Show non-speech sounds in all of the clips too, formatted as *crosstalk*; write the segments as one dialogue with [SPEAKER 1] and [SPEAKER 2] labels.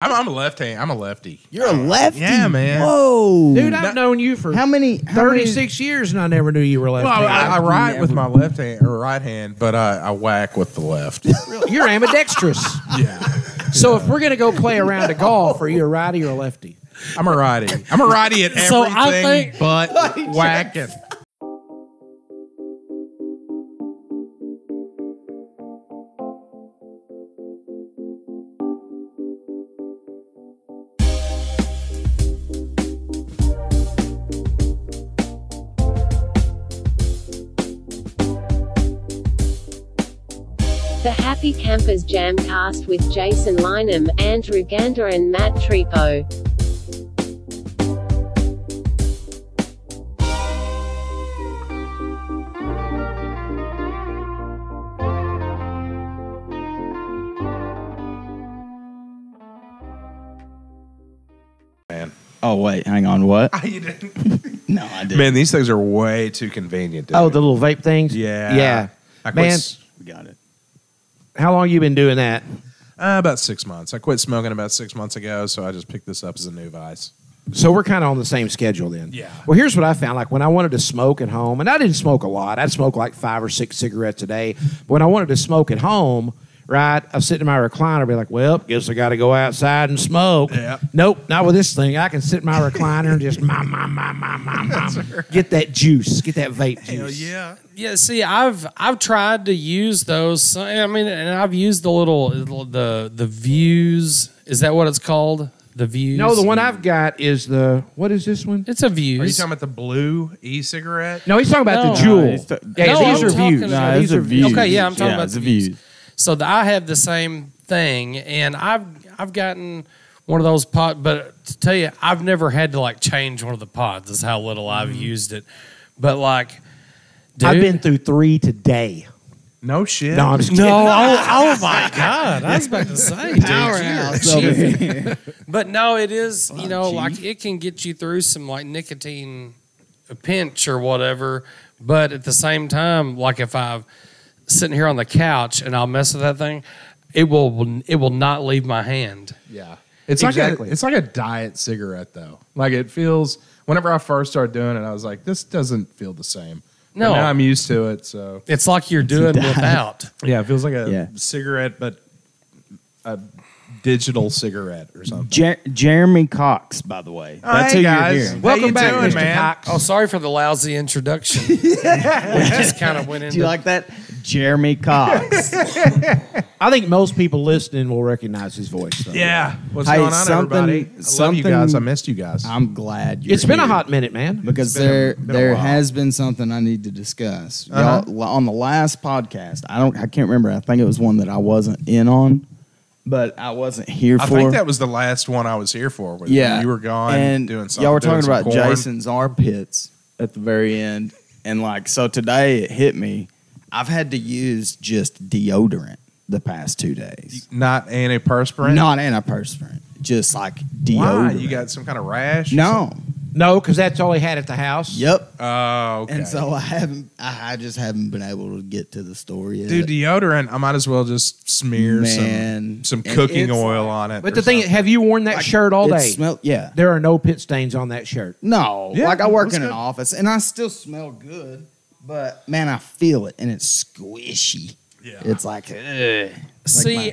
[SPEAKER 1] I'm, I'm a left hand. I'm a lefty.
[SPEAKER 2] You're a lefty.
[SPEAKER 1] Yeah, man.
[SPEAKER 2] Whoa,
[SPEAKER 3] Dude, I've
[SPEAKER 1] Mm, Not-
[SPEAKER 3] known you for
[SPEAKER 2] How many? how many-
[SPEAKER 3] 36 years and I never knew you were left.
[SPEAKER 1] Well, I, I write with
[SPEAKER 2] Never.
[SPEAKER 1] my left hand or right hand, but I, I whack with the left.
[SPEAKER 3] You're ambidextrous.
[SPEAKER 1] *laughs* yeah,
[SPEAKER 3] *laughs* so if we're going to go play a round of golf, are you a righty or a lefty?
[SPEAKER 1] I'm a righty. I'm a righty at everything
[SPEAKER 4] So I think-
[SPEAKER 1] but whacking.
[SPEAKER 5] The Happy Campers Jamcast with Jason Lynham, Andrew Gander, and Matt Tripo.
[SPEAKER 2] Oh wait, hang on. What?
[SPEAKER 1] You didn't-
[SPEAKER 2] No, I didn't.
[SPEAKER 1] Man, these things are way too convenient. dude.
[SPEAKER 3] Oh, the little vape things?
[SPEAKER 1] yeah,
[SPEAKER 3] Yeah.
[SPEAKER 1] I quit
[SPEAKER 3] Man.
[SPEAKER 1] s-
[SPEAKER 2] We got it.
[SPEAKER 3] How long you been doing that?
[SPEAKER 1] uh, about six months. I quit smoking about six months ago, so I just picked this up as a new vice.
[SPEAKER 3] So we're kind of on the same schedule then.
[SPEAKER 1] Yeah.
[SPEAKER 3] Well, here's what I found. Like when I wanted to smoke at home, and I didn't smoke a lot. I'd smoke like five or six cigarettes a day. But when I wanted to smoke at home, right, I sit in my recliner, be like, well, guess I got to go outside and smoke.
[SPEAKER 1] Yeah.
[SPEAKER 3] Nope, not with this thing. I can sit in my recliner and just my my my my my my get that juice, get that vape juice.
[SPEAKER 1] yeah.
[SPEAKER 4] Yeah, see, I've I've tried to use those. so- I mean, and I've used the little the the views. Is that what it's called? The views?
[SPEAKER 3] No, the one I've got is the what is this one?
[SPEAKER 4] It's a
[SPEAKER 1] Are you
[SPEAKER 4] views.
[SPEAKER 1] talking about the blue e-cigarette?
[SPEAKER 3] No, he's talking about
[SPEAKER 4] No.
[SPEAKER 3] the jewel.
[SPEAKER 4] No,
[SPEAKER 2] he's ta-
[SPEAKER 3] yeah, these
[SPEAKER 4] No, I'm
[SPEAKER 3] are
[SPEAKER 4] talking
[SPEAKER 3] views.
[SPEAKER 4] about-
[SPEAKER 3] these are views.
[SPEAKER 4] Okay, yeah, I'm talking about
[SPEAKER 2] it's
[SPEAKER 4] the
[SPEAKER 2] a
[SPEAKER 4] views.
[SPEAKER 2] view.
[SPEAKER 4] so the, I have the same thing, and I've I've gotten one of those pot. But to tell you, I've never had to like change one of the pods. Is how little I've used it. But like, dude,
[SPEAKER 3] Mm-hmm. I've been through three today.
[SPEAKER 1] No shit.
[SPEAKER 3] No, I'm just
[SPEAKER 4] No,
[SPEAKER 3] kidding.
[SPEAKER 4] oh, oh *laughs* my God! I was about to say, dude, you're cheating. *laughs* but no, it is. You know, like it can get you through some like nicotine pinch or whatever. But at the same time, like if I'm sitting here on the couch and I'll mess with that thing, it will it will not leave my hand.
[SPEAKER 1] Yeah. It's
[SPEAKER 3] Exactly.
[SPEAKER 1] like a, it's like a diet cigarette though. Like it feels whenever I first started doing it, I was like, this doesn't feel the same. But
[SPEAKER 4] No.
[SPEAKER 1] now I'm used to it. So
[SPEAKER 4] It's like you're doing without.
[SPEAKER 1] yeah, it feels like a
[SPEAKER 2] Yeah.
[SPEAKER 1] cigarette, but a digital cigarette or something.
[SPEAKER 2] Jer- Jeremy Cox, by the way. That's who you're hearing.
[SPEAKER 1] Welcome
[SPEAKER 3] Welcome back,
[SPEAKER 1] back,
[SPEAKER 3] Mr.
[SPEAKER 1] man.
[SPEAKER 3] Cox.
[SPEAKER 4] Oh, sorry for the
[SPEAKER 2] *laughs*
[SPEAKER 4] lousy introduction. we just kind of went
[SPEAKER 2] Do you
[SPEAKER 4] into
[SPEAKER 2] like that? Jeremy Cox. hey,
[SPEAKER 3] I think most people listening will recognize his voice. Though.
[SPEAKER 1] Yeah. What's
[SPEAKER 2] Hey,
[SPEAKER 1] going on,
[SPEAKER 2] something-
[SPEAKER 1] everybody? I love you
[SPEAKER 2] something-
[SPEAKER 1] guys. I missed you guys.
[SPEAKER 6] I'm glad you're
[SPEAKER 3] it's been a
[SPEAKER 6] here.
[SPEAKER 3] hot minute, man.
[SPEAKER 6] because
[SPEAKER 1] been a-
[SPEAKER 6] there
[SPEAKER 1] been a
[SPEAKER 6] there
[SPEAKER 1] while.
[SPEAKER 6] has been something I need to discuss. Y'all- l- on the last podcast, I don't I can't remember. I think it was one that I wasn't in on, but I wasn't here
[SPEAKER 1] I
[SPEAKER 6] for.
[SPEAKER 1] think that was the last one I was here for. was
[SPEAKER 6] yeah,
[SPEAKER 1] You were gone
[SPEAKER 6] and
[SPEAKER 1] doing something.
[SPEAKER 6] Y'all were
[SPEAKER 1] doing
[SPEAKER 6] talking
[SPEAKER 1] some
[SPEAKER 6] about
[SPEAKER 1] corn.
[SPEAKER 6] Jason's armpits at the very end, and like so today it hit me. I've had to use just deodorant the past two days,
[SPEAKER 1] Not antiperspirant.
[SPEAKER 6] not antiperspirant, just like deodorant.
[SPEAKER 1] Why? You got some kind of rash? or
[SPEAKER 6] no.
[SPEAKER 3] No, because that's all he had at the house.
[SPEAKER 6] Yep.
[SPEAKER 1] something? Oh, okay.
[SPEAKER 6] And so I haven't. I, I just haven't been able to get to the store yet.
[SPEAKER 1] do deodorant, I might as well just smear
[SPEAKER 6] Man.
[SPEAKER 1] some some
[SPEAKER 6] And
[SPEAKER 1] cooking
[SPEAKER 6] it's
[SPEAKER 1] oil on it.
[SPEAKER 3] But
[SPEAKER 1] or
[SPEAKER 3] the thing,
[SPEAKER 1] something.
[SPEAKER 3] have you worn that shirt all
[SPEAKER 6] It
[SPEAKER 3] day?
[SPEAKER 6] smell- yeah.
[SPEAKER 3] there are no pit stains on that shirt.
[SPEAKER 6] No.
[SPEAKER 1] Yeah,
[SPEAKER 6] like I work
[SPEAKER 1] that's
[SPEAKER 6] in an
[SPEAKER 1] good.
[SPEAKER 6] office and I still smell good, but man, I feel it and it's squishy.
[SPEAKER 1] Yeah.
[SPEAKER 6] It's like, ugh.
[SPEAKER 4] See,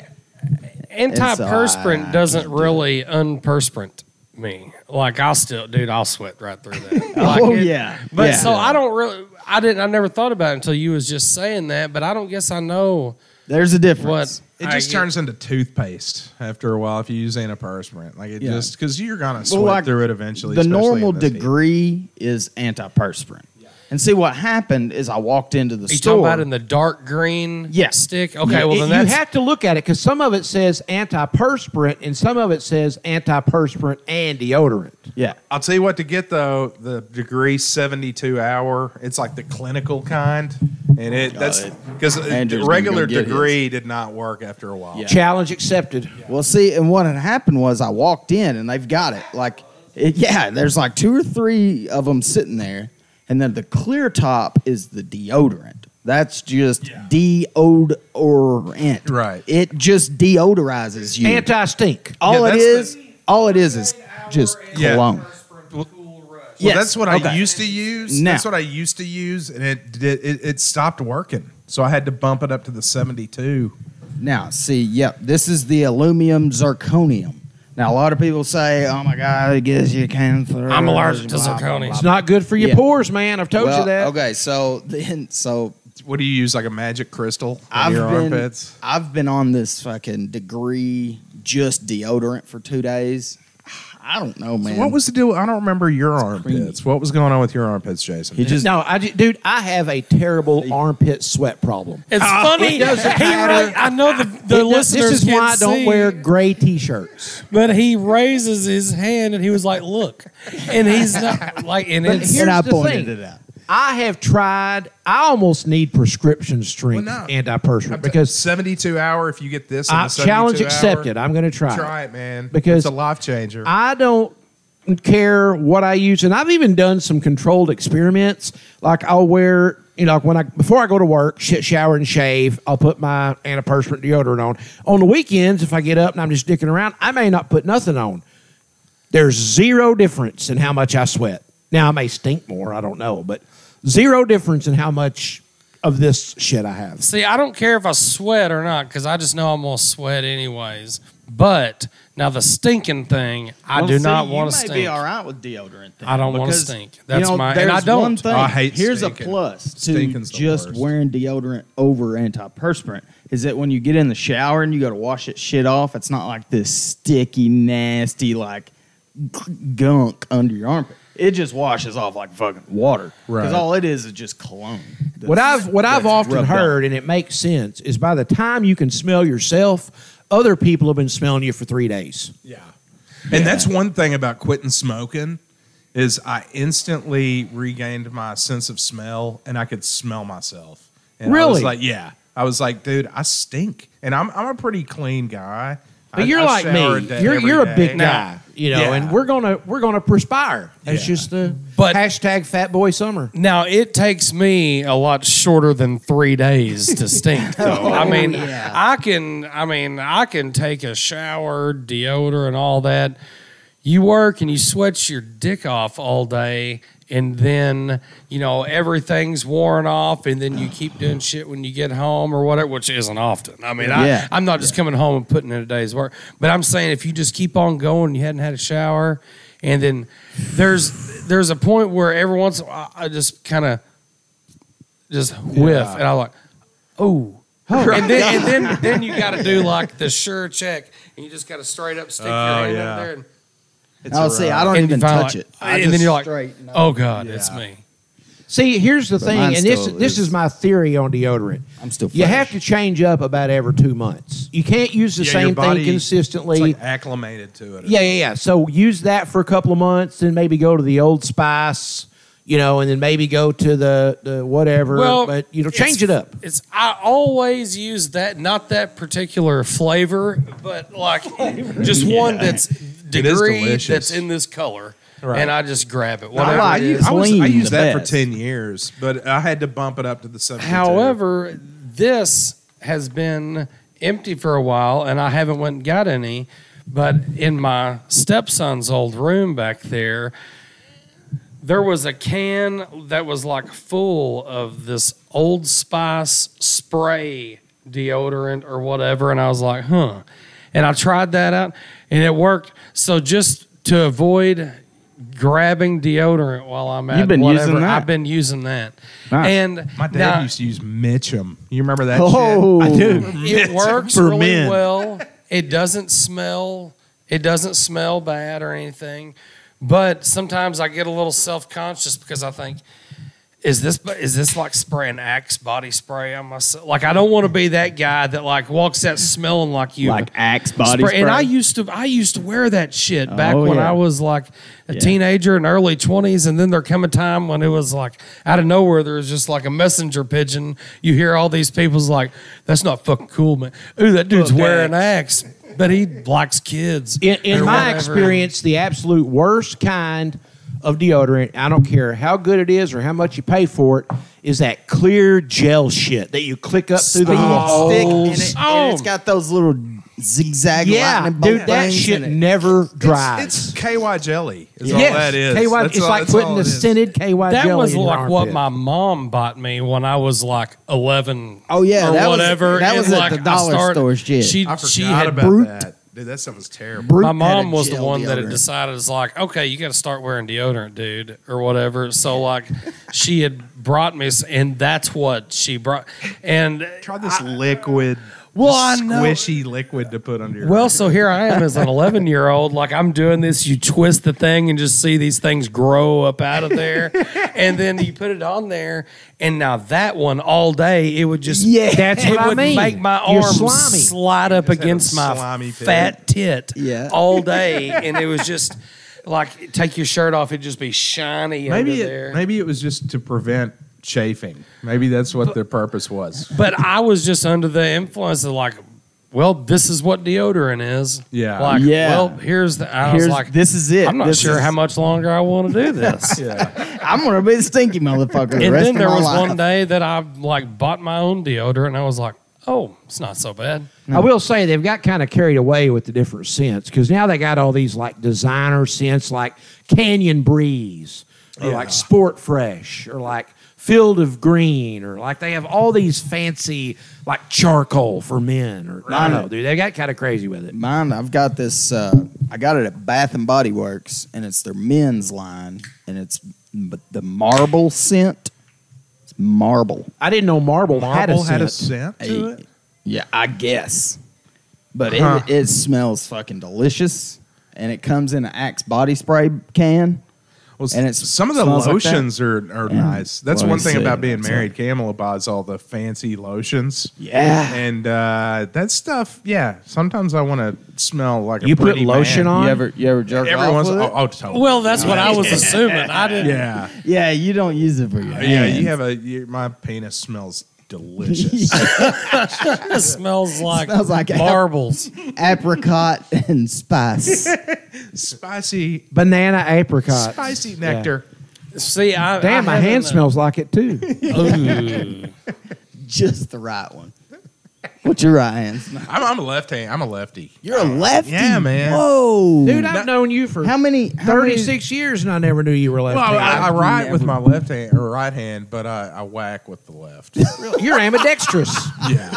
[SPEAKER 6] And so
[SPEAKER 4] antiperspirant
[SPEAKER 6] I- I
[SPEAKER 4] doesn't
[SPEAKER 6] can't do
[SPEAKER 4] really unperspirant me. Like I'll still, dude, I'll sweat right through
[SPEAKER 3] *laughs*
[SPEAKER 4] that. Like
[SPEAKER 6] oh
[SPEAKER 4] it-
[SPEAKER 6] yeah.
[SPEAKER 4] But
[SPEAKER 6] yeah.
[SPEAKER 4] so I don't really, I didn't, I never thought about it until you was just saying that. But I don't guess I know
[SPEAKER 6] there's a
[SPEAKER 4] what
[SPEAKER 6] difference.
[SPEAKER 1] it
[SPEAKER 4] I
[SPEAKER 1] just
[SPEAKER 4] get.
[SPEAKER 1] turns into toothpaste after a while if you use antiperspirant. Like it
[SPEAKER 6] Yeah.
[SPEAKER 1] just because you're gonna
[SPEAKER 6] Well,
[SPEAKER 1] sweat through it eventually.
[SPEAKER 6] The
[SPEAKER 1] especially in
[SPEAKER 6] normal
[SPEAKER 1] this heat.
[SPEAKER 6] degree is antiperspirant. And see what happened is I walked into the
[SPEAKER 4] Are you
[SPEAKER 6] store.
[SPEAKER 4] talking about in the dark green
[SPEAKER 6] Yeah.
[SPEAKER 4] stick? Okay, well
[SPEAKER 3] It-
[SPEAKER 4] then
[SPEAKER 3] you
[SPEAKER 4] that's
[SPEAKER 3] have to look at it because some of it says antiperspirant and some of it says antiperspirant and deodorant.
[SPEAKER 6] yeah.
[SPEAKER 1] I'll tell you what to get though the degree seventy two hour. It's like the clinical kind, and it that's because
[SPEAKER 6] Andrew's
[SPEAKER 1] the
[SPEAKER 6] gonna
[SPEAKER 1] regular
[SPEAKER 6] go get his.
[SPEAKER 1] degree did not work after a while.
[SPEAKER 6] Yeah.
[SPEAKER 3] Challenge accepted.
[SPEAKER 6] Well, see, and what had happened was I walked in and they've got it. Like, it, yeah, there's like two or three of them sitting there, and then the clear top is the deodorant, That's just deodorant.
[SPEAKER 1] Right.
[SPEAKER 6] It just deodorizes you.
[SPEAKER 3] Anti stink.
[SPEAKER 1] Yeah,
[SPEAKER 6] all it
[SPEAKER 1] that's
[SPEAKER 6] is, all it is, is just
[SPEAKER 1] Yeah.
[SPEAKER 6] cologne.
[SPEAKER 1] Well,
[SPEAKER 6] Yes.
[SPEAKER 1] that's what I
[SPEAKER 6] Okay.
[SPEAKER 1] used to use.
[SPEAKER 6] Now-
[SPEAKER 1] That's what I used to use, and it, did it it stopped working. So I had to bump it up to the seventy-two.
[SPEAKER 6] Now, see, yep, this is the aluminum zirconium. Now, a lot of people say, "Oh my God, it gives you cancer."
[SPEAKER 4] I'm allergic to
[SPEAKER 6] blah, blah,
[SPEAKER 4] zirconia.
[SPEAKER 6] blah.
[SPEAKER 3] It's not good for your
[SPEAKER 6] Yeah.
[SPEAKER 3] pores, man. I've told
[SPEAKER 6] Well,
[SPEAKER 3] you that.
[SPEAKER 6] Okay, so then, so
[SPEAKER 1] What do you use? Like a magic crystal in
[SPEAKER 6] I've
[SPEAKER 1] your
[SPEAKER 6] been,
[SPEAKER 1] armpits?
[SPEAKER 6] I've been on this fucking degree just deodorant for two days. I don't know, man.
[SPEAKER 1] What was the deal? I don't remember your armpits. What was going on with your armpits, Jason?
[SPEAKER 6] He just
[SPEAKER 3] no, I ju- dude, I have a terrible armpit sweat problem.
[SPEAKER 4] It's funny.
[SPEAKER 3] it doesn't
[SPEAKER 4] he
[SPEAKER 3] matter.
[SPEAKER 4] ra- I know the, the
[SPEAKER 3] It does-
[SPEAKER 4] listeners
[SPEAKER 3] this is
[SPEAKER 4] can't
[SPEAKER 3] why I don't
[SPEAKER 4] see,
[SPEAKER 3] wear gray t-shirts.
[SPEAKER 4] But he raises his hand and he was like, "Look," and he's not like, and
[SPEAKER 3] But
[SPEAKER 4] it's
[SPEAKER 3] here's
[SPEAKER 6] and I
[SPEAKER 3] the
[SPEAKER 6] pointed
[SPEAKER 3] thing.
[SPEAKER 6] it out.
[SPEAKER 3] I have tried. I almost need prescription strength
[SPEAKER 1] Well, no.
[SPEAKER 3] antiperspirant because
[SPEAKER 1] seventy-two hour. If you get this, in
[SPEAKER 3] I,
[SPEAKER 1] the 72
[SPEAKER 3] challenge
[SPEAKER 1] hour,
[SPEAKER 3] accepted. I'm going to try.
[SPEAKER 1] Try it, man. it's
[SPEAKER 3] Because
[SPEAKER 1] a life changer.
[SPEAKER 3] I don't care what I use, and I've even done some controlled experiments. Like I'll wear, you know, like when I before I go to work, shit, shower and shave, I'll put my antiperspirant deodorant on. On the weekends, if I get up and I'm just dicking around, I may not put nothing on. There's zero difference in how much I sweat. Now I may stink more, I don't know, but zero difference in how much of this shit I have.
[SPEAKER 4] See, I don't care if I sweat or not because I just know I'm gonna sweat anyways. But now the stinking thing, I do not want to
[SPEAKER 6] to
[SPEAKER 4] stink.
[SPEAKER 6] Be all right with deodorant. Then,
[SPEAKER 4] I don't wanna
[SPEAKER 6] because,
[SPEAKER 4] stink.
[SPEAKER 6] you
[SPEAKER 4] That's
[SPEAKER 6] know,
[SPEAKER 4] my- and I
[SPEAKER 6] there's
[SPEAKER 4] don't.
[SPEAKER 6] One thing.
[SPEAKER 1] I hate
[SPEAKER 6] Here's
[SPEAKER 1] stinking.
[SPEAKER 6] a plus to
[SPEAKER 1] Stinking's the
[SPEAKER 6] just
[SPEAKER 1] worst.
[SPEAKER 6] wearing deodorant over antiperspirant is that when you get in the shower and you got to wash that shit off, it's not like this sticky, nasty like gunk under your armpit. It just washes off like fucking water.
[SPEAKER 1] Right.
[SPEAKER 6] Because all it is is just cologne. That's-
[SPEAKER 3] What I've what I've
[SPEAKER 6] that's
[SPEAKER 3] often
[SPEAKER 6] rubbed on.
[SPEAKER 3] heard, and it makes sense, is by the time you can smell yourself, other people have been smelling you for three days.
[SPEAKER 1] Yeah. And that's one thing about quitting smoking is I instantly regained my sense of smell and I could smell myself. And I was
[SPEAKER 3] Really?
[SPEAKER 1] like, yeah. I was like, dude, I stink. And I'm I'm a pretty clean guy.
[SPEAKER 3] But
[SPEAKER 1] I-
[SPEAKER 3] you're
[SPEAKER 1] I
[SPEAKER 3] like
[SPEAKER 1] shower a
[SPEAKER 3] me.
[SPEAKER 1] day-
[SPEAKER 3] You're
[SPEAKER 1] every
[SPEAKER 3] you're a
[SPEAKER 1] day.
[SPEAKER 3] big
[SPEAKER 4] Now-
[SPEAKER 3] guy, you know,
[SPEAKER 1] Yeah.
[SPEAKER 3] and we're gonna we're gonna perspire. It's
[SPEAKER 1] Yeah.
[SPEAKER 3] just the
[SPEAKER 4] But-
[SPEAKER 3] hashtag Fat Boy Summer.
[SPEAKER 4] Now it takes me a lot shorter than three days
[SPEAKER 6] *laughs*
[SPEAKER 4] to stink. Though
[SPEAKER 6] Oh,
[SPEAKER 4] I mean, I can, I mean, I can take a shower, deodorant, and all that. You work and you sweat your dick off all day, and then you know everything's worn off, and then you keep doing shit when you get home or whatever, which isn't often. I mean, I,
[SPEAKER 6] Yeah.
[SPEAKER 4] I'm not just coming home and putting in a day's work, but I'm saying if you just keep on going, you hadn't had a shower, and then there's there's a point where every once in a while, I just kind of just whiff, and I'm like, oh. and then, and then, then you got to do like the sure check, and you just got to straight up stick your hand
[SPEAKER 1] yeah.
[SPEAKER 4] up there, and,
[SPEAKER 6] I'll say
[SPEAKER 1] uh,
[SPEAKER 6] I don't
[SPEAKER 4] and
[SPEAKER 6] even
[SPEAKER 4] you finally
[SPEAKER 6] touch
[SPEAKER 4] like-
[SPEAKER 6] it. I
[SPEAKER 4] and then
[SPEAKER 6] just
[SPEAKER 4] you're like,
[SPEAKER 6] straight, no.
[SPEAKER 4] "Oh God, it's
[SPEAKER 1] Yeah.
[SPEAKER 4] me."
[SPEAKER 3] See, here's the thing,
[SPEAKER 6] mine
[SPEAKER 3] and this
[SPEAKER 6] still
[SPEAKER 3] this
[SPEAKER 6] is-
[SPEAKER 3] is my theory on deodorant.
[SPEAKER 6] I'm still
[SPEAKER 3] You
[SPEAKER 6] fresh.
[SPEAKER 3] have to change up about every two months. You can't use the
[SPEAKER 1] Yeah, your
[SPEAKER 3] same
[SPEAKER 1] body-
[SPEAKER 3] thing consistently.
[SPEAKER 1] It's like acclimated to it.
[SPEAKER 3] Yeah, yeah, yeah. So use that for a couple of months, then maybe go to the Old Spice, you know, and then maybe go to the, the whatever. but you know,
[SPEAKER 4] it's-
[SPEAKER 3] change it up.
[SPEAKER 4] It's I always use that, not that particular flavor, but like just one that's degree
[SPEAKER 1] delicious.
[SPEAKER 4] that's in this color,
[SPEAKER 1] Right.
[SPEAKER 4] and I just grab it. Whatever
[SPEAKER 6] like
[SPEAKER 1] I,
[SPEAKER 6] it.
[SPEAKER 4] it is.
[SPEAKER 1] used, I, was, I
[SPEAKER 6] Lean
[SPEAKER 1] used
[SPEAKER 6] the
[SPEAKER 1] that for
[SPEAKER 6] best.
[SPEAKER 1] 10 years, but I had to bump it up to the 72.
[SPEAKER 4] However, this has been empty for a while, and I haven't went and got any. But in my stepson's old room back there, there was a can that was like full of this Old Spice spray deodorant or whatever, and I was like, huh. And I tried that out, and it worked. So just to avoid grabbing deodorant while I'm at
[SPEAKER 6] You've been using
[SPEAKER 4] whatever,
[SPEAKER 6] that.
[SPEAKER 4] I've been using that.
[SPEAKER 6] Nice.
[SPEAKER 4] And
[SPEAKER 1] my dad
[SPEAKER 4] now,
[SPEAKER 1] used to use Mitchum. You remember that
[SPEAKER 6] Oh,
[SPEAKER 1] shit?
[SPEAKER 4] it works
[SPEAKER 6] for
[SPEAKER 4] really
[SPEAKER 6] men.
[SPEAKER 4] well. It doesn't smell. It doesn't smell bad or anything. But sometimes I get a little self conscious because I think, is this is this like spraying Axe body spray on myself? Like I don't want to be that guy that like walks out smelling like you.
[SPEAKER 6] like Axe body
[SPEAKER 4] Spray-
[SPEAKER 6] spray.
[SPEAKER 4] And I used to I used to wear that shit back
[SPEAKER 6] Oh,
[SPEAKER 4] when
[SPEAKER 6] yeah.
[SPEAKER 4] I was like a teenager and early twenties, and then there come a time when it was like out of nowhere there was just like a messenger pigeon. You hear all these people's like, "That's not fucking cool, man. Ooh, that dude's wearing axe, but he likes kids."
[SPEAKER 3] In, in
[SPEAKER 4] or
[SPEAKER 3] my
[SPEAKER 4] whatever."
[SPEAKER 3] experience, the absolute worst kind of deodorant, I don't care how good it is or how much you pay for it, is that clear gel shit that you click up through the
[SPEAKER 6] Oh,
[SPEAKER 3] little
[SPEAKER 6] thick, and, it, and it's
[SPEAKER 4] Oh.
[SPEAKER 6] got those little zigzag
[SPEAKER 3] Yeah,
[SPEAKER 6] lightning bolt
[SPEAKER 3] dude, that
[SPEAKER 6] things
[SPEAKER 3] shit
[SPEAKER 6] in it.
[SPEAKER 3] never dries.
[SPEAKER 1] It's, it's KY jelly. Is all
[SPEAKER 3] Yes,
[SPEAKER 1] that is.
[SPEAKER 3] KY,
[SPEAKER 1] That's
[SPEAKER 3] it's
[SPEAKER 1] all-
[SPEAKER 3] like
[SPEAKER 1] that's all
[SPEAKER 3] putting
[SPEAKER 1] it
[SPEAKER 3] the
[SPEAKER 1] is.
[SPEAKER 3] scented KY
[SPEAKER 4] That
[SPEAKER 3] jelly
[SPEAKER 4] was
[SPEAKER 3] in your
[SPEAKER 4] like what
[SPEAKER 3] armpit.
[SPEAKER 4] my mom bought me when I was like eleven.
[SPEAKER 6] Oh, yeah,
[SPEAKER 4] or
[SPEAKER 6] that was-
[SPEAKER 4] whatever.
[SPEAKER 6] that
[SPEAKER 4] and,
[SPEAKER 6] was at
[SPEAKER 4] like,
[SPEAKER 6] the
[SPEAKER 4] I
[SPEAKER 6] dollar
[SPEAKER 4] started-
[SPEAKER 6] store shit.
[SPEAKER 4] She
[SPEAKER 1] I
[SPEAKER 4] she
[SPEAKER 1] forgot
[SPEAKER 4] had
[SPEAKER 1] about
[SPEAKER 6] brute.
[SPEAKER 1] that. Dude, that sounds terrible.
[SPEAKER 6] Brute
[SPEAKER 4] my
[SPEAKER 6] had
[SPEAKER 4] mom
[SPEAKER 6] a
[SPEAKER 4] was the
[SPEAKER 6] gel
[SPEAKER 4] one that had
[SPEAKER 6] deodorant.
[SPEAKER 4] decided it's like okay you got to start wearing deodorant dude or whatever so like she had brought me s- and that's what she brought and
[SPEAKER 1] Try this liquid,
[SPEAKER 4] Well, I know-
[SPEAKER 1] squishy liquid to put under your.
[SPEAKER 4] *laughs* well so here i am as an 11 year old like i'm doing this you twist the thing and just see these things grow up out
[SPEAKER 3] *laughs*
[SPEAKER 4] of there and then you put it on there and now that one all day it would just
[SPEAKER 3] Yeah, that's
[SPEAKER 4] it
[SPEAKER 3] what I
[SPEAKER 4] would
[SPEAKER 3] mean.
[SPEAKER 4] make my
[SPEAKER 3] You're
[SPEAKER 4] arm
[SPEAKER 3] slimy.
[SPEAKER 4] slide up
[SPEAKER 1] Just had a
[SPEAKER 4] against my
[SPEAKER 1] slimy pit.
[SPEAKER 4] fat tit
[SPEAKER 6] Yeah.
[SPEAKER 3] *laughs*
[SPEAKER 4] all day, and it was just like take your shirt off, it'd just be shiny
[SPEAKER 1] maybe
[SPEAKER 4] under
[SPEAKER 1] it,
[SPEAKER 4] there.
[SPEAKER 1] maybe it was just to prevent chafing. Maybe that's what their purpose was.
[SPEAKER 4] But I was just under the influence of like, well, this is what deodorant is.
[SPEAKER 1] Yeah.
[SPEAKER 4] like
[SPEAKER 6] Yeah.
[SPEAKER 4] well, here's the. I
[SPEAKER 6] Here's,
[SPEAKER 4] was like,
[SPEAKER 6] this is it.
[SPEAKER 4] I'm not
[SPEAKER 6] This
[SPEAKER 4] sure
[SPEAKER 6] is-
[SPEAKER 4] how much longer I
[SPEAKER 6] *laughs*
[SPEAKER 4] want to do this.
[SPEAKER 6] I'm gonna be a stinky motherfucker. the
[SPEAKER 4] And
[SPEAKER 6] rest
[SPEAKER 4] then
[SPEAKER 6] of
[SPEAKER 4] there
[SPEAKER 6] my
[SPEAKER 4] was
[SPEAKER 6] life.
[SPEAKER 4] one day that I like bought my own deodorant, and I was like, oh, it's not so bad.
[SPEAKER 3] I will say they've got kind of carried away with the different scents because now they got all these like designer scents like Canyon Breeze or like Sport Fresh or like Field of Green or like they have all these fancy like charcoal for men or I don't know, dude. They got kind of crazy with it.
[SPEAKER 6] Mine, I've got this. Uh, I got it at Bath and Body Works, and it's their men's line, and it's m- the marble scent. It's marble.
[SPEAKER 3] I didn't know marble, had a
[SPEAKER 1] Marble
[SPEAKER 3] scent.
[SPEAKER 1] had a scent to it.
[SPEAKER 6] Yeah, I guess. But
[SPEAKER 1] Huh.
[SPEAKER 6] it, it smells fucking delicious, and it comes in an Axe body spray can.
[SPEAKER 1] Well,
[SPEAKER 6] And
[SPEAKER 1] and
[SPEAKER 6] it's-
[SPEAKER 1] some of the
[SPEAKER 6] smells like
[SPEAKER 1] lotions are, are nice. That's
[SPEAKER 6] Well,
[SPEAKER 1] one
[SPEAKER 6] you
[SPEAKER 1] thing
[SPEAKER 6] see,
[SPEAKER 1] about being
[SPEAKER 6] that's
[SPEAKER 1] married. Camel buys all the fancy lotions.
[SPEAKER 6] Yeah.
[SPEAKER 1] and uh, that stuff. Yeah, sometimes I want to smell like a
[SPEAKER 3] You put
[SPEAKER 1] pretty
[SPEAKER 3] lotion
[SPEAKER 1] man.
[SPEAKER 3] on?
[SPEAKER 6] You ever you ever jerk
[SPEAKER 1] Every
[SPEAKER 6] off
[SPEAKER 1] once,
[SPEAKER 6] with
[SPEAKER 1] oh,
[SPEAKER 6] it?
[SPEAKER 1] oh, totally.
[SPEAKER 4] Well, that's what I was assuming. I didn't.
[SPEAKER 1] yeah,
[SPEAKER 6] Yeah, you don't use it for your
[SPEAKER 1] yeah.
[SPEAKER 6] hands.
[SPEAKER 1] You have a you, my penis smells
[SPEAKER 6] *laughs*
[SPEAKER 1] delicious.
[SPEAKER 4] It smells like
[SPEAKER 6] Smells like apple.
[SPEAKER 4] marbles.
[SPEAKER 6] apricot
[SPEAKER 1] *laughs*
[SPEAKER 6] and spice.
[SPEAKER 1] spicy,
[SPEAKER 3] Banana apricot.
[SPEAKER 1] spicy nectar. uh,
[SPEAKER 4] See, I
[SPEAKER 3] Damn, my hand
[SPEAKER 4] *laughs*
[SPEAKER 3] smells like
[SPEAKER 1] *laughs*
[SPEAKER 3] it too.
[SPEAKER 6] just the right one. What's your right hand?
[SPEAKER 1] I'm, I'm a left hand. I'm a lefty.
[SPEAKER 6] You're a lefty.
[SPEAKER 1] Yeah, man.
[SPEAKER 6] Whoa,
[SPEAKER 3] Dude, I've known you for
[SPEAKER 6] How many? How many-
[SPEAKER 3] 36 years and I never knew you were left
[SPEAKER 1] Well,
[SPEAKER 3] handed.
[SPEAKER 1] I, I write with my left hand or right hand, but I, I whack with the
[SPEAKER 6] *laughs*
[SPEAKER 1] left.
[SPEAKER 3] You're ambidextrous.
[SPEAKER 1] yeah,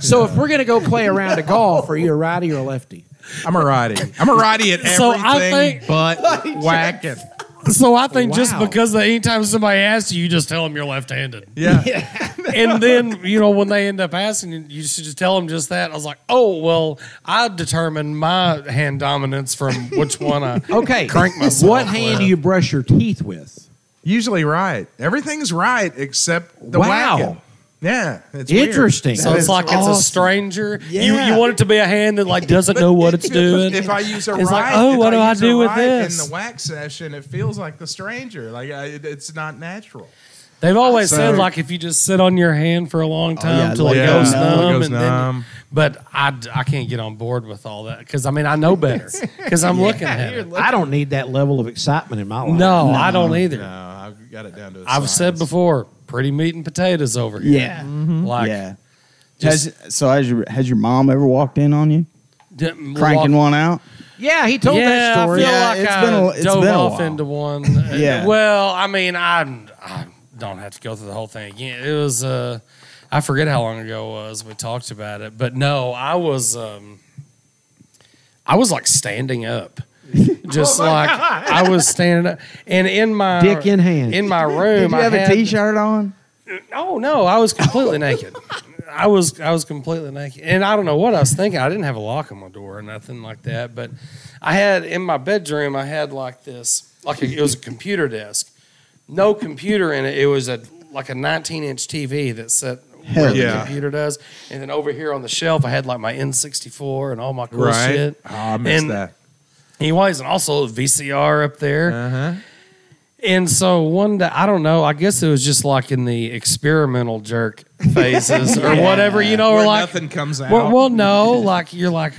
[SPEAKER 3] So if we're gonna go play a round of golf, are you a righty or a lefty?
[SPEAKER 1] I'm a righty. I'm a righty at everything
[SPEAKER 4] *laughs* So I
[SPEAKER 1] *laughs*
[SPEAKER 4] think-
[SPEAKER 1] but whacking.
[SPEAKER 4] So I think just
[SPEAKER 3] Wow.
[SPEAKER 4] because they, anytime somebody asks you, you just tell them you're left-handed,
[SPEAKER 1] Yeah.
[SPEAKER 4] and then you know when they end up asking you, you should just tell them just that. I was like, oh well, I determine my hand dominance from which
[SPEAKER 1] *laughs*
[SPEAKER 4] one I
[SPEAKER 1] Oh,
[SPEAKER 3] Okay.
[SPEAKER 4] crank myself.
[SPEAKER 3] What hand do
[SPEAKER 4] with.
[SPEAKER 3] you brush your teeth with?
[SPEAKER 1] Usually right. Everything's right except the
[SPEAKER 3] Wow.
[SPEAKER 1] whacking. Yeah, it's weird.
[SPEAKER 3] Interesting.
[SPEAKER 4] So it's like it's a stranger. You
[SPEAKER 6] Yeah.
[SPEAKER 4] you want it to be a hand that like doesn't know what it's
[SPEAKER 1] *laughs*
[SPEAKER 4] doing.
[SPEAKER 1] If I use a
[SPEAKER 4] It's like,
[SPEAKER 1] right,
[SPEAKER 4] oh,
[SPEAKER 1] if
[SPEAKER 4] what do I
[SPEAKER 1] use a
[SPEAKER 4] do with
[SPEAKER 1] right
[SPEAKER 4] this?
[SPEAKER 1] In the whack session, it feels like the stranger. Like I, it, it's not natural.
[SPEAKER 4] They've always
[SPEAKER 1] So-
[SPEAKER 4] said like if you just sit on your hand for a long
[SPEAKER 1] Oh,
[SPEAKER 4] time
[SPEAKER 6] yeah,
[SPEAKER 4] till it
[SPEAKER 6] yeah.
[SPEAKER 4] goes
[SPEAKER 6] Till it
[SPEAKER 4] numb,
[SPEAKER 1] goes
[SPEAKER 4] and then-
[SPEAKER 1] numb.
[SPEAKER 4] but I, d- I can't get on board with all that because I mean I know better
[SPEAKER 1] *laughs*
[SPEAKER 4] *laughs* because I'm looking at it.
[SPEAKER 3] I don't need that level of excitement in my life.
[SPEAKER 4] No, I don't either.
[SPEAKER 1] No, I've got it down to. A
[SPEAKER 4] I've said before, pretty meat and potatoes over here.
[SPEAKER 6] Yeah.
[SPEAKER 4] like
[SPEAKER 6] yeah.
[SPEAKER 4] just-
[SPEAKER 6] has, so has your has your mom ever walked in on you
[SPEAKER 4] d-
[SPEAKER 6] cranking
[SPEAKER 4] walk-
[SPEAKER 6] one out?
[SPEAKER 3] Yeah, he told
[SPEAKER 4] yeah,
[SPEAKER 3] that story.
[SPEAKER 4] I feel
[SPEAKER 6] Yeah,
[SPEAKER 4] like
[SPEAKER 6] it's
[SPEAKER 4] I
[SPEAKER 6] been a- it's
[SPEAKER 4] dove
[SPEAKER 6] been a
[SPEAKER 4] off
[SPEAKER 6] while.
[SPEAKER 4] into *laughs* one.
[SPEAKER 6] Yeah.
[SPEAKER 4] Well, I mean, I, I don't have to go through the whole thing again. It was, uh, I forget how long ago it was we talked about it, but no, I was, um, I was like standing
[SPEAKER 6] *laughs*
[SPEAKER 4] up. Just
[SPEAKER 6] Oh
[SPEAKER 4] like I was standing up, and in my
[SPEAKER 3] Dick in hand.
[SPEAKER 4] in my
[SPEAKER 6] Did
[SPEAKER 4] room,
[SPEAKER 6] you
[SPEAKER 4] I
[SPEAKER 6] have a
[SPEAKER 4] had-
[SPEAKER 6] T-shirt on?
[SPEAKER 4] Oh no, I
[SPEAKER 1] *laughs*
[SPEAKER 4] was completely naked. I was I was completely naked, and I don't know what I was thinking. I didn't have a lock on my door or nothing like that. But I had in my bedroom, I had like this, like a, it was a computer desk, no computer in it. It was a like a 19 inch TV that set where
[SPEAKER 6] Hell
[SPEAKER 4] the
[SPEAKER 1] yeah.
[SPEAKER 4] computer does, and then over here on the shelf, I had like my N64 and all my cool
[SPEAKER 1] right.
[SPEAKER 4] shit.
[SPEAKER 1] Oh, I missed
[SPEAKER 4] And-
[SPEAKER 1] that.
[SPEAKER 4] Anyways, and also VCR up there.
[SPEAKER 1] Uh huh.
[SPEAKER 4] And so one day, I don't know. I guess it was just like in the experimental jerk phases or whatever, you know,
[SPEAKER 1] Where
[SPEAKER 4] or like,
[SPEAKER 1] nothing comes out.
[SPEAKER 4] well, well, no, like you're like,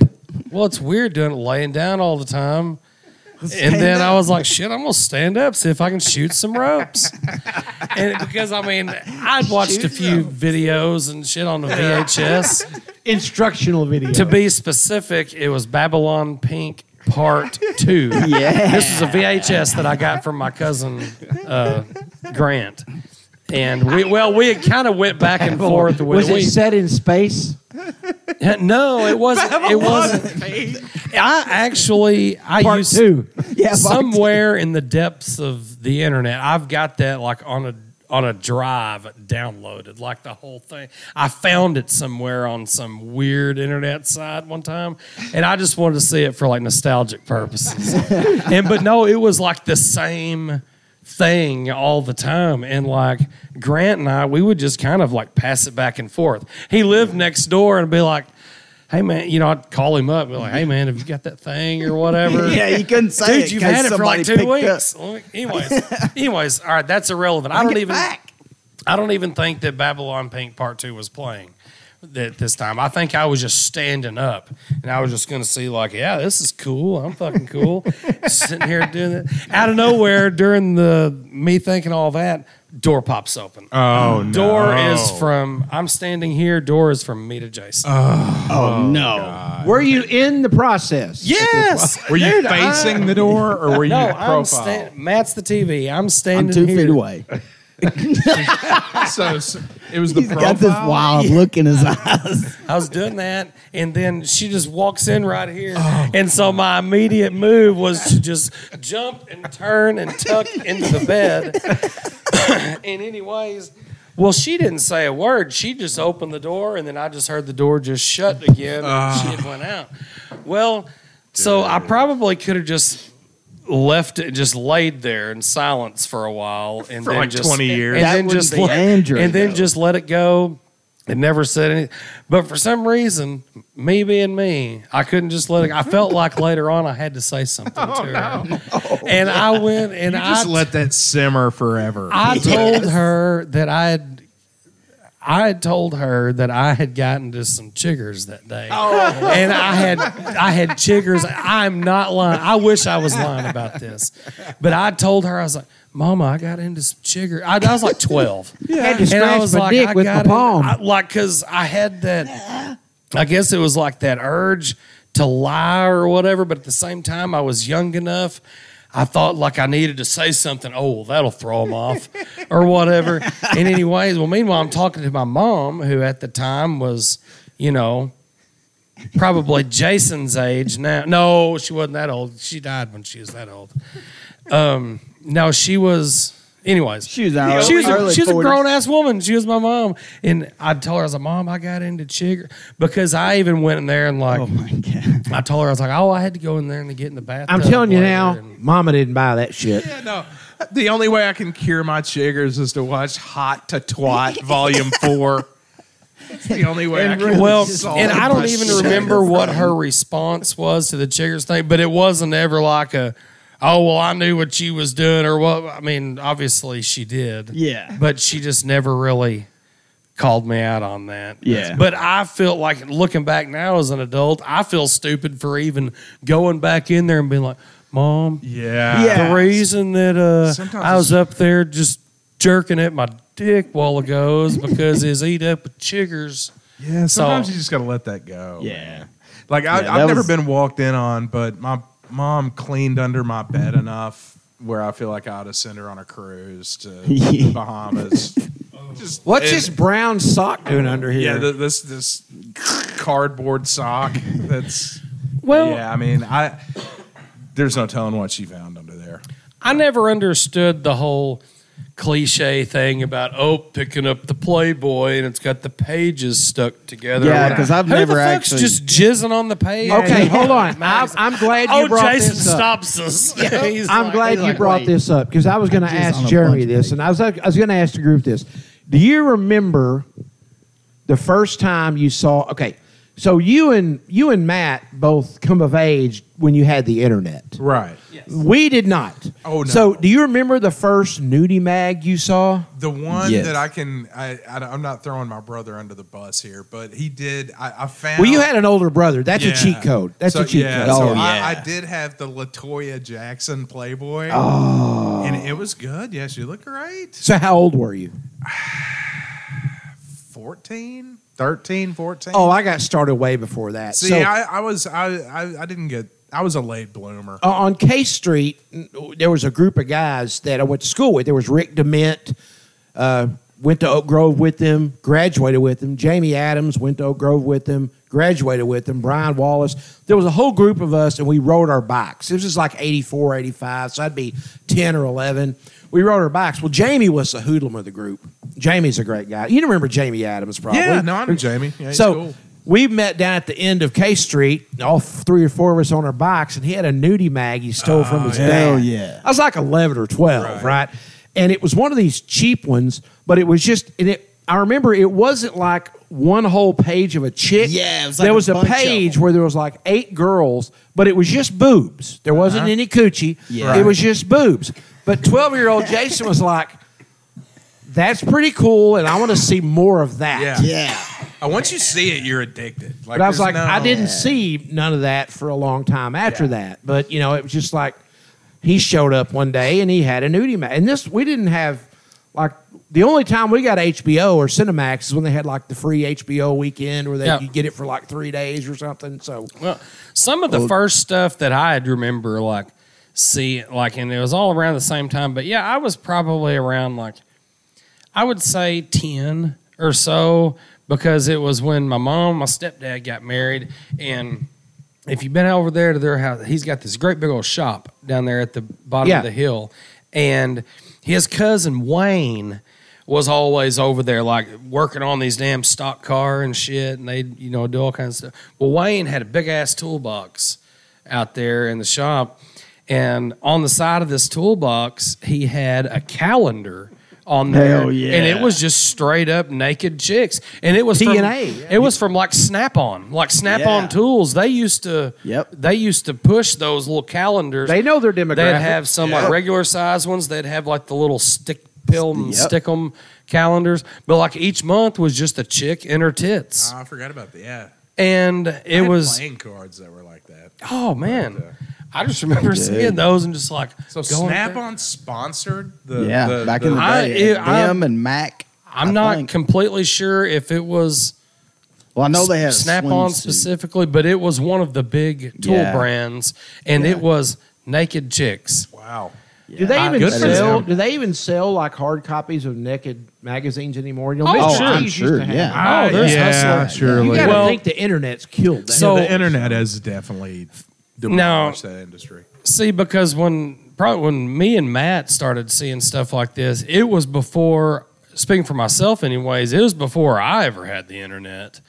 [SPEAKER 4] well, it's weird doing it laying down all the time. and then I was like, shit, I'm gonna stand up, see if I can shoot some ropes. and because I mean, I'd watched a few videos and shit on the VHS.
[SPEAKER 3] Instructional video.
[SPEAKER 4] to be specific, it was Babylon Pink Part
[SPEAKER 3] *laughs*
[SPEAKER 4] Two. Yeah, this is a VHS that I got from my cousin uh, Grant, and we well we had kind of went back and forth
[SPEAKER 3] was
[SPEAKER 4] with
[SPEAKER 3] it set in space?
[SPEAKER 4] we, no, it wasn't. It wasn't. I actually I
[SPEAKER 3] Part
[SPEAKER 4] used *laughs*
[SPEAKER 3] two.
[SPEAKER 6] *laughs* Yeah, but-
[SPEAKER 4] somewhere in the depths of the internet i've got that like on a on a drive downloaded like the whole thing i found it somewhere on some weird internet site one time and i just wanted to see it for like nostalgic
[SPEAKER 6] *laughs*
[SPEAKER 4] purposes and but no it was like the same thing all the time and like grant and i we would just kind of like pass it back and forth he lived next door and be like hey man you know i'd call him up and be like hey man have you got that thing or
[SPEAKER 6] *laughs*
[SPEAKER 4] whatever
[SPEAKER 6] *laughs* yeah, you couldn't say
[SPEAKER 4] Dude,
[SPEAKER 6] it
[SPEAKER 4] you've
[SPEAKER 6] 'cause
[SPEAKER 4] had it for
[SPEAKER 6] somebody
[SPEAKER 4] like two
[SPEAKER 6] picked up.
[SPEAKER 4] weeks. Let me- Anyways, anyways, all right, that's irrelevant. I don't
[SPEAKER 6] Get
[SPEAKER 4] even.
[SPEAKER 6] back.
[SPEAKER 4] I don't even think that Babylon Pink Part Two was playing that this time. I think I was just standing up and I was just gonna see like, yeah, this is cool. I'm fucking cool. *laughs* Sitting here doing it out of nowhere during the me thinking all that. Door pops open.
[SPEAKER 1] Oh,
[SPEAKER 4] *laughs*
[SPEAKER 1] no.
[SPEAKER 4] door is from I'm standing here. Door is from me to Jason.
[SPEAKER 6] Oh, no.
[SPEAKER 3] Were you in the process?
[SPEAKER 4] *laughs* yes.
[SPEAKER 1] Were you
[SPEAKER 4] Dude, I-
[SPEAKER 1] facing the door or were you
[SPEAKER 4] *laughs* no,
[SPEAKER 1] profile?
[SPEAKER 4] I'm sta- Matt's the TV. I'm
[SPEAKER 6] I'm
[SPEAKER 4] standing
[SPEAKER 6] two
[SPEAKER 4] here.
[SPEAKER 6] feet away.
[SPEAKER 1] so, so it
[SPEAKER 4] *laughs*
[SPEAKER 1] was the
[SPEAKER 6] He's
[SPEAKER 1] profile.
[SPEAKER 6] got this wild look in his eyes.
[SPEAKER 4] I was doing that, and then she just walks in right here. and so my immediate move was to just jump and turn and tuck into the bed. *coughs* and anyways, well, she didn't say a word. She just opened the door, and then I just heard the door just shut again. and she had went out. Well, so I probably could have just left it, just laid there in silence for a while, and
[SPEAKER 1] For
[SPEAKER 4] then
[SPEAKER 1] like
[SPEAKER 4] just,
[SPEAKER 1] 20 years.
[SPEAKER 4] and
[SPEAKER 6] That
[SPEAKER 4] then
[SPEAKER 6] wouldn't
[SPEAKER 4] just
[SPEAKER 6] be
[SPEAKER 4] let,
[SPEAKER 6] Andrew,
[SPEAKER 4] and then
[SPEAKER 6] though.
[SPEAKER 4] just let it go. It never said anything. But for some reason, me being me, I couldn't just let it. I felt like later on I had to say something
[SPEAKER 1] *laughs*
[SPEAKER 4] to her. and I went and
[SPEAKER 1] Oh, You
[SPEAKER 4] I
[SPEAKER 1] just let that simmer forever.
[SPEAKER 4] I told her that I had I had told her that I had gotten to some chiggers that day. And I had I had chiggers. I'm not lying. I wish I was lying about this. But I told her I was like, Mama, I got into some chiggers. I, I was like 12.
[SPEAKER 3] Had to
[SPEAKER 4] And I
[SPEAKER 3] scratch
[SPEAKER 4] was
[SPEAKER 3] my
[SPEAKER 4] like,
[SPEAKER 3] dick
[SPEAKER 4] I
[SPEAKER 3] with my
[SPEAKER 4] got in-
[SPEAKER 3] palm.
[SPEAKER 4] I- like, because I had that, I guess it was like that urge to lie or whatever, but at the same time, I was young enough. I thought like I needed to say something. Oh, well, that'll throw them off or whatever. And, anyways, well, meanwhile, I'm talking to my mom, who at the time was, you know, probably Jason's age now. No, she wasn't that old. She died when she was that old. Um, no, she was. Anyways,
[SPEAKER 6] *laughs* She was
[SPEAKER 3] Oh,
[SPEAKER 6] out.
[SPEAKER 4] she was a,
[SPEAKER 6] early
[SPEAKER 4] she was a
[SPEAKER 6] 40s. *laughs*
[SPEAKER 4] grown ass woman. She was my mom, and I told her I was like, "Mom, I got into chigger because I even went in there and like
[SPEAKER 6] Oh, my God.
[SPEAKER 4] I told her I was like, oh, I had to go in there and get in the bathroom.
[SPEAKER 3] I'm telling you now, Mama didn't buy that shit.
[SPEAKER 1] Yeah, no. The only way I can cure my chiggers is to watch Hot to *laughs* Twat Volume Four. It's the only way. I can
[SPEAKER 4] Well,
[SPEAKER 1] solve
[SPEAKER 4] and I
[SPEAKER 1] my
[SPEAKER 4] don't even
[SPEAKER 1] shit.
[SPEAKER 4] remember what her response was to the chiggers thing, but it wasn't ever like a, oh well, I knew what she was doing or what. I mean, obviously she did.
[SPEAKER 6] Yeah.
[SPEAKER 4] but she just never really called me out on that.
[SPEAKER 6] Yeah.
[SPEAKER 4] But I feel like looking back now as an adult, I feel stupid for even going back in there and being like, Mom,
[SPEAKER 1] Yeah.
[SPEAKER 6] Yeah.
[SPEAKER 4] the reason that uh,
[SPEAKER 1] Sometimes
[SPEAKER 4] I was up there just jerking at my dick while ago is because it's eat up with chiggers.
[SPEAKER 1] Yeah. Sometimes
[SPEAKER 4] So-
[SPEAKER 1] you just gotta let that go.
[SPEAKER 6] Yeah.
[SPEAKER 1] Like I,
[SPEAKER 6] Yeah,
[SPEAKER 1] I've
[SPEAKER 6] that
[SPEAKER 1] never
[SPEAKER 6] was-
[SPEAKER 1] been walked in on, but my mom cleaned under my bed enough where I feel like I ought to send her on a cruise to the Bahamas. Just-
[SPEAKER 3] What's
[SPEAKER 1] and-
[SPEAKER 3] this brown sock doing under here?
[SPEAKER 1] Yeah, th this this cardboard sock. That's
[SPEAKER 4] Well,
[SPEAKER 1] yeah. I mean, I there's no telling what she found under there.
[SPEAKER 4] I never understood the whole cliche thing about oh picking up the Playboy and it's got the pages stuck together.
[SPEAKER 6] Yeah, 'cause I've
[SPEAKER 4] Who
[SPEAKER 6] never
[SPEAKER 4] the fuck's
[SPEAKER 6] actually-
[SPEAKER 4] just jizzing on the page.
[SPEAKER 3] okay, hold
[SPEAKER 4] *laughs*
[SPEAKER 3] on. I'm, I'm glad you
[SPEAKER 4] oh,
[SPEAKER 3] brought
[SPEAKER 4] Jason
[SPEAKER 3] this up.
[SPEAKER 4] stops us. He's
[SPEAKER 3] I'm
[SPEAKER 4] like-
[SPEAKER 3] glad you
[SPEAKER 6] like,
[SPEAKER 3] brought
[SPEAKER 6] wait.
[SPEAKER 3] this up because I was going to
[SPEAKER 6] Just on
[SPEAKER 3] ask
[SPEAKER 6] a
[SPEAKER 3] Jeremy
[SPEAKER 6] bunch of
[SPEAKER 3] this, and I was I was going to ask the group this. Do you remember the first time you saw? Okay, So you and you and Matt both come of age when you had the internet.
[SPEAKER 1] Right.
[SPEAKER 3] We did not.
[SPEAKER 1] Oh, no.
[SPEAKER 3] So do you remember the first nudie mag you saw?
[SPEAKER 1] The one
[SPEAKER 6] Yes.
[SPEAKER 1] that I can, I, I, am not throwing my brother under the bus here, but he did. I, I found.
[SPEAKER 3] Well, you had an older brother. That's
[SPEAKER 1] Yeah.
[SPEAKER 3] a cheat code. That's
[SPEAKER 1] So,
[SPEAKER 3] a cheat
[SPEAKER 1] yeah,
[SPEAKER 3] code.
[SPEAKER 1] So
[SPEAKER 6] Oh,
[SPEAKER 1] I,
[SPEAKER 6] yeah.
[SPEAKER 1] I did have the Latoya Jackson Playboy,
[SPEAKER 3] Oh.
[SPEAKER 1] and it was good. Yes, you look great.
[SPEAKER 3] So how old were you?
[SPEAKER 1] 14, 13, 14.
[SPEAKER 3] Oh, I got started way before that.
[SPEAKER 1] see,
[SPEAKER 3] so
[SPEAKER 1] I, I was, I, I, I didn't get. I was a late bloomer.
[SPEAKER 3] o- Uh, on K Street, n- there was a group of guys that I went to school with. There was Rick Dement, uh, went to Oak Grove with them, graduated with them. Jamie Adams went to Oak Grove with them, graduated with them. Brian Wallace. There was a whole group of us, and we rode our bikes. This was like 84, 85, so I'd be 10 or 11. We rode our bikes. Well, Jamie was the hoodlum of the group. Jamie's a great guy. You remember Jamie Adams, probably.
[SPEAKER 1] yeah, no, I knew Jamie. Yeah, he's
[SPEAKER 3] so
[SPEAKER 1] cool.
[SPEAKER 3] we met down at the end of K Street, all three or four of us on our bikes, and he had a nudie mag he stole
[SPEAKER 1] Ah,
[SPEAKER 3] from his
[SPEAKER 6] hell
[SPEAKER 3] dad.
[SPEAKER 6] yeah.
[SPEAKER 3] I was like eleven or twelve, right. And it was one of these cheap ones, but it was just and it. I remember it wasn't like one whole page of a chick.
[SPEAKER 6] Yeah, it was like
[SPEAKER 3] there
[SPEAKER 6] a
[SPEAKER 3] was a,
[SPEAKER 6] bunch of
[SPEAKER 3] page
[SPEAKER 6] them.
[SPEAKER 3] where there was like eight girls, but it was just boobs. There wasn't
[SPEAKER 1] Uh-huh.
[SPEAKER 3] any coochie.
[SPEAKER 6] Yeah.
[SPEAKER 3] It was just boobs. But twelve year old Jason was like, "That's pretty cool, and I want to see more of that."
[SPEAKER 1] Yeah. Uh, once you see it, you're addicted. Like,
[SPEAKER 3] But I was
[SPEAKER 1] there's
[SPEAKER 3] like,
[SPEAKER 1] no-
[SPEAKER 3] I didn't see none of that for a long time after that. But you know, it was just like he showed up one day and he had a nudie mag. And this we didn't have like the only time we got HBO or Cinemax is when they had like the free HBO weekend where they
[SPEAKER 4] Yeah.
[SPEAKER 3] could get it for like three days or something. So
[SPEAKER 4] Well, some of the first stuff that I had remember, like, see, like, and it was all around the same time. But yeah, I was probably around, like, I would say 10 or so, because it was when my mom, and my stepdad got married. And if you've been over there to their house, he's got this great big old shop down there at the bottom
[SPEAKER 3] Yeah.
[SPEAKER 4] of the hill. And his cousin Wayne was always over there, like working on these damn stock car and shit. And they'd, you know, do all kinds of stuff. Well, Wayne had a big ass toolbox out there in the shop. And on the side of this toolbox, he had a calendar on there.
[SPEAKER 6] Hell yeah.
[SPEAKER 4] And it was just straight up naked chicks. And it was From,
[SPEAKER 3] T&A, yeah.
[SPEAKER 4] It was from like Snap on, like Snap on
[SPEAKER 6] Yeah.
[SPEAKER 4] tools. They used to
[SPEAKER 6] Yep.
[SPEAKER 4] they used to push those little calendars.
[SPEAKER 3] they know their
[SPEAKER 4] They'd
[SPEAKER 3] demographic.
[SPEAKER 4] have some like regular size ones. They'd have like the little stick pill and
[SPEAKER 6] Yep.
[SPEAKER 4] stick 'em calendars. But like each month was just a chick in her tits,
[SPEAKER 6] Uh,
[SPEAKER 1] Oh, I forgot about that. Yeah,
[SPEAKER 4] and
[SPEAKER 1] I
[SPEAKER 4] it
[SPEAKER 1] had
[SPEAKER 4] was
[SPEAKER 1] playing cards that were like that.
[SPEAKER 4] oh man. I just remember seeing those and just like
[SPEAKER 1] So
[SPEAKER 4] going
[SPEAKER 1] Snap
[SPEAKER 4] through-
[SPEAKER 1] On sponsored the
[SPEAKER 6] Yeah,
[SPEAKER 1] the-
[SPEAKER 6] back
[SPEAKER 1] the-
[SPEAKER 6] in the
[SPEAKER 4] I-
[SPEAKER 6] day,
[SPEAKER 4] it- I-
[SPEAKER 6] them and Mac.
[SPEAKER 4] I'm
[SPEAKER 6] I
[SPEAKER 4] not
[SPEAKER 6] think.
[SPEAKER 4] completely sure if it was
[SPEAKER 6] Well, I know they had a
[SPEAKER 4] Snap On
[SPEAKER 6] swimsuit.
[SPEAKER 4] specifically, but it was one of the big tool
[SPEAKER 6] Yeah.
[SPEAKER 4] brands, and
[SPEAKER 6] Yeah.
[SPEAKER 4] it was naked chicks.
[SPEAKER 1] wow.
[SPEAKER 3] do they
[SPEAKER 4] Yeah.
[SPEAKER 3] even
[SPEAKER 4] Good for
[SPEAKER 3] sell?
[SPEAKER 4] them.
[SPEAKER 3] Do they even sell like hard copies of naked magazines anymore? You know,
[SPEAKER 4] Oh,
[SPEAKER 3] Mr.
[SPEAKER 4] sure.
[SPEAKER 3] Cheese
[SPEAKER 6] I'm
[SPEAKER 3] used
[SPEAKER 6] sure,
[SPEAKER 3] to have
[SPEAKER 6] yeah.
[SPEAKER 3] them.
[SPEAKER 4] Oh, there's
[SPEAKER 1] yeah,
[SPEAKER 4] hustling.
[SPEAKER 1] surely.
[SPEAKER 3] You got to
[SPEAKER 4] Well-
[SPEAKER 3] think the internet's killed that.
[SPEAKER 4] So-
[SPEAKER 1] the internet has definitely
[SPEAKER 4] Now-
[SPEAKER 1] demolished that industry.
[SPEAKER 4] See, because when probably when me and Matt started seeing stuff like this, it was before. Speaking for myself, anyways, it was before I ever had the internet.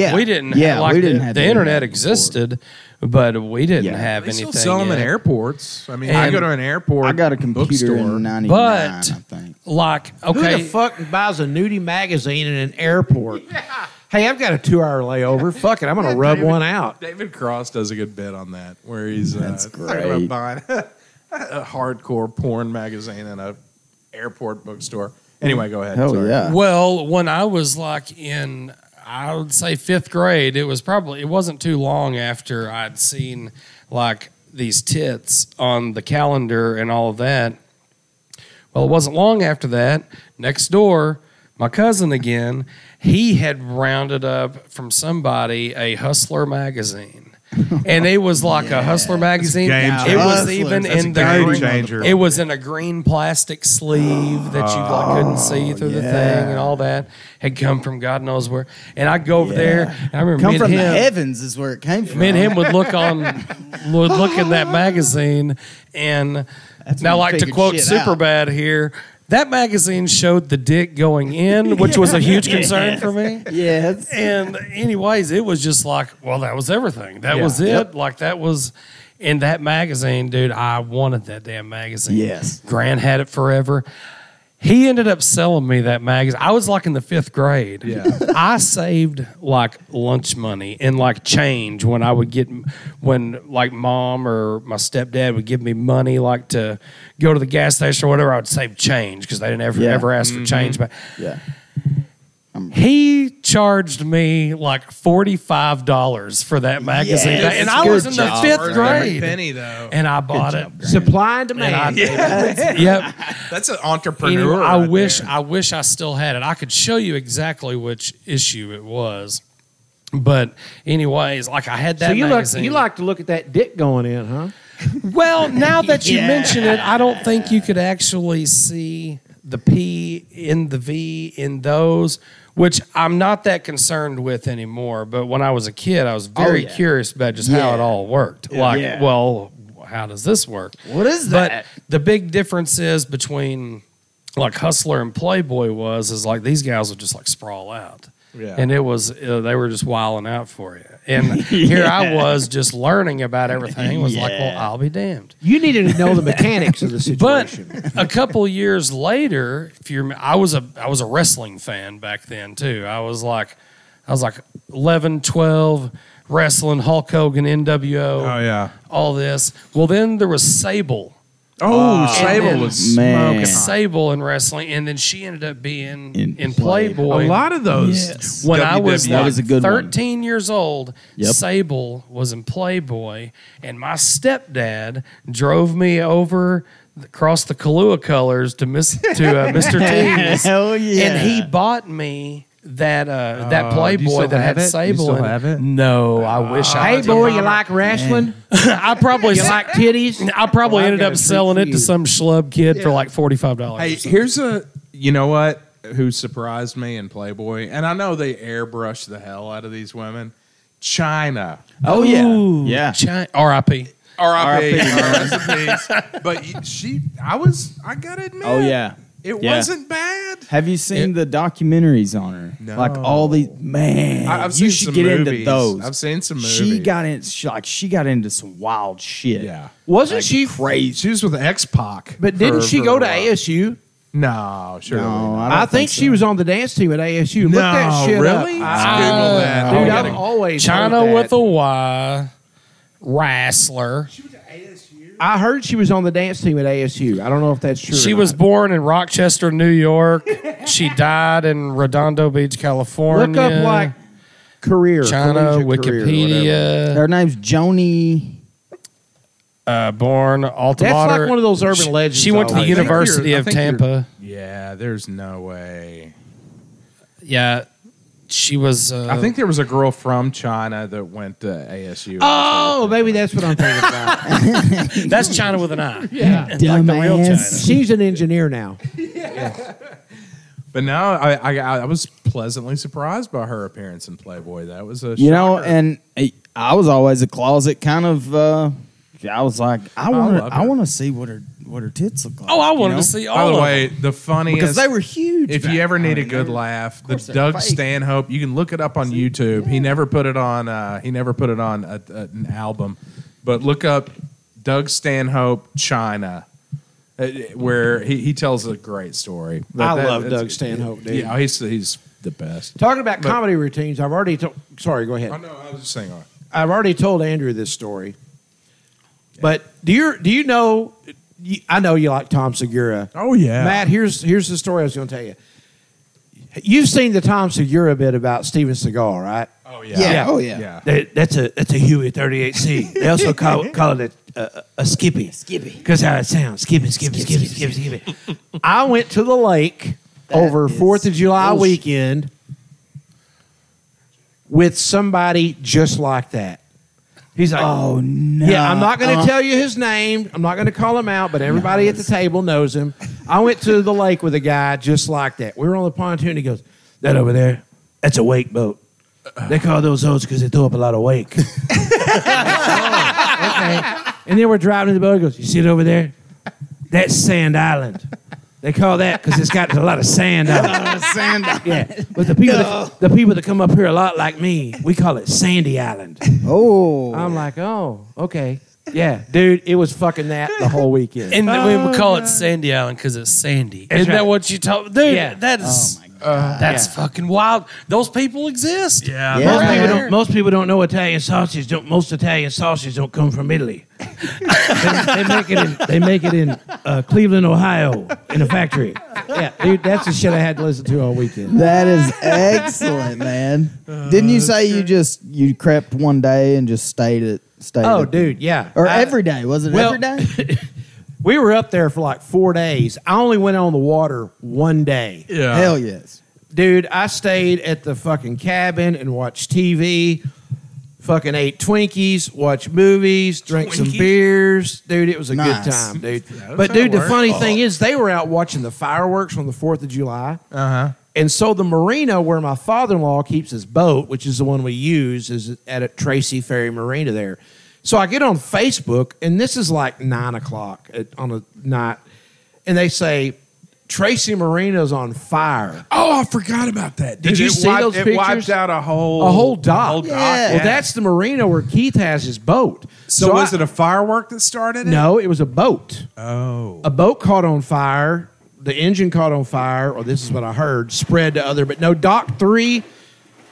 [SPEAKER 6] Mm-hmm. Yeah.
[SPEAKER 4] we didn't,
[SPEAKER 6] Yeah,
[SPEAKER 4] like
[SPEAKER 6] we
[SPEAKER 4] the-
[SPEAKER 6] didn't
[SPEAKER 4] the,
[SPEAKER 6] have the
[SPEAKER 4] internet,
[SPEAKER 6] internet before.
[SPEAKER 4] existed, but we didn't
[SPEAKER 6] Yeah.
[SPEAKER 4] have
[SPEAKER 1] They
[SPEAKER 4] anything.
[SPEAKER 1] still sell them at
[SPEAKER 4] yet.
[SPEAKER 1] airports. I mean, I
[SPEAKER 4] And-
[SPEAKER 1] go to an airport.
[SPEAKER 6] I got a computer
[SPEAKER 1] bookstore.
[SPEAKER 6] in '99, I
[SPEAKER 4] But
[SPEAKER 6] think.
[SPEAKER 4] like, okay,
[SPEAKER 3] Who the fuck buys a nudie magazine in an
[SPEAKER 4] *laughs*
[SPEAKER 3] airport? Hey, I've got a two-hour layover. Fuck it, I'm gonna rub one out.
[SPEAKER 1] David Cross does a good bit on that, where he's uh,
[SPEAKER 6] That's
[SPEAKER 1] talking about
[SPEAKER 6] great.
[SPEAKER 1] buying *laughs* a hardcore porn magazine in a airport bookstore. Anyway, go ahead.
[SPEAKER 6] Hell
[SPEAKER 1] Sorry.
[SPEAKER 6] yeah.
[SPEAKER 4] Well, when I was like in, I would say fifth grade, it was probably, it wasn't too long after I'd seen like these tits on the calendar and all of that. Well, it wasn't long after that. Next door, my cousin again, he had rounded up from somebody a Hustler magazine. And it was
[SPEAKER 1] *laughs*
[SPEAKER 4] like a Hustler magazine.
[SPEAKER 1] game
[SPEAKER 4] it was
[SPEAKER 6] changer.
[SPEAKER 4] even
[SPEAKER 1] That's a
[SPEAKER 4] in the
[SPEAKER 1] game
[SPEAKER 4] green-
[SPEAKER 1] changer.
[SPEAKER 4] it was in a green plastic sleeve that you like,
[SPEAKER 6] Oh,
[SPEAKER 4] couldn't see through the thing and all that had come from God knows where. And I'd go over there and I remember
[SPEAKER 6] Come
[SPEAKER 4] me and
[SPEAKER 6] from the
[SPEAKER 4] him,
[SPEAKER 6] heavens is where it came from.
[SPEAKER 4] me and him would look on
[SPEAKER 6] *laughs*
[SPEAKER 4] would look in that magazine and
[SPEAKER 6] That's
[SPEAKER 4] now
[SPEAKER 6] when you
[SPEAKER 4] like to
[SPEAKER 6] figured
[SPEAKER 4] quote
[SPEAKER 6] shit out.
[SPEAKER 4] Superbad here, that magazine showed the dick going in, which was
[SPEAKER 6] *laughs*
[SPEAKER 4] a huge concern for me.
[SPEAKER 6] Yes.
[SPEAKER 4] And anyways, it was just like, well, that was everything. That was it. Like that was in that magazine, dude. I wanted that damn magazine.
[SPEAKER 6] Yes.
[SPEAKER 4] Grant had it forever. He ended up selling me that magazine. I was like in the fifth grade.
[SPEAKER 1] Yeah.
[SPEAKER 4] *laughs* I saved like lunch money and like change when I would get, when like mom or my stepdad would give me money like to go to the gas station or whatever, I would save change because they didn't ever,
[SPEAKER 6] Yeah. Mm-hmm.
[SPEAKER 4] ever ask for change. But
[SPEAKER 6] Yeah.
[SPEAKER 4] he charged me like $45 for that magazine.
[SPEAKER 6] Yes.
[SPEAKER 4] and I
[SPEAKER 6] Good
[SPEAKER 4] was in the
[SPEAKER 6] job,
[SPEAKER 4] fifth
[SPEAKER 6] Brandon.
[SPEAKER 1] Every
[SPEAKER 4] grade.
[SPEAKER 1] penny though.
[SPEAKER 4] And I bought it.
[SPEAKER 3] Supply and
[SPEAKER 4] And I,
[SPEAKER 3] demand.
[SPEAKER 4] Yep.
[SPEAKER 1] That's an
[SPEAKER 4] Anyway,
[SPEAKER 1] entrepreneur.
[SPEAKER 4] I
[SPEAKER 1] right
[SPEAKER 4] wish
[SPEAKER 1] there.
[SPEAKER 4] I wish I still had it. I could show you exactly which issue it was. But anyways, like I had that.
[SPEAKER 3] So you like
[SPEAKER 4] magazine.
[SPEAKER 3] you like to look at that dick going in, huh?
[SPEAKER 6] *laughs*
[SPEAKER 4] Well, now that you mention it, I don't think you could actually see the P in the V in those, which I'm not that concerned with anymore. But when I was a kid, I was very
[SPEAKER 6] Oh, yeah.
[SPEAKER 4] curious about just how
[SPEAKER 6] Yeah.
[SPEAKER 4] it all worked. Like,
[SPEAKER 6] Yeah.
[SPEAKER 4] well, how does this work?
[SPEAKER 6] What is that?
[SPEAKER 4] But the big difference is between like Hustler and Playboy was is like these guys would just like sprawl out.
[SPEAKER 1] Yeah.
[SPEAKER 4] And it was uh, they were just wiling out for you.
[SPEAKER 6] *laughs*
[SPEAKER 4] And here I was just learning about everything. Was like, well,
[SPEAKER 6] Yeah.
[SPEAKER 4] I'll be damned.
[SPEAKER 3] You needed to
[SPEAKER 4] *laughs*
[SPEAKER 3] know the mechanics of the
[SPEAKER 4] But
[SPEAKER 3] situation.
[SPEAKER 4] *laughs* a couple years later, if you rem- I was a I was a wrestling fan back then too. I was like I was like 11, 12 wrestling Hulk Hogan, NWO,
[SPEAKER 1] Oh yeah.
[SPEAKER 4] all this. Well, then there was Sable.
[SPEAKER 1] Oh,
[SPEAKER 4] and
[SPEAKER 1] Sable
[SPEAKER 4] then-
[SPEAKER 1] was
[SPEAKER 6] Man.
[SPEAKER 1] smoking. hot.
[SPEAKER 4] Sable in wrestling, and then she ended up being in,
[SPEAKER 6] In
[SPEAKER 4] Playboy.
[SPEAKER 1] A lot of those.
[SPEAKER 6] Yes.
[SPEAKER 4] when I was
[SPEAKER 1] WWE.
[SPEAKER 4] like
[SPEAKER 6] was a good one.
[SPEAKER 4] 13 years old,
[SPEAKER 6] Yep.
[SPEAKER 4] Sable was in Playboy, and my stepdad drove me over th- across the Kahlua colors to Miss
[SPEAKER 6] *laughs*
[SPEAKER 4] to uh, Mr. T's,
[SPEAKER 6] Hell yeah.
[SPEAKER 4] and he bought me. That uh,
[SPEAKER 1] Oh,
[SPEAKER 4] that
[SPEAKER 1] do you
[SPEAKER 4] Playboy
[SPEAKER 1] still
[SPEAKER 4] that
[SPEAKER 1] have
[SPEAKER 4] had
[SPEAKER 1] it? Do you
[SPEAKER 4] Sable
[SPEAKER 1] still
[SPEAKER 4] in
[SPEAKER 1] have it?
[SPEAKER 4] No, I wish I
[SPEAKER 3] hey
[SPEAKER 4] did.
[SPEAKER 3] boy, you like wrestling?
[SPEAKER 4] *laughs* I probably
[SPEAKER 3] You like titties?
[SPEAKER 4] I probably
[SPEAKER 3] Well, I've
[SPEAKER 4] ended
[SPEAKER 3] got
[SPEAKER 4] up
[SPEAKER 3] a treat
[SPEAKER 4] selling
[SPEAKER 3] for
[SPEAKER 4] it
[SPEAKER 3] you.
[SPEAKER 4] to some schlub kid for like forty five dollars.
[SPEAKER 1] Hey, here's a. You know what? Who surprised me in Playboy? And I know they airbrush the hell out of these women. China.
[SPEAKER 6] Oh yeah. Yeah.
[SPEAKER 4] R.I.P.
[SPEAKER 1] R.I.P.
[SPEAKER 6] R.I.P.,
[SPEAKER 1] Rest in peace. But she, I was, I gotta admit.
[SPEAKER 6] Oh yeah.
[SPEAKER 1] It
[SPEAKER 6] Yeah.
[SPEAKER 1] wasn't bad.
[SPEAKER 6] Have you seen the documentaries on her?
[SPEAKER 1] No.
[SPEAKER 6] Like all these man.
[SPEAKER 1] I, have seen
[SPEAKER 6] you should
[SPEAKER 1] some
[SPEAKER 6] get
[SPEAKER 1] movies.
[SPEAKER 6] into those.
[SPEAKER 1] I've seen some movies.
[SPEAKER 6] She got in she, like she got into some wild shit.
[SPEAKER 1] Yeah.
[SPEAKER 3] Wasn't
[SPEAKER 6] Like,
[SPEAKER 3] she?
[SPEAKER 6] crazy?
[SPEAKER 1] She was with X Pac.
[SPEAKER 3] But didn't she go to ASU?
[SPEAKER 1] No, sure.
[SPEAKER 6] No, I, don't
[SPEAKER 3] I think she was on the dance team at ASU. Look that
[SPEAKER 1] No,
[SPEAKER 3] shit up.
[SPEAKER 1] really?
[SPEAKER 3] I-
[SPEAKER 1] Let's Google that.
[SPEAKER 3] Dude,
[SPEAKER 1] Oh,
[SPEAKER 3] I've
[SPEAKER 1] yeah.
[SPEAKER 3] always
[SPEAKER 4] China
[SPEAKER 3] heard that.
[SPEAKER 4] with a Y, wrestler.
[SPEAKER 3] I heard she was on the dance team at ASU. I don't know if that's true.
[SPEAKER 4] She
[SPEAKER 3] or
[SPEAKER 4] was
[SPEAKER 3] not.
[SPEAKER 4] born in Rochester,
[SPEAKER 3] *laughs*
[SPEAKER 4] New York. she died in Redondo Beach, California.
[SPEAKER 3] Look up like career
[SPEAKER 4] China,
[SPEAKER 3] collegiate career or whatever.
[SPEAKER 4] Wikipedia.
[SPEAKER 6] her name's Joni.
[SPEAKER 4] uh, born Altamont.
[SPEAKER 3] That's like one of those urban
[SPEAKER 4] She,
[SPEAKER 3] legends.
[SPEAKER 4] she went to
[SPEAKER 3] though.
[SPEAKER 4] the University
[SPEAKER 1] you're- I
[SPEAKER 4] of
[SPEAKER 1] think you're-
[SPEAKER 4] Tampa.
[SPEAKER 1] Yeah, there's no way.
[SPEAKER 4] Yeah, she was. Uh,
[SPEAKER 1] I think there was a girl from China that went to ASU.
[SPEAKER 3] Oh, maybe that's what I'm thinking about.
[SPEAKER 4] uh, that's China with an I.
[SPEAKER 3] *laughs* yeah.
[SPEAKER 4] *laughs* Like the real China. *laughs*
[SPEAKER 6] Dumbass.
[SPEAKER 3] She's an engineer now.
[SPEAKER 1] But now I, I I was pleasantly surprised by her appearance in Playboy. That was a
[SPEAKER 6] You know,
[SPEAKER 1] shocker.
[SPEAKER 6] and I- I was always a closet kind of. Uh, I was like, I want
[SPEAKER 1] love
[SPEAKER 6] to, I
[SPEAKER 1] her.
[SPEAKER 6] want to see what her what her tits look like.
[SPEAKER 4] Oh, I
[SPEAKER 6] you
[SPEAKER 4] wanted
[SPEAKER 6] know? *laughs*
[SPEAKER 4] to see all
[SPEAKER 1] by
[SPEAKER 4] of
[SPEAKER 1] the
[SPEAKER 4] them.
[SPEAKER 1] way, the funniest
[SPEAKER 6] because they were huge.
[SPEAKER 1] If
[SPEAKER 6] back
[SPEAKER 1] you ever
[SPEAKER 6] then.
[SPEAKER 1] need a
[SPEAKER 6] They
[SPEAKER 1] good
[SPEAKER 6] were-
[SPEAKER 1] laugh, the
[SPEAKER 6] course they're
[SPEAKER 1] Doug
[SPEAKER 6] fake.
[SPEAKER 1] Stanhope, you can look it up on YouTube. He never put it on. Uh, he never put it on a, a- an album, but look up Doug Stanhope China, uh, where he, he tells a great story. But
[SPEAKER 3] I
[SPEAKER 1] that-
[SPEAKER 3] love
[SPEAKER 1] that's-
[SPEAKER 3] Doug Stanhope, dude.
[SPEAKER 1] Yeah, he's he's the best.
[SPEAKER 3] Talking about
[SPEAKER 1] But-
[SPEAKER 3] comedy routines, I've already told. Sorry, go ahead.
[SPEAKER 1] I know. I was just saying. oh,
[SPEAKER 3] I've already told Andrew this story, but do you do you know? you- I know you like Tom Segura.
[SPEAKER 1] Oh yeah,
[SPEAKER 3] Matt, here's here's the story I was going to tell you. You've seen the Tom Segura bit about Steven Seagal, right?
[SPEAKER 1] Oh
[SPEAKER 6] Yeah.
[SPEAKER 1] yeah.
[SPEAKER 6] Oh yeah.
[SPEAKER 3] That, that's a that's a Huey 38C. They also call, *laughs* call it a, a, a skippy. Skippy. Because how it sounds. Skippy, skippy, skippy, skippy, skippy. *laughs* I went to the lake over
[SPEAKER 6] is
[SPEAKER 3] 4th of July
[SPEAKER 6] bullshit.
[SPEAKER 3] weekend with somebody just like that. He's like,
[SPEAKER 6] Oh no.
[SPEAKER 3] yeah, I'm not going to tell you his name. I'm not going to call him out, but everybody at the table knows him. I went to the lake with a guy just like that. We were on the pontoon. He goes, "That over there, that's a wake boat. They call those those because they throw up a lot of *laughs* wake." Oh, okay. And then we're driving to the boat. He goes, "You see it over there? That's Sand Island. They call that because it's got *laughs* a lot of sand on it."
[SPEAKER 6] sand.
[SPEAKER 3] Yeah, but the people, that, the people that come up here a lot like me, we call it Sandy Island.
[SPEAKER 6] Oh,
[SPEAKER 3] I'm like, oh, okay. Yeah, dude, it was fucking that the whole weekend.
[SPEAKER 4] And we call it Sandy Island because it's sandy.
[SPEAKER 3] That's
[SPEAKER 4] Isn't
[SPEAKER 3] right.
[SPEAKER 4] that what you talk? Dude,
[SPEAKER 3] Yeah.
[SPEAKER 4] that is that's fucking wild. Those people exist. Yeah,
[SPEAKER 3] most, people don't, most people don't know Italian sausage. Don't most Italian sausage don't come from *laughs* Italy. they, they make it in they make it in uh, Cleveland, Ohio, in a factory. Yeah, dude, that's the shit I had to listen to all weekend.
[SPEAKER 6] That is excellent, man. Didn't you say you just you crept one day and just stayed at stayed?
[SPEAKER 3] Oh,
[SPEAKER 6] at-
[SPEAKER 3] dude, yeah.
[SPEAKER 6] Or
[SPEAKER 3] I-
[SPEAKER 6] every day was it
[SPEAKER 3] well-
[SPEAKER 6] every
[SPEAKER 3] *laughs*
[SPEAKER 6] day?
[SPEAKER 3] we were up there for like four days. I only went on the water one day.
[SPEAKER 1] Yeah.
[SPEAKER 6] Hell yes.
[SPEAKER 3] Dude, I stayed at the fucking cabin and watched TV, fucking ate Twinkies, watched movies, drank some
[SPEAKER 1] Twinkies?
[SPEAKER 3] beers. Dude, it was a
[SPEAKER 6] Nice.
[SPEAKER 3] good time, dude.
[SPEAKER 1] that's
[SPEAKER 3] but,
[SPEAKER 1] how it
[SPEAKER 3] dude, the
[SPEAKER 1] works.
[SPEAKER 3] funny thing is, they were out watching the fireworks on the 4th of July.
[SPEAKER 1] Uh huh.
[SPEAKER 3] And so the marina where my father in law keeps his boat, which is the one we use, is at a Tracy Ferry Marina there. So I get on Facebook, and this is like nine o'clock at, on a night, and they say Tracy Marina's on fire.
[SPEAKER 1] Oh, I forgot about that.
[SPEAKER 3] Did
[SPEAKER 1] dude.
[SPEAKER 3] you
[SPEAKER 1] It
[SPEAKER 3] see
[SPEAKER 1] wiped-
[SPEAKER 3] those
[SPEAKER 1] It wiped
[SPEAKER 3] pictures?
[SPEAKER 1] out a whole
[SPEAKER 3] A whole dock.
[SPEAKER 1] whole dock.
[SPEAKER 6] Yeah.
[SPEAKER 3] Well, that's the marina where Keith has his boat.
[SPEAKER 1] So, was
[SPEAKER 3] I-
[SPEAKER 1] it a firework that started it?
[SPEAKER 3] No, it was a boat.
[SPEAKER 1] Oh.
[SPEAKER 3] A boat caught on fire. The engine caught on fire, or this is what I heard, spread to other, but no, dock three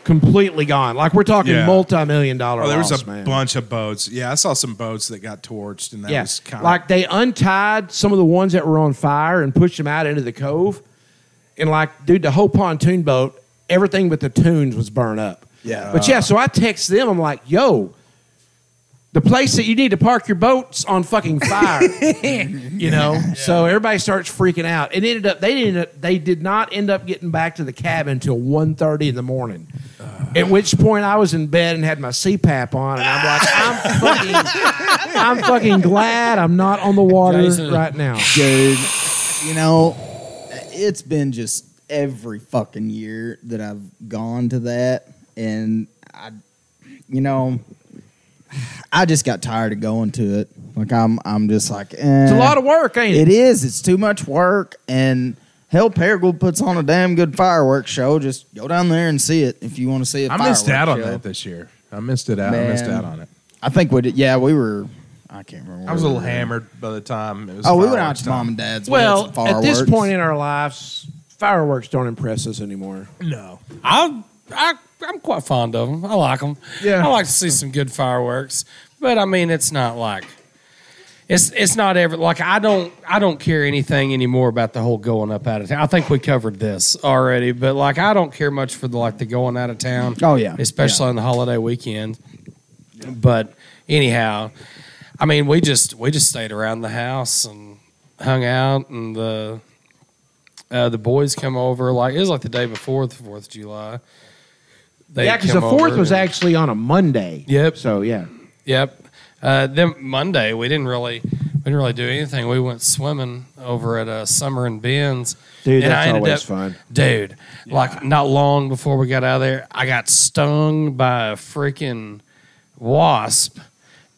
[SPEAKER 3] completely gone. Like we're talking
[SPEAKER 1] Yeah.
[SPEAKER 3] multi million dollar
[SPEAKER 1] Oh, there was
[SPEAKER 3] loss,
[SPEAKER 1] a
[SPEAKER 3] man.
[SPEAKER 1] bunch of boats. Yeah, I saw some boats that got torched, and that
[SPEAKER 3] Yeah.
[SPEAKER 1] was kind
[SPEAKER 3] Like they untied some of the ones that were on fire and pushed them out into the cove. And like, dude, the whole pontoon boat, everything but the tunes was burned up.
[SPEAKER 6] Yeah.
[SPEAKER 3] But yeah, so I text them, I'm like, yo, the place that you need to park your boat's on fucking
[SPEAKER 1] *laughs*
[SPEAKER 3] fire. you know? So everybody starts freaking out. It ended up they ended up they did not end up getting back to the cabin till 1.30 in the morning. At which point I was in bed and had my CPAP on, and I'm like, I'm fucking, I'm fucking glad I'm not on the water
[SPEAKER 4] Jason.
[SPEAKER 3] right now.
[SPEAKER 6] dude. You know, it's been just every fucking year that I've gone to that, and I, you know, I just got tired of going to it. Like I'm, I'm just like, eh.
[SPEAKER 3] It's a lot of work, ain't
[SPEAKER 6] It
[SPEAKER 3] it?
[SPEAKER 6] is. It's too much work, and hell, Paragould puts on a damn good fireworks show. Just go down there and see it if you want to see it.
[SPEAKER 1] of, I missed out on
[SPEAKER 6] show.
[SPEAKER 1] that this year. I missed it out. I missed
[SPEAKER 6] Man.
[SPEAKER 1] out on it.
[SPEAKER 6] I think we did. Yeah, we were. I can't remember.
[SPEAKER 1] I was a
[SPEAKER 6] where we
[SPEAKER 1] little
[SPEAKER 6] were.
[SPEAKER 1] hammered by the time it was.
[SPEAKER 6] Oh, we went out
[SPEAKER 1] fireworks
[SPEAKER 6] to
[SPEAKER 1] time.
[SPEAKER 6] mom and dad's. We had some
[SPEAKER 3] Well, at this
[SPEAKER 6] fireworks.
[SPEAKER 3] point in our lives, fireworks don't impress us anymore.
[SPEAKER 1] No.
[SPEAKER 4] I, I, I'm quite fond of them. I like them.
[SPEAKER 1] Yeah.
[SPEAKER 4] I like to see some good fireworks, but I mean, it's not like it's it's not ever like I don't I don't care anything anymore about the whole going up out of town. I think we covered this already, but like I don't care much for the like the going out of town.
[SPEAKER 6] Oh, yeah.
[SPEAKER 4] especially on the holiday weekend. But anyhow, I mean, we just we just stayed around the house and hung out and the uh, the boys come over like it was like the day before the Fourth of July. They
[SPEAKER 3] yeah, because
[SPEAKER 4] come
[SPEAKER 3] the fourth
[SPEAKER 4] over
[SPEAKER 3] was
[SPEAKER 4] and-
[SPEAKER 3] actually on a Monday.
[SPEAKER 4] Yep.
[SPEAKER 3] So yeah,
[SPEAKER 4] Yep. Uh, then Monday we didn't really we didn't really do anything. We went swimming over at uh, Summer and Ben's.
[SPEAKER 3] Dude,
[SPEAKER 4] and
[SPEAKER 3] that's
[SPEAKER 4] ended
[SPEAKER 3] always fun.
[SPEAKER 4] Dude, like not long before we got out of there, I got stung by a freaking wasp,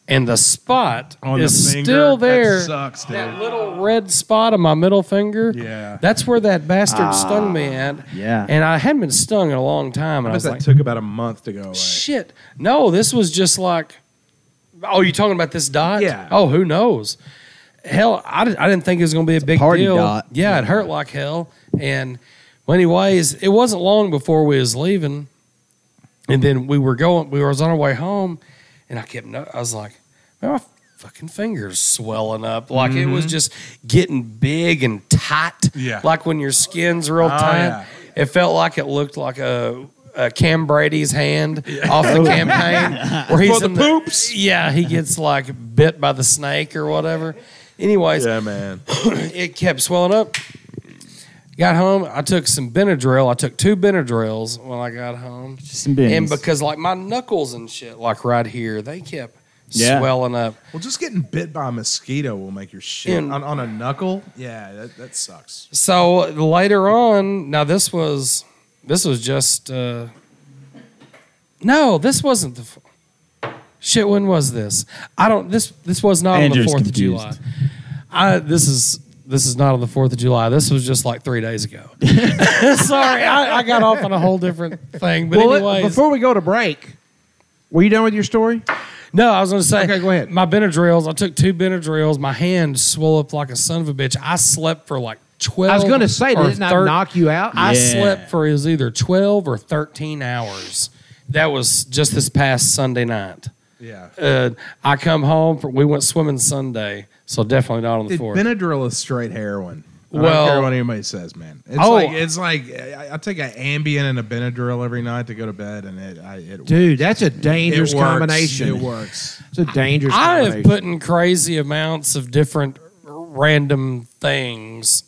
[SPEAKER 4] and the spot is still there.
[SPEAKER 1] That sucks, dude.
[SPEAKER 4] That little red spot on my middle finger.
[SPEAKER 1] Yeah.
[SPEAKER 4] That's where that bastard stung me at.
[SPEAKER 6] yeah.
[SPEAKER 4] And I hadn't been stung in a long time.
[SPEAKER 1] I
[SPEAKER 4] And I,
[SPEAKER 1] bet
[SPEAKER 4] was
[SPEAKER 1] that
[SPEAKER 4] like,
[SPEAKER 1] took about a month to go away.
[SPEAKER 4] Shit. No, this was just like, oh, you talking about this dot?
[SPEAKER 1] Yeah.
[SPEAKER 4] Oh, who knows? Hell, I, di- I didn't think it was going to be a big
[SPEAKER 6] party
[SPEAKER 4] deal.
[SPEAKER 6] dot.
[SPEAKER 4] Yeah, it hurt like hell. And well, anyways, it wasn't long before we was leaving, and then we were going. We was on our way home, and I kept. no- I was like, man, my fucking fingers swelling up. Like it was just getting big and tight.
[SPEAKER 1] Yeah.
[SPEAKER 4] Like when your skin's real tight.
[SPEAKER 1] Oh, yeah.
[SPEAKER 4] It felt like it looked like a, a Cam Brady's hand
[SPEAKER 1] *laughs*
[SPEAKER 4] off the campaign where he's
[SPEAKER 1] For the
[SPEAKER 4] in
[SPEAKER 1] poops.
[SPEAKER 4] yeah, he gets like bit by the snake or whatever. Anyways,
[SPEAKER 1] Yeah, man.
[SPEAKER 4] *clears throat* it kept swelling up. Got home, I took some Benadryl. I took two Benadryls when I got home,
[SPEAKER 6] Some bennies.
[SPEAKER 4] and because like my knuckles and shit, like right here, they kept
[SPEAKER 6] Yeah.
[SPEAKER 4] swelling up.
[SPEAKER 1] Well, just getting bit by a mosquito will make your shit
[SPEAKER 4] And-
[SPEAKER 1] on, on a knuckle. Yeah, that, that sucks.
[SPEAKER 4] So later on, now this was this was just uh no, this wasn't the f- shit. When was this? I don't this this was not on
[SPEAKER 6] Andrew's
[SPEAKER 4] the Fourth of
[SPEAKER 6] confused.
[SPEAKER 4] July. I this is this is not on the Fourth of July. This was just like three
[SPEAKER 3] *laughs*
[SPEAKER 4] days ago. *laughs* Sorry, I, I got off on a whole different thing. But
[SPEAKER 3] well, let-
[SPEAKER 4] anyways,
[SPEAKER 3] before we go to break, were you done with your story?
[SPEAKER 4] No, I was going to say.
[SPEAKER 3] Okay, go ahead.
[SPEAKER 4] My Benadryls. I took two Benadryls. My hand swelled up like a son of a bitch. I slept for like twelve.
[SPEAKER 3] I was going to say,
[SPEAKER 4] or
[SPEAKER 3] did it not
[SPEAKER 4] 13
[SPEAKER 3] knock you out?
[SPEAKER 4] I
[SPEAKER 6] Yeah.
[SPEAKER 4] slept for it was either twelve or thirteen hours. That was just this past Sunday night.
[SPEAKER 1] Yeah.
[SPEAKER 4] Uh, I come home. For, we went swimming Sunday, so definitely not on the
[SPEAKER 1] Dude,
[SPEAKER 4] fourth.
[SPEAKER 1] Benadryl is straight heroin. I
[SPEAKER 4] Well-
[SPEAKER 1] don't care what anybody says, man. It's
[SPEAKER 4] Oh.
[SPEAKER 1] like it's like I, I take an Ambien and a Benadryl every night to go to bed, and it I, it
[SPEAKER 3] Dude, that's a
[SPEAKER 1] it
[SPEAKER 3] dangerous
[SPEAKER 1] works.
[SPEAKER 3] combination.
[SPEAKER 1] It works.
[SPEAKER 3] It's a dangerous
[SPEAKER 4] I
[SPEAKER 3] combination.
[SPEAKER 4] have put in crazy amounts of different random things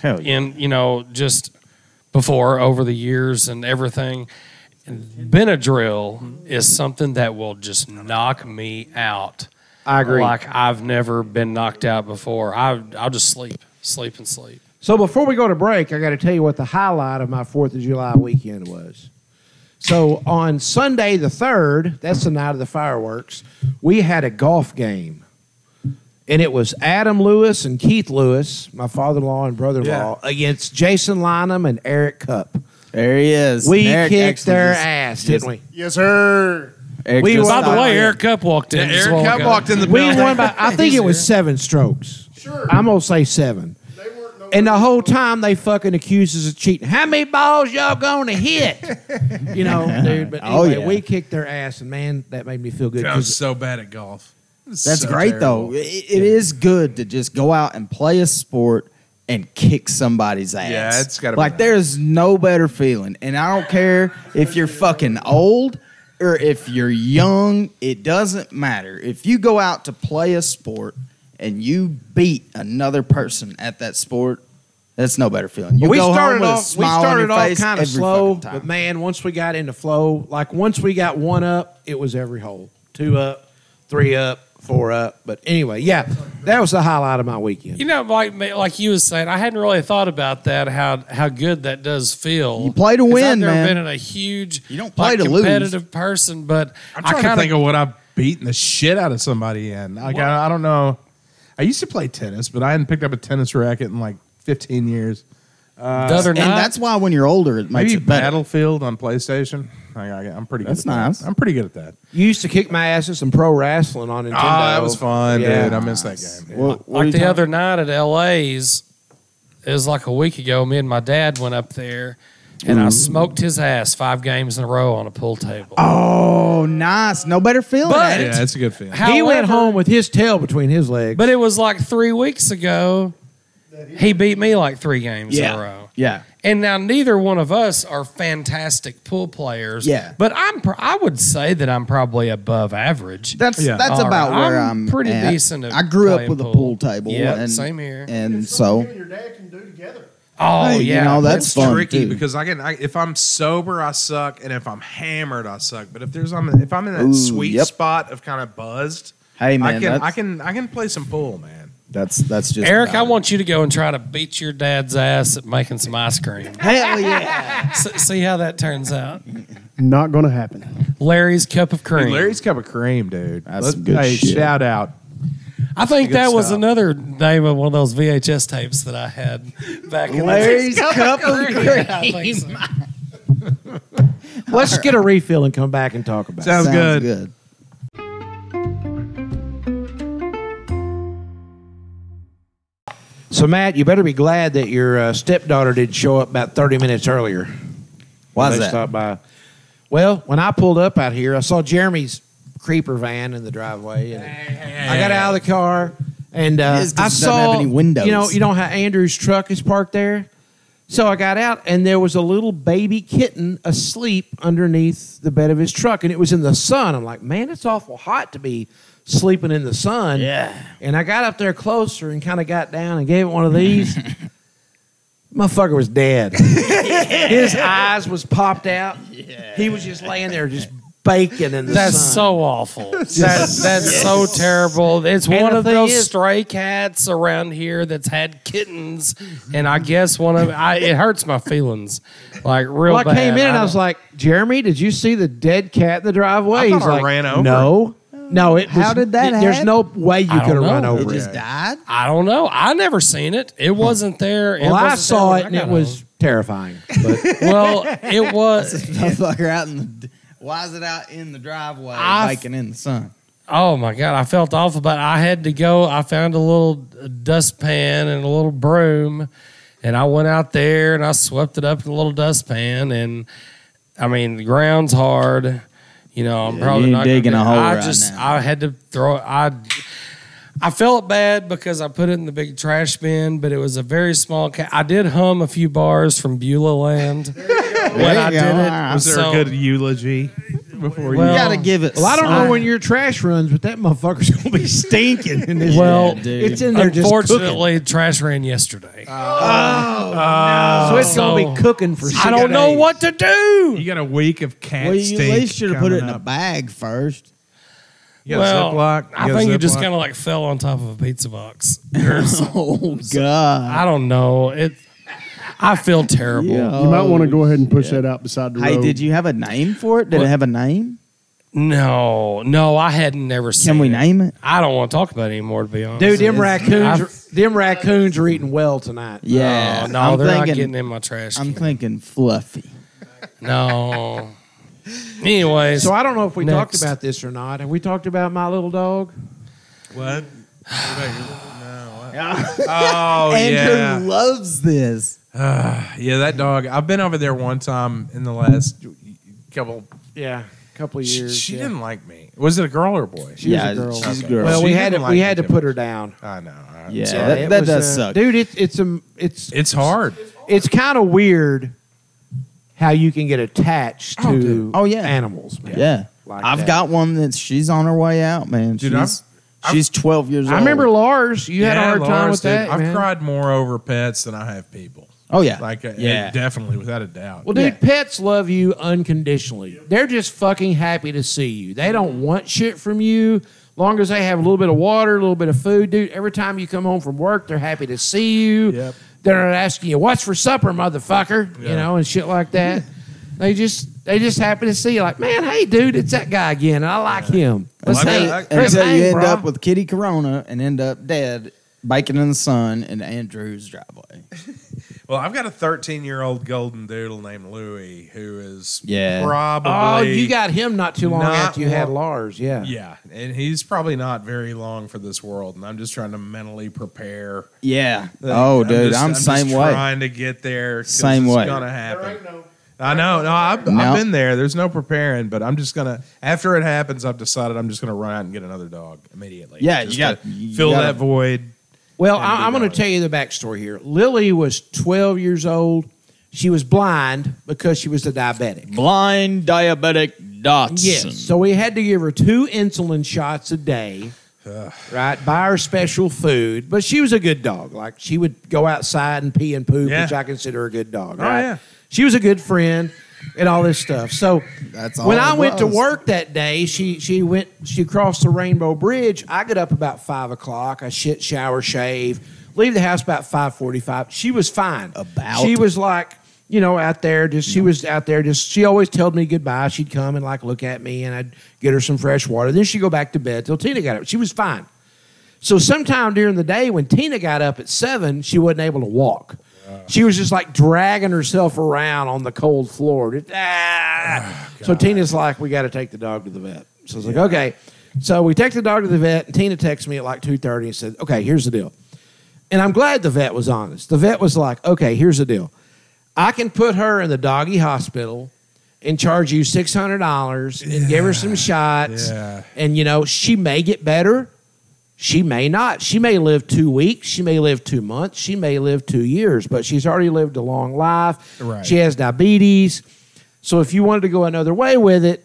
[SPEAKER 6] Hell yeah.
[SPEAKER 4] in, you know, just before over the years and everything. And Benadryl is something that will just knock me out.
[SPEAKER 3] I agree.
[SPEAKER 4] Like I've never been knocked out before. I I'll just sleep, sleep and sleep.
[SPEAKER 3] So before we go to break, I got to tell you what the highlight of my Fourth of July weekend was. So on Sunday the third, that's the night of the fireworks. We had a golf game, and it was Adam Lewis and Keith Lewis, my father-in-law and brother-in-law, against Jason Lynham and Eric Cup.
[SPEAKER 6] There he is.
[SPEAKER 3] We
[SPEAKER 6] Eric
[SPEAKER 3] kicked
[SPEAKER 6] actually
[SPEAKER 3] their
[SPEAKER 6] just-
[SPEAKER 3] ass, didn't we?
[SPEAKER 7] Yes, sir.
[SPEAKER 6] Eric
[SPEAKER 3] We-
[SPEAKER 6] just
[SPEAKER 4] By the
[SPEAKER 6] stopped
[SPEAKER 4] way,
[SPEAKER 6] in.
[SPEAKER 4] Eric Cup walked in. as
[SPEAKER 1] Eric
[SPEAKER 4] well,
[SPEAKER 1] Cup
[SPEAKER 4] guys.
[SPEAKER 1] walked in the
[SPEAKER 3] We
[SPEAKER 1] building.
[SPEAKER 3] won by I think it was seven strokes.
[SPEAKER 7] Sure.
[SPEAKER 3] I'm gonna say seven.
[SPEAKER 7] They weren't no
[SPEAKER 3] And the whole time they fucking accuse us of cheating. How many balls y'all gonna hit? You know, *laughs* dude. But
[SPEAKER 6] Oh,
[SPEAKER 3] anyway,
[SPEAKER 6] yeah.
[SPEAKER 3] we kicked their ass, and man, that made me feel good.
[SPEAKER 1] I was
[SPEAKER 3] 'cause
[SPEAKER 1] so bad at golf. That's
[SPEAKER 6] That's great though. It, it is good to just go out and play a sport and kick somebody's ass.
[SPEAKER 1] Yeah, it's gotta be
[SPEAKER 6] like
[SPEAKER 1] nice.
[SPEAKER 6] there's no better feeling, and I don't care if you're fucking old or if you're young. It doesn't matter if you go out to play a sport and you beat another person at that sport. That's no better feeling. You
[SPEAKER 3] we
[SPEAKER 6] go home
[SPEAKER 3] started
[SPEAKER 6] with a
[SPEAKER 3] off. We
[SPEAKER 6] smile on
[SPEAKER 3] started
[SPEAKER 6] your
[SPEAKER 3] off
[SPEAKER 6] face
[SPEAKER 3] kind
[SPEAKER 6] every
[SPEAKER 3] of slow,
[SPEAKER 6] fucking time.
[SPEAKER 3] but man, once we got into flow, like once we got one up, it was every hole. Two up, three up, four up. But anyway, yeah, that was the highlight of my weekend.
[SPEAKER 4] You know, like like you was saying, I hadn't really thought about that. How how good that does feel.
[SPEAKER 6] You play to
[SPEAKER 4] 'Cause
[SPEAKER 6] win,
[SPEAKER 4] I've never
[SPEAKER 6] man.
[SPEAKER 4] Been in a huge,
[SPEAKER 6] You don't play
[SPEAKER 4] like,
[SPEAKER 6] to lose.
[SPEAKER 4] competitive person, but
[SPEAKER 1] I'm
[SPEAKER 4] I
[SPEAKER 1] trying
[SPEAKER 4] kind
[SPEAKER 1] to think of what I've beaten the shit out of somebody in. Like I, I don't know. I used to play tennis, but I hadn't picked up a tennis racket in like 15 years.
[SPEAKER 4] the other
[SPEAKER 6] and
[SPEAKER 4] night.
[SPEAKER 6] that's why when you're older, it makes
[SPEAKER 1] Maybe
[SPEAKER 6] it better.
[SPEAKER 1] Battlefield on PlayStation. I, I, I'm pretty.
[SPEAKER 6] That's
[SPEAKER 1] good at that.
[SPEAKER 6] nice.
[SPEAKER 1] I'm pretty good at that.
[SPEAKER 3] You used to kick my ass at some pro wrestling on Nintendo.
[SPEAKER 1] Oh,
[SPEAKER 6] Ah,
[SPEAKER 1] that was fun,
[SPEAKER 3] Yeah.
[SPEAKER 1] dude. I missed that game.
[SPEAKER 6] What- what are
[SPEAKER 4] like
[SPEAKER 6] you
[SPEAKER 4] the
[SPEAKER 6] talking-
[SPEAKER 4] other night at LA's, it was like a week ago. Me and my dad went up there, and
[SPEAKER 6] Mm-hmm.
[SPEAKER 4] I smoked his ass five games in a row on a pool table.
[SPEAKER 6] Oh, nice. No better feeling.
[SPEAKER 4] But-
[SPEAKER 1] Yeah, that's a good feeling.
[SPEAKER 4] However-
[SPEAKER 3] he went home with his tail between his legs.
[SPEAKER 4] but it was like three weeks ago. He beat me like three games in a row.
[SPEAKER 6] Yeah.
[SPEAKER 4] And now neither one of us are fantastic pool players.
[SPEAKER 6] Yeah.
[SPEAKER 4] But I'm pr- I would say that I'm probably above average.
[SPEAKER 6] That's
[SPEAKER 1] Yeah.
[SPEAKER 6] that's
[SPEAKER 4] All
[SPEAKER 6] about
[SPEAKER 4] right.
[SPEAKER 6] where
[SPEAKER 4] I'm
[SPEAKER 6] I'm,
[SPEAKER 4] pretty
[SPEAKER 6] at.
[SPEAKER 4] decent at
[SPEAKER 6] I grew up
[SPEAKER 4] playing
[SPEAKER 6] with a
[SPEAKER 4] pool.
[SPEAKER 6] pool table.
[SPEAKER 4] Yeah,
[SPEAKER 6] and,
[SPEAKER 4] same here.
[SPEAKER 6] And
[SPEAKER 7] It's something
[SPEAKER 6] so
[SPEAKER 7] you and your dad can do together.
[SPEAKER 4] oh
[SPEAKER 6] hey, you
[SPEAKER 4] yeah.
[SPEAKER 6] know, that's-
[SPEAKER 1] It's
[SPEAKER 6] fun,
[SPEAKER 1] tricky
[SPEAKER 6] too.
[SPEAKER 1] because I can. I, if I'm sober, I suck, and if I'm hammered, I suck. But if there's, I'm, if I'm in that
[SPEAKER 6] Ooh,
[SPEAKER 1] sweet
[SPEAKER 6] yep.
[SPEAKER 1] spot of kind of buzzed,
[SPEAKER 6] Hey, man,
[SPEAKER 1] I can, I
[SPEAKER 6] that's-
[SPEAKER 1] can, I can play some pool, man.
[SPEAKER 6] that's that's just
[SPEAKER 4] Eric,
[SPEAKER 6] about
[SPEAKER 4] I
[SPEAKER 6] it.
[SPEAKER 4] want you to go and try to beat your dad's ass at making some ice
[SPEAKER 6] *laughs*
[SPEAKER 4] cream.
[SPEAKER 6] Hell
[SPEAKER 4] *laughs*
[SPEAKER 6] yeah!
[SPEAKER 4] S- see how that turns out.
[SPEAKER 7] Not going to happen.
[SPEAKER 4] Larry's cup of cream.
[SPEAKER 1] Dude, Larry's cup of cream, dude.
[SPEAKER 6] That's some good
[SPEAKER 1] hey,
[SPEAKER 6] shit.
[SPEAKER 1] Shout out.
[SPEAKER 4] I think
[SPEAKER 1] Good
[SPEAKER 4] that was
[SPEAKER 1] stuff.
[SPEAKER 4] another name of one of those VHS tapes that I had back in
[SPEAKER 6] Larry's cup of
[SPEAKER 4] the day. *laughs* I think so.
[SPEAKER 3] Let's get a refill and come back and talk about
[SPEAKER 1] Sounds good.
[SPEAKER 6] good.
[SPEAKER 3] it. So, Matt, you better be glad that your uh, stepdaughter did show up about 30 minutes earlier.
[SPEAKER 6] Why is
[SPEAKER 3] They
[SPEAKER 6] that?
[SPEAKER 3] stopped by. Well, when I pulled up out here, I saw Jeremy's creeper van in the driveway. And I got out of the car and uh,
[SPEAKER 6] His
[SPEAKER 3] I
[SPEAKER 6] doesn't
[SPEAKER 3] saw
[SPEAKER 6] have any windows.
[SPEAKER 3] You know, you know how Andrew's truck is parked there. So I got out and there was a little baby kitten asleep underneath the bed of his truck, and it was in the sun. I'm like, man, it's awful hot to be sleeping in the sun.
[SPEAKER 6] Yeah.
[SPEAKER 3] And I got up there closer and kind of got down and gave it one of these. Motherfucker was *laughs* dead. His eyes was popped out. He was just laying there, just baking in the
[SPEAKER 4] That's
[SPEAKER 3] sun. *laughs*
[SPEAKER 4] so awful. That, that's so terrible. It's
[SPEAKER 3] And
[SPEAKER 4] one
[SPEAKER 3] the
[SPEAKER 4] of
[SPEAKER 3] thing
[SPEAKER 4] those
[SPEAKER 3] is-
[SPEAKER 4] stray cats around here that's had kittens, and I guess one of I, it hurts my feelings, like real
[SPEAKER 3] Well, I
[SPEAKER 4] bad.
[SPEAKER 3] came in and I was
[SPEAKER 4] don't-
[SPEAKER 3] like, Jeremy, did you see the dead cat in the driveway?
[SPEAKER 1] I thought
[SPEAKER 3] He's
[SPEAKER 1] I
[SPEAKER 3] like,
[SPEAKER 1] ran over
[SPEAKER 3] No, no. It
[SPEAKER 6] How
[SPEAKER 3] was-
[SPEAKER 6] did that
[SPEAKER 3] it- There's
[SPEAKER 6] happen?
[SPEAKER 3] no way you
[SPEAKER 4] I
[SPEAKER 3] could have
[SPEAKER 4] don't
[SPEAKER 3] run
[SPEAKER 4] know.
[SPEAKER 3] over
[SPEAKER 6] It
[SPEAKER 3] it.
[SPEAKER 6] just died.
[SPEAKER 4] I don't know. I never seen it. It wasn't there.
[SPEAKER 3] well, I
[SPEAKER 4] wasn't
[SPEAKER 3] saw
[SPEAKER 4] there
[SPEAKER 3] it
[SPEAKER 4] when
[SPEAKER 3] and
[SPEAKER 4] I
[SPEAKER 3] it
[SPEAKER 4] got *laughs*
[SPEAKER 3] was terrifying. But *laughs*
[SPEAKER 4] home. well, it was.
[SPEAKER 6] Motherfucker out in the. d- Why is it out in the driveway
[SPEAKER 4] I f-
[SPEAKER 6] baking in the sun?
[SPEAKER 4] Oh my god, I felt awful, but I had to go. I found a little dustpan and a little broom, and I went out there and I swept it up in a little dustpan. And I mean, the ground's hard. You know, I'm
[SPEAKER 6] Yeah,
[SPEAKER 4] probably
[SPEAKER 6] you
[SPEAKER 4] not gonna
[SPEAKER 6] digging
[SPEAKER 4] do-
[SPEAKER 6] a hole
[SPEAKER 4] I
[SPEAKER 6] right
[SPEAKER 4] just,
[SPEAKER 6] now.
[SPEAKER 4] I had to throw it. I, I felt bad because I put it in the big trash bin, but it was a very small. Ca- I did hum a few bars from Beulah Land when
[SPEAKER 6] There
[SPEAKER 4] I
[SPEAKER 6] you
[SPEAKER 4] did
[SPEAKER 6] go.
[SPEAKER 4] it.
[SPEAKER 6] Was
[SPEAKER 1] there
[SPEAKER 4] So-
[SPEAKER 1] a good eulogy before you?
[SPEAKER 4] Well,
[SPEAKER 6] you gotta give it.
[SPEAKER 3] Well, I don't
[SPEAKER 4] I-
[SPEAKER 3] know when your trash runs, but that motherfucker's *laughs* gonna be stinking in this.
[SPEAKER 4] Well,
[SPEAKER 6] dude.
[SPEAKER 3] it's in there just cooking.
[SPEAKER 4] Unfortunately, trash ran yesterday.
[SPEAKER 3] So it's gonna
[SPEAKER 4] so-
[SPEAKER 3] be cooking for. Six
[SPEAKER 4] I don't know
[SPEAKER 3] days.
[SPEAKER 4] what to do.
[SPEAKER 1] You got a week of cat
[SPEAKER 6] Well, you
[SPEAKER 1] stink.
[SPEAKER 6] at least should have put it in
[SPEAKER 1] coming
[SPEAKER 6] a
[SPEAKER 1] up.
[SPEAKER 6] bag first.
[SPEAKER 1] You got a Ziploc.
[SPEAKER 4] I
[SPEAKER 1] got a
[SPEAKER 4] think it just
[SPEAKER 1] Ziploc.
[SPEAKER 4] kind of like fell on top of a pizza box.
[SPEAKER 6] Oh God!
[SPEAKER 4] I don't know. It. I feel terrible.
[SPEAKER 7] You might want to go ahead and push that out beside the
[SPEAKER 6] Hey,
[SPEAKER 7] road.
[SPEAKER 6] did you have a name for it? Did it have a name?
[SPEAKER 4] No, no, I hadn't never seen.
[SPEAKER 6] Can we
[SPEAKER 4] it.
[SPEAKER 6] name it?
[SPEAKER 4] I don't want to talk about it anymore. To be honest,
[SPEAKER 3] Dude, them
[SPEAKER 6] It's-
[SPEAKER 3] raccoons,
[SPEAKER 4] I've-
[SPEAKER 3] them raccoons are eating well tonight.
[SPEAKER 6] Yeah.
[SPEAKER 4] Oh, no,
[SPEAKER 6] I'm
[SPEAKER 4] they're not
[SPEAKER 6] thinking-
[SPEAKER 4] getting in my trash.
[SPEAKER 6] I'm
[SPEAKER 4] can.
[SPEAKER 6] thinking fluffy.
[SPEAKER 4] no. Anyways,
[SPEAKER 3] So I don't know if we talked
[SPEAKER 4] Next.
[SPEAKER 3] about this or not. Have we talked about my little dog?
[SPEAKER 1] What? *sighs*
[SPEAKER 6] *laughs*
[SPEAKER 1] Oh
[SPEAKER 6] Andrew
[SPEAKER 1] yeah.
[SPEAKER 6] loves this.
[SPEAKER 1] Yeah, that dog. I've been over there one time in the last couple.
[SPEAKER 3] Yeah, a couple of
[SPEAKER 1] She,
[SPEAKER 3] years.
[SPEAKER 1] she
[SPEAKER 3] yeah.
[SPEAKER 1] didn't like me. Was it a girl or a boy?
[SPEAKER 3] She was a girl.
[SPEAKER 6] she's a
[SPEAKER 1] Okay.
[SPEAKER 6] girl.
[SPEAKER 3] Well,
[SPEAKER 1] She
[SPEAKER 3] we
[SPEAKER 1] didn't
[SPEAKER 3] had to,
[SPEAKER 1] like
[SPEAKER 3] we
[SPEAKER 1] it
[SPEAKER 3] had to
[SPEAKER 1] too
[SPEAKER 3] put her
[SPEAKER 1] much.
[SPEAKER 3] down.
[SPEAKER 1] I know. I-
[SPEAKER 6] yeah,
[SPEAKER 3] So it
[SPEAKER 6] that, that
[SPEAKER 3] was,
[SPEAKER 6] does
[SPEAKER 3] uh,
[SPEAKER 6] suck.
[SPEAKER 3] dude. It's it's a it's
[SPEAKER 1] It's hard.
[SPEAKER 3] it's kind of weird how you can get attached
[SPEAKER 1] Oh,
[SPEAKER 3] to
[SPEAKER 1] dude.
[SPEAKER 6] Oh, yeah.
[SPEAKER 3] animals. Man.
[SPEAKER 6] Yeah.
[SPEAKER 3] Like
[SPEAKER 6] I've
[SPEAKER 3] that.
[SPEAKER 6] got one that she's on her way out, man.
[SPEAKER 1] Dude,
[SPEAKER 6] she's
[SPEAKER 1] I've-
[SPEAKER 6] she's 12 years old.
[SPEAKER 3] I remember Lars. You had a
[SPEAKER 1] Yeah,
[SPEAKER 3] hard time
[SPEAKER 1] Lars,
[SPEAKER 3] with
[SPEAKER 1] dude,
[SPEAKER 3] that.
[SPEAKER 1] I've
[SPEAKER 3] man.
[SPEAKER 1] cried more over pets than I have people.
[SPEAKER 6] Oh yeah.
[SPEAKER 1] Like, uh,
[SPEAKER 6] Yeah.
[SPEAKER 1] yeah, definitely, without a doubt.
[SPEAKER 3] Well, dude,
[SPEAKER 6] Yeah.
[SPEAKER 3] pets love you unconditionally. They're just fucking happy to see you. They don't want shit from you. Long as they have a little bit of water, a little bit of food, dude. Every time you come home from work, they're happy to see you.
[SPEAKER 1] Yep.
[SPEAKER 3] They're not asking you what's for supper, motherfucker. You
[SPEAKER 1] Yeah.
[SPEAKER 3] know, and shit like that. They just they just happy to see you. Like, man, hey, dude, it's that guy again. I like him. Let's
[SPEAKER 1] Well, I
[SPEAKER 3] hang.
[SPEAKER 1] mean, I-
[SPEAKER 3] let's
[SPEAKER 6] Until
[SPEAKER 3] hang,
[SPEAKER 6] you end
[SPEAKER 3] bro.
[SPEAKER 6] up with Kitty Corona and end up dead, baking in the sun in Andrew's driveway.
[SPEAKER 1] Well, I've got a 13 year old golden doodle named Louie who is
[SPEAKER 6] Yeah.
[SPEAKER 1] probably.
[SPEAKER 3] Oh, you got him not too long
[SPEAKER 1] Not
[SPEAKER 3] after you had
[SPEAKER 1] long-
[SPEAKER 3] Lars. Yeah.
[SPEAKER 1] Yeah, and he's probably not very long for this world, and I'm just trying to mentally prepare.
[SPEAKER 6] Yeah. oh,
[SPEAKER 1] Uh, I'm
[SPEAKER 6] dude,
[SPEAKER 1] just-
[SPEAKER 6] I'm,
[SPEAKER 1] just
[SPEAKER 6] same way.
[SPEAKER 1] Trying to get there. 'cause
[SPEAKER 6] Same
[SPEAKER 1] it's
[SPEAKER 6] way.
[SPEAKER 1] Gonna
[SPEAKER 7] There
[SPEAKER 1] happen.
[SPEAKER 7] ain't no-
[SPEAKER 1] I know. No, I've,
[SPEAKER 6] No.
[SPEAKER 1] I've been there. There's no preparing, but I'm just gonna. After it happens, I've decided I'm just gonna run out and get another dog immediately.
[SPEAKER 6] Yeah, you
[SPEAKER 1] Just
[SPEAKER 6] got-
[SPEAKER 1] to
[SPEAKER 6] you
[SPEAKER 1] fill
[SPEAKER 6] gotta-
[SPEAKER 1] that void.
[SPEAKER 3] Well,
[SPEAKER 1] and
[SPEAKER 3] I,
[SPEAKER 1] be
[SPEAKER 3] I'm going
[SPEAKER 1] done.
[SPEAKER 3] to tell you the backstory here. Lily was 12 years old. She was blind because she was a diabetic.
[SPEAKER 6] Blind diabetic Dotson.
[SPEAKER 3] Yes. So we had to give her two insulin shots a day, right? Buy her special food. But she was a good dog. Like she would go outside and pee and poop,
[SPEAKER 1] Yeah.
[SPEAKER 3] which I consider a good dog.
[SPEAKER 1] Oh,
[SPEAKER 3] right?
[SPEAKER 1] yeah.
[SPEAKER 3] She was a good friend and all this stuff. So
[SPEAKER 6] That's all
[SPEAKER 3] when
[SPEAKER 6] it
[SPEAKER 3] I went to
[SPEAKER 6] was.
[SPEAKER 3] work that day, she she went she crossed the Rainbow Bridge. I got up about five o'clock. I shit, shower, shave, leave the house about five forty five. She was fine.
[SPEAKER 6] About.
[SPEAKER 3] she was like you know out there just she was out there just she always told me goodbye. She'd come and like look at me, and I'd get her some fresh water. Then she'd go back to bed till Tina got up. She was fine. So sometime during the day, when Tina got up at seven, she wasn't able to walk. She was just like dragging herself around on the cold floor. Just, ah. so Tina's like, "We got to take the dog to the vet." So I was like, "Okay." So we take the dog to the vet, and Tina texts me at like two thirty and said, "Okay, here's the deal." And I'm glad the vet was honest. The vet was like, "Okay, here's the deal. I can put her in the doggy hospital." And charge you six hundred dollars and give her some shots,
[SPEAKER 1] Yeah.
[SPEAKER 3] and you know she may get better, she may not. She may live two weeks. She may live two months. She may live two years, but she's already lived a long life.
[SPEAKER 1] Right.
[SPEAKER 3] She has diabetes. So if you wanted to go another way with it,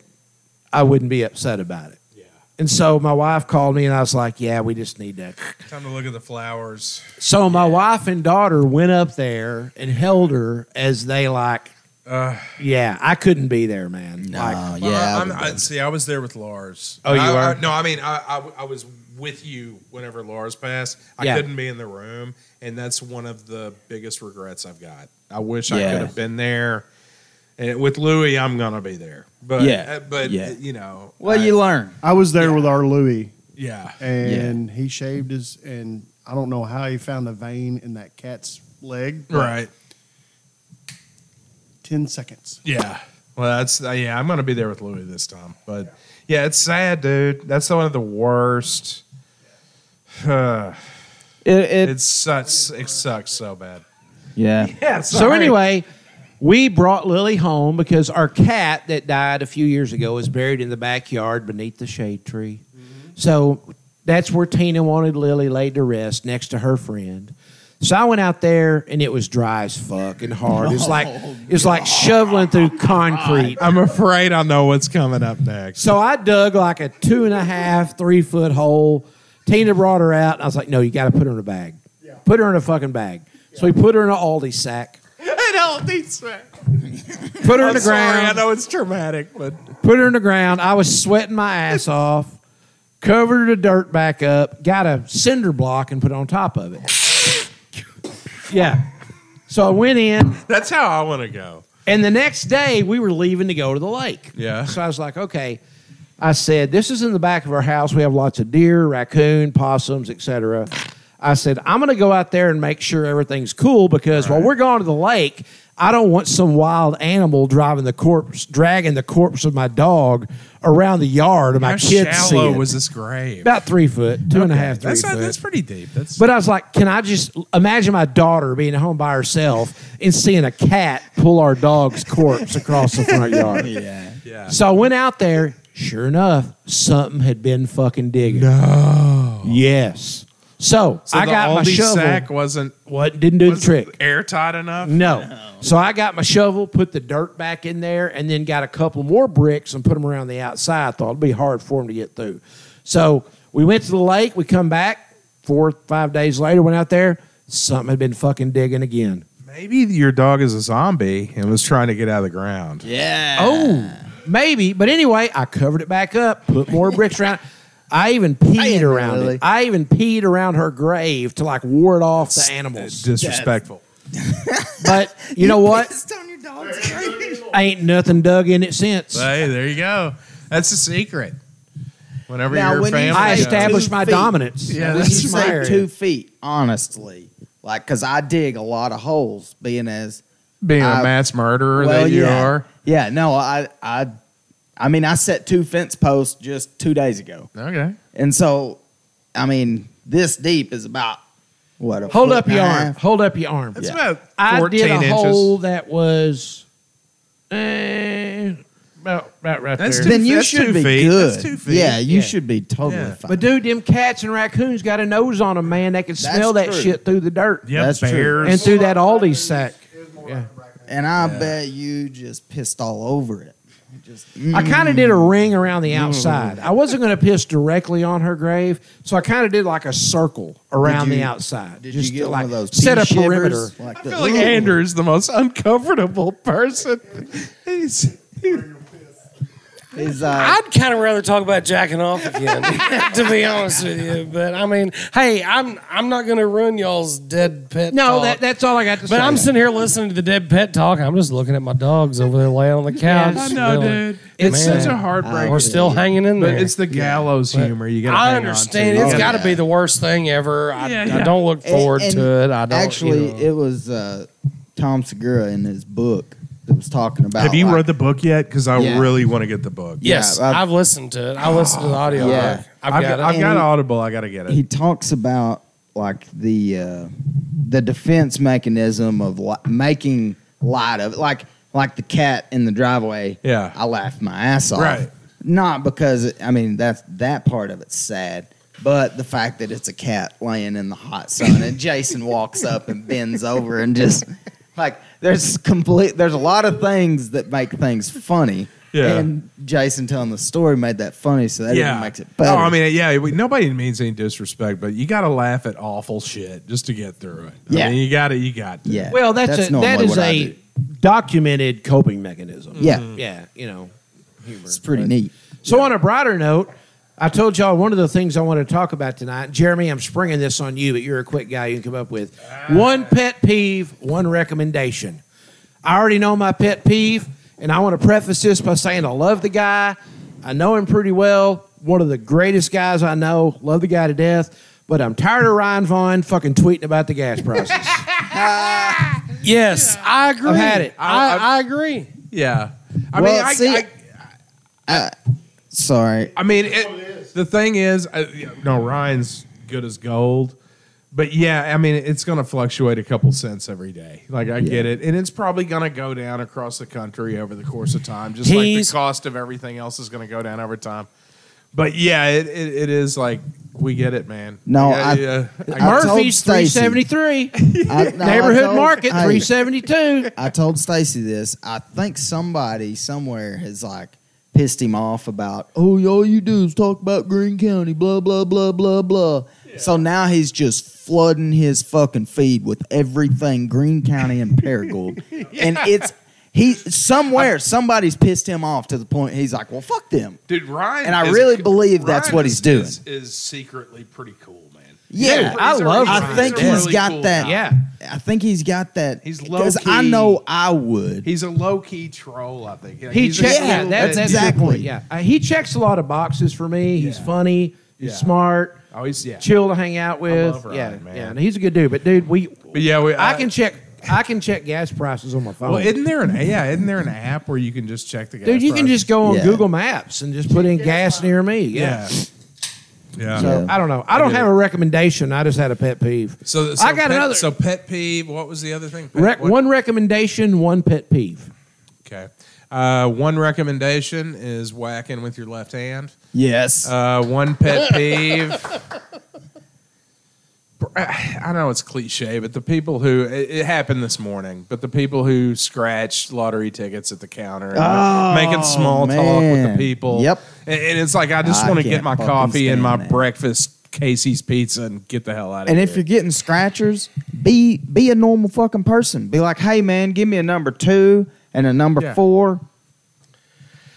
[SPEAKER 3] I wouldn't be upset about it. Yeah. And so my wife called me and I was like, yeah, we just need to.
[SPEAKER 1] Time to look at the flowers.
[SPEAKER 3] So my wife and daughter went up there and held her as they like,
[SPEAKER 1] Uh,
[SPEAKER 3] yeah, I couldn't be there, man.
[SPEAKER 6] No,
[SPEAKER 3] Like,
[SPEAKER 1] Well,
[SPEAKER 6] yeah.
[SPEAKER 1] I, I'm, I, see, I was there with Lars.
[SPEAKER 3] Oh, you
[SPEAKER 1] I, I-
[SPEAKER 3] were?
[SPEAKER 1] no, I mean, I, I, I was with you whenever Lars passed. I
[SPEAKER 3] Yeah.
[SPEAKER 1] couldn't be in the room, and that's one of the biggest regrets I've got. I wish I
[SPEAKER 6] Yeah.
[SPEAKER 1] could have been there. And with Louis, I'm gonna be there. But
[SPEAKER 6] Yeah.
[SPEAKER 1] uh, but
[SPEAKER 6] Yeah.
[SPEAKER 1] you know,
[SPEAKER 6] well,
[SPEAKER 1] I-
[SPEAKER 6] you learn.
[SPEAKER 7] I was there with our Louis,
[SPEAKER 1] yeah.
[SPEAKER 7] and he shaved his, and I don't know how he found a vein in that cat's leg. but
[SPEAKER 1] Right.
[SPEAKER 7] Ten seconds.
[SPEAKER 1] Yeah. Well, that's uh, yeah. I'm gonna be there with Louis this time, but yeah, it's sad, dude. That's one of the worst.
[SPEAKER 6] It, it,
[SPEAKER 1] It sucks. It sucks so bad.
[SPEAKER 6] yeah.
[SPEAKER 1] Yeah.
[SPEAKER 3] So anyway, we brought Lily home because our cat that died a few years ago is buried in the backyard beneath the shade tree.
[SPEAKER 1] Mm-hmm.
[SPEAKER 3] So that's where Tina wanted Lily laid to rest next to her friend. So I went out there and it was dry as fuck and hard. It's
[SPEAKER 1] *laughs*
[SPEAKER 3] like
[SPEAKER 1] Oh,
[SPEAKER 3] it's like shoveling through concrete.
[SPEAKER 1] I'm afraid I know what's coming up next.
[SPEAKER 3] So I dug like a two and a half, three foot hole. Tina brought her out, and I was like, "No, you got to put her in a bag. Put her in a fucking bag." So we put her in an Aldi sack. Put her in the
[SPEAKER 1] Sorry, I
[SPEAKER 3] ground.
[SPEAKER 1] know it's traumatic, but
[SPEAKER 3] Put her in the ground. I was sweating my ass off. Covered the dirt back up. Got a cinder block and put it on top of it. yeah. So I went in,
[SPEAKER 1] that's how I want to go.
[SPEAKER 3] and the next day we were leaving to go to the lake.
[SPEAKER 1] Yeah.
[SPEAKER 3] So I was like, okay. I said, this is in the back of our house. We have lots of deer, raccoon, possums, etc. I said, I'm going to go out there and make sure everything's cool because while we're going to the lake, I don't want some wild animal driving the corpse, dragging the corpse of my dog around the yard of my
[SPEAKER 1] How
[SPEAKER 3] kids. see
[SPEAKER 1] shallow
[SPEAKER 3] it.
[SPEAKER 1] was this grave?
[SPEAKER 3] about three foot, two and a
[SPEAKER 1] Okay,
[SPEAKER 3] half, three
[SPEAKER 1] that's not-
[SPEAKER 3] foot.
[SPEAKER 1] that's pretty deep. That's
[SPEAKER 3] But I was like, can I just imagine my daughter being at home by herself and seeing a cat pull our dog's corpse across the front yard?
[SPEAKER 6] Yeah.
[SPEAKER 1] *laughs* yeah.
[SPEAKER 3] So I went out there. Sure enough, something had been fucking digging. No. Yes. So,
[SPEAKER 1] So
[SPEAKER 3] I
[SPEAKER 1] the
[SPEAKER 3] got my
[SPEAKER 1] Aldi
[SPEAKER 3] shovel.
[SPEAKER 1] sack wasn't
[SPEAKER 3] What didn't do the
[SPEAKER 1] was
[SPEAKER 3] trick? Mm.
[SPEAKER 1] airtight enough.
[SPEAKER 3] No. So I got my shovel, put the dirt back in there, and then got a couple more bricks and put them around the outside. I thought it'd be hard for them to get through. So we went to the lake. We come back four, five days later. Went out there. Something had been fucking digging again.
[SPEAKER 1] Maybe your dog is a zombie and was trying to get out of the ground.
[SPEAKER 6] Yeah.
[SPEAKER 3] Oh,
[SPEAKER 6] Uh.
[SPEAKER 3] maybe. But anyway, I covered it back up, put more bricks around. it. I even peed
[SPEAKER 6] Damn,
[SPEAKER 3] around
[SPEAKER 6] Lily.
[SPEAKER 3] it. I even peed around her grave to like ward off the animals.
[SPEAKER 1] Disrespectful.
[SPEAKER 3] But you know what?
[SPEAKER 6] Pissed on your dog's grave.
[SPEAKER 3] Ain't nothing dug in it since.
[SPEAKER 1] Hey, there you go. That's the secret. Whenever
[SPEAKER 6] Now,
[SPEAKER 1] your
[SPEAKER 6] when you
[SPEAKER 1] family, uh,
[SPEAKER 6] say
[SPEAKER 3] I
[SPEAKER 1] goes-
[SPEAKER 3] established
[SPEAKER 6] two
[SPEAKER 3] my
[SPEAKER 6] feet.
[SPEAKER 3] dominance.
[SPEAKER 1] Yeah,
[SPEAKER 6] When
[SPEAKER 1] that's
[SPEAKER 6] you
[SPEAKER 3] my
[SPEAKER 6] say
[SPEAKER 3] area.
[SPEAKER 6] two feet, honestly, like, because I dig a lot of holes, being as
[SPEAKER 1] being a
[SPEAKER 6] I-
[SPEAKER 1] mass murderer
[SPEAKER 6] well,
[SPEAKER 1] that you
[SPEAKER 6] yeah.
[SPEAKER 1] are.
[SPEAKER 6] Yeah, no, I, I, I mean, I set two fence posts just two days ago,
[SPEAKER 1] Okay.
[SPEAKER 6] and so, I mean, this deep is about what? A
[SPEAKER 3] Hold
[SPEAKER 6] foot
[SPEAKER 3] up
[SPEAKER 6] and a
[SPEAKER 3] your arm.
[SPEAKER 6] half?
[SPEAKER 3] Hold up your arm.
[SPEAKER 1] That's
[SPEAKER 6] Yeah.
[SPEAKER 1] about
[SPEAKER 3] I
[SPEAKER 1] 14
[SPEAKER 3] did a
[SPEAKER 1] inches.
[SPEAKER 3] hole that was eh, about, about right
[SPEAKER 1] That's
[SPEAKER 3] there.
[SPEAKER 1] too-
[SPEAKER 6] Then you
[SPEAKER 1] That's
[SPEAKER 6] should
[SPEAKER 1] two
[SPEAKER 6] be
[SPEAKER 1] feet.
[SPEAKER 6] good.
[SPEAKER 1] That's two feet.
[SPEAKER 6] Yeah, you
[SPEAKER 3] Yeah.
[SPEAKER 6] should be totally
[SPEAKER 1] Yeah.
[SPEAKER 6] fine.
[SPEAKER 3] but dude, them cats and raccoons got a nose on them, man. They can
[SPEAKER 6] That's
[SPEAKER 3] smell that
[SPEAKER 6] true.
[SPEAKER 3] shit through the dirt
[SPEAKER 1] Yeah,
[SPEAKER 6] That's true.
[SPEAKER 1] bears.
[SPEAKER 3] and through that Aldi sack. Yeah.
[SPEAKER 6] and I bet you just pissed all over it. Just mm,
[SPEAKER 3] I kind of did a ring around the outside. I wasn't going to piss directly on her grave, so I kind of did like a circle around
[SPEAKER 6] Did you-
[SPEAKER 3] the outside.
[SPEAKER 6] did
[SPEAKER 3] just
[SPEAKER 6] you
[SPEAKER 3] to,
[SPEAKER 6] get
[SPEAKER 3] like
[SPEAKER 6] one of those
[SPEAKER 3] set
[SPEAKER 6] pea
[SPEAKER 3] a
[SPEAKER 6] shivers?
[SPEAKER 3] perimeter.
[SPEAKER 6] Like
[SPEAKER 1] I
[SPEAKER 6] the-
[SPEAKER 1] feel like
[SPEAKER 6] Ooh.
[SPEAKER 1] Andrew is the most uncomfortable *laughs* person. He's-
[SPEAKER 3] *laughs*
[SPEAKER 6] Is, uh,
[SPEAKER 4] I'd kind of rather talk about jacking off again, *laughs* to be honest with you. But I mean, hey, I'm I'm not gonna ruin y'all's dead pet.
[SPEAKER 3] No,
[SPEAKER 4] talk.
[SPEAKER 3] that, that's all I got to say.
[SPEAKER 4] But I'm sitting here listening to the dead pet talk. I'm just looking at my dogs over there laying on the couch.
[SPEAKER 1] I know,
[SPEAKER 4] Really.
[SPEAKER 1] dude.
[SPEAKER 3] It's
[SPEAKER 1] It's
[SPEAKER 4] Man.
[SPEAKER 1] such a heartbreak.
[SPEAKER 4] We're still hanging in there.
[SPEAKER 1] But it's the gallows humor. You got.
[SPEAKER 4] I understand.
[SPEAKER 1] On
[SPEAKER 4] It's
[SPEAKER 1] to.
[SPEAKER 4] got to be the worst thing ever. I,
[SPEAKER 1] Yeah,
[SPEAKER 4] I
[SPEAKER 1] yeah.
[SPEAKER 4] don't look
[SPEAKER 6] and-
[SPEAKER 4] forward
[SPEAKER 6] and
[SPEAKER 4] to it. I don't
[SPEAKER 6] actually.
[SPEAKER 4] you know.
[SPEAKER 6] It was uh, Tom Segura in his book that was talking about.
[SPEAKER 1] Have you
[SPEAKER 6] like,
[SPEAKER 1] read the book yet? Because I
[SPEAKER 6] Yeah.
[SPEAKER 1] really want to get the book.
[SPEAKER 4] yes,
[SPEAKER 6] yeah, I've-
[SPEAKER 4] I've, listened to it. I listened to the audio.
[SPEAKER 6] Yeah.
[SPEAKER 4] book. I've,
[SPEAKER 1] I've,
[SPEAKER 4] got,
[SPEAKER 1] got,
[SPEAKER 4] it.
[SPEAKER 1] I've got
[SPEAKER 6] And-
[SPEAKER 1] Audible. I gotta get it.
[SPEAKER 6] he talks about like the uh, the defense mechanism of li- making light of like like the cat in the driveway.
[SPEAKER 1] Yeah.
[SPEAKER 6] I laughed my ass off.
[SPEAKER 1] Right.
[SPEAKER 6] Not because I mean that's that part of it's sad, but the fact that it's a cat laying in the hot sun and Jason walks up and bends over and just like there's complete there's a lot of things that make things funny.
[SPEAKER 1] Yeah.
[SPEAKER 6] And Jason telling the story made that funny, so that even makes it better.
[SPEAKER 1] Oh, I mean, yeah. We, nobody means any disrespect, but you got to laugh at awful shit just to get through it. I
[SPEAKER 6] Yeah.
[SPEAKER 1] mean, you got to. You got to.
[SPEAKER 6] yeah.
[SPEAKER 3] Well, that's, a,
[SPEAKER 6] normally
[SPEAKER 3] that is
[SPEAKER 6] what I
[SPEAKER 3] a
[SPEAKER 6] do.
[SPEAKER 3] documented coping mechanism.
[SPEAKER 6] Yeah.
[SPEAKER 3] Yeah, you know, humor.
[SPEAKER 6] It's pretty neat.
[SPEAKER 3] So on a brighter note, I told y'all one of the things I want to talk about tonight. Jeremy, I'm springing this on you, but you're a quick guy. You can come up with
[SPEAKER 6] Ah.
[SPEAKER 3] one pet peeve, one recommendation. I already know my pet peeve, and I want to preface this by saying I love the guy. I know him pretty well. One of the greatest guys I know. Love the guy to death. But I'm tired of Ryan Vaughn fucking tweeting about the gas
[SPEAKER 6] *laughs*
[SPEAKER 3] prices.
[SPEAKER 4] yes, I agree.
[SPEAKER 3] I've had it.
[SPEAKER 4] I, I, agree.
[SPEAKER 1] Yeah. I
[SPEAKER 6] Well,
[SPEAKER 1] mean, I,
[SPEAKER 6] see-
[SPEAKER 1] I,
[SPEAKER 6] Sorry.
[SPEAKER 1] I mean, it, the thing is, uh, you know, Ryan's good as gold, but yeah, I mean, it's going to fluctuate a couple cents every day. Like I get it, and it's probably going to go down across the country over the course of time, just like
[SPEAKER 4] He's-
[SPEAKER 1] the cost of everything else is going to go down over time. But yeah, it, it, it is like we get it, man.
[SPEAKER 6] No,
[SPEAKER 1] yeah,
[SPEAKER 6] I-
[SPEAKER 1] yeah, I get
[SPEAKER 6] I
[SPEAKER 1] it.
[SPEAKER 6] told
[SPEAKER 3] Murphy's three
[SPEAKER 6] Stacy. *laughs*
[SPEAKER 3] seventy three,
[SPEAKER 6] I- no, I
[SPEAKER 3] neighborhood
[SPEAKER 6] told-
[SPEAKER 3] market
[SPEAKER 6] hey,
[SPEAKER 3] three seventy two.
[SPEAKER 6] I told Stacy this. I think somebody somewhere has like pissed him off about, oh, all you do is talk about Green County, blah, blah, blah, blah, blah. So now he's just flooding his fucking feed with everything Green County and Paragould. And it's, he, somewhere, somebody's pissed him off to the point he's like, well, fuck them.
[SPEAKER 1] dude, Ryan,
[SPEAKER 6] and I
[SPEAKER 1] is-
[SPEAKER 6] really believe that's
[SPEAKER 1] Ryan
[SPEAKER 6] what
[SPEAKER 1] is-
[SPEAKER 6] he's doing.
[SPEAKER 1] Is, is secretly pretty cool, man.
[SPEAKER 6] Yeah,
[SPEAKER 1] I love
[SPEAKER 6] I
[SPEAKER 1] Ryan.
[SPEAKER 6] think
[SPEAKER 1] He's a
[SPEAKER 6] he's
[SPEAKER 1] really
[SPEAKER 6] got
[SPEAKER 1] cool
[SPEAKER 6] that.
[SPEAKER 1] guy.
[SPEAKER 3] Yeah.
[SPEAKER 6] I think he's got that.
[SPEAKER 1] He's
[SPEAKER 6] because I
[SPEAKER 1] low-key.
[SPEAKER 6] know I would.
[SPEAKER 1] He's a low key troll, I think.
[SPEAKER 3] He
[SPEAKER 1] He's a
[SPEAKER 3] checks.
[SPEAKER 1] cool
[SPEAKER 6] yeah,
[SPEAKER 3] Yeah,
[SPEAKER 1] dude.
[SPEAKER 3] that,
[SPEAKER 6] that's
[SPEAKER 3] that's
[SPEAKER 6] exactly.
[SPEAKER 3] exactly. yeah, Uh, he checks a lot of boxes for me. He's
[SPEAKER 1] Yeah.
[SPEAKER 3] funny. He's
[SPEAKER 1] Yeah.
[SPEAKER 3] smart.
[SPEAKER 1] Oh, he's yeah.
[SPEAKER 3] Chill to hang out with.
[SPEAKER 1] love Ryan,
[SPEAKER 3] yeah,
[SPEAKER 1] man.
[SPEAKER 3] yeah. And he's a good dude. But dude, we.
[SPEAKER 1] But yeah, we,
[SPEAKER 3] I
[SPEAKER 1] uh,
[SPEAKER 3] can check. I can check gas prices on my phone.
[SPEAKER 1] Well, isn't there an yeah? Isn't there an app where you can just check the gas?
[SPEAKER 3] Dude, you can
[SPEAKER 1] prices?
[SPEAKER 3] just go on
[SPEAKER 6] Yeah.
[SPEAKER 3] Google Maps and just put in gas near me. Yeah.
[SPEAKER 1] yeah, yeah.
[SPEAKER 6] So-
[SPEAKER 3] I don't know. I don't have a recommendation. I just had a pet peeve.
[SPEAKER 1] So,
[SPEAKER 3] I got
[SPEAKER 1] pet,
[SPEAKER 3] another
[SPEAKER 1] So pet peeve. What was the other thing? Pet-
[SPEAKER 3] rec-
[SPEAKER 1] what-
[SPEAKER 3] one recommendation, one pet peeve.
[SPEAKER 1] Okay. Uh, one recommendation is whacking with your left hand.
[SPEAKER 6] Yes.
[SPEAKER 1] Uh, one
[SPEAKER 6] *laughs*
[SPEAKER 1] pet peeve. uh, I know it's cliche, but the people who it, it happened this morning, but the people who scratch lottery tickets at the counter, and
[SPEAKER 6] Oh,
[SPEAKER 1] making small talk with
[SPEAKER 6] man.
[SPEAKER 1] the people.
[SPEAKER 6] Yep.
[SPEAKER 1] and, and it's like I just
[SPEAKER 6] I
[SPEAKER 1] want to
[SPEAKER 6] can't
[SPEAKER 1] get my
[SPEAKER 6] fucking
[SPEAKER 1] coffee and
[SPEAKER 6] stand
[SPEAKER 1] my
[SPEAKER 6] that.
[SPEAKER 1] breakfast, Casey's pizza, and get the hell out of
[SPEAKER 6] And
[SPEAKER 1] here.
[SPEAKER 6] if you're getting scratchers, be be a normal fucking person. Be like, hey man, give me a number two and a number
[SPEAKER 1] Yeah.
[SPEAKER 6] four.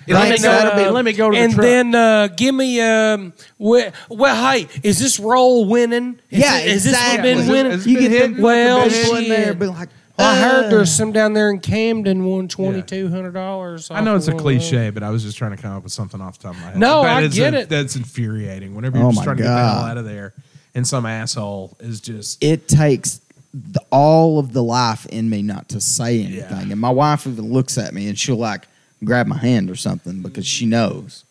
[SPEAKER 3] Let me
[SPEAKER 6] Thanks,
[SPEAKER 3] go-
[SPEAKER 6] that'll be-
[SPEAKER 3] let me go to the
[SPEAKER 4] uh, and
[SPEAKER 3] truck.
[SPEAKER 4] then uh, give me um. Well, well, hey, is this roll winning? Is
[SPEAKER 6] Yeah,
[SPEAKER 4] it, is
[SPEAKER 6] exactly.
[SPEAKER 4] this
[SPEAKER 6] Has it-
[SPEAKER 4] one been winning?
[SPEAKER 1] has it
[SPEAKER 6] You
[SPEAKER 1] been
[SPEAKER 6] get them
[SPEAKER 1] hitting?
[SPEAKER 4] Well,
[SPEAKER 6] people in there,
[SPEAKER 4] shit.
[SPEAKER 6] be like,
[SPEAKER 4] I heard
[SPEAKER 6] "Uh,
[SPEAKER 4] there's some down there in Camden won twenty two hundred dollars.
[SPEAKER 1] I know it's a
[SPEAKER 6] Oh.
[SPEAKER 1] cliche, but I was just trying to come up with something off the top of my head.
[SPEAKER 4] No,
[SPEAKER 1] That
[SPEAKER 4] I
[SPEAKER 1] is
[SPEAKER 4] get
[SPEAKER 1] a-
[SPEAKER 4] it.
[SPEAKER 1] That's infuriating. Whenever you're
[SPEAKER 6] Oh
[SPEAKER 1] just
[SPEAKER 6] my
[SPEAKER 1] trying to get the hell
[SPEAKER 6] God.
[SPEAKER 1] out of there, and some asshole is just
[SPEAKER 6] It takes the, all of the life in me not to say anything. And my wife even looks at me and she'll like grab my hand or something because she knows.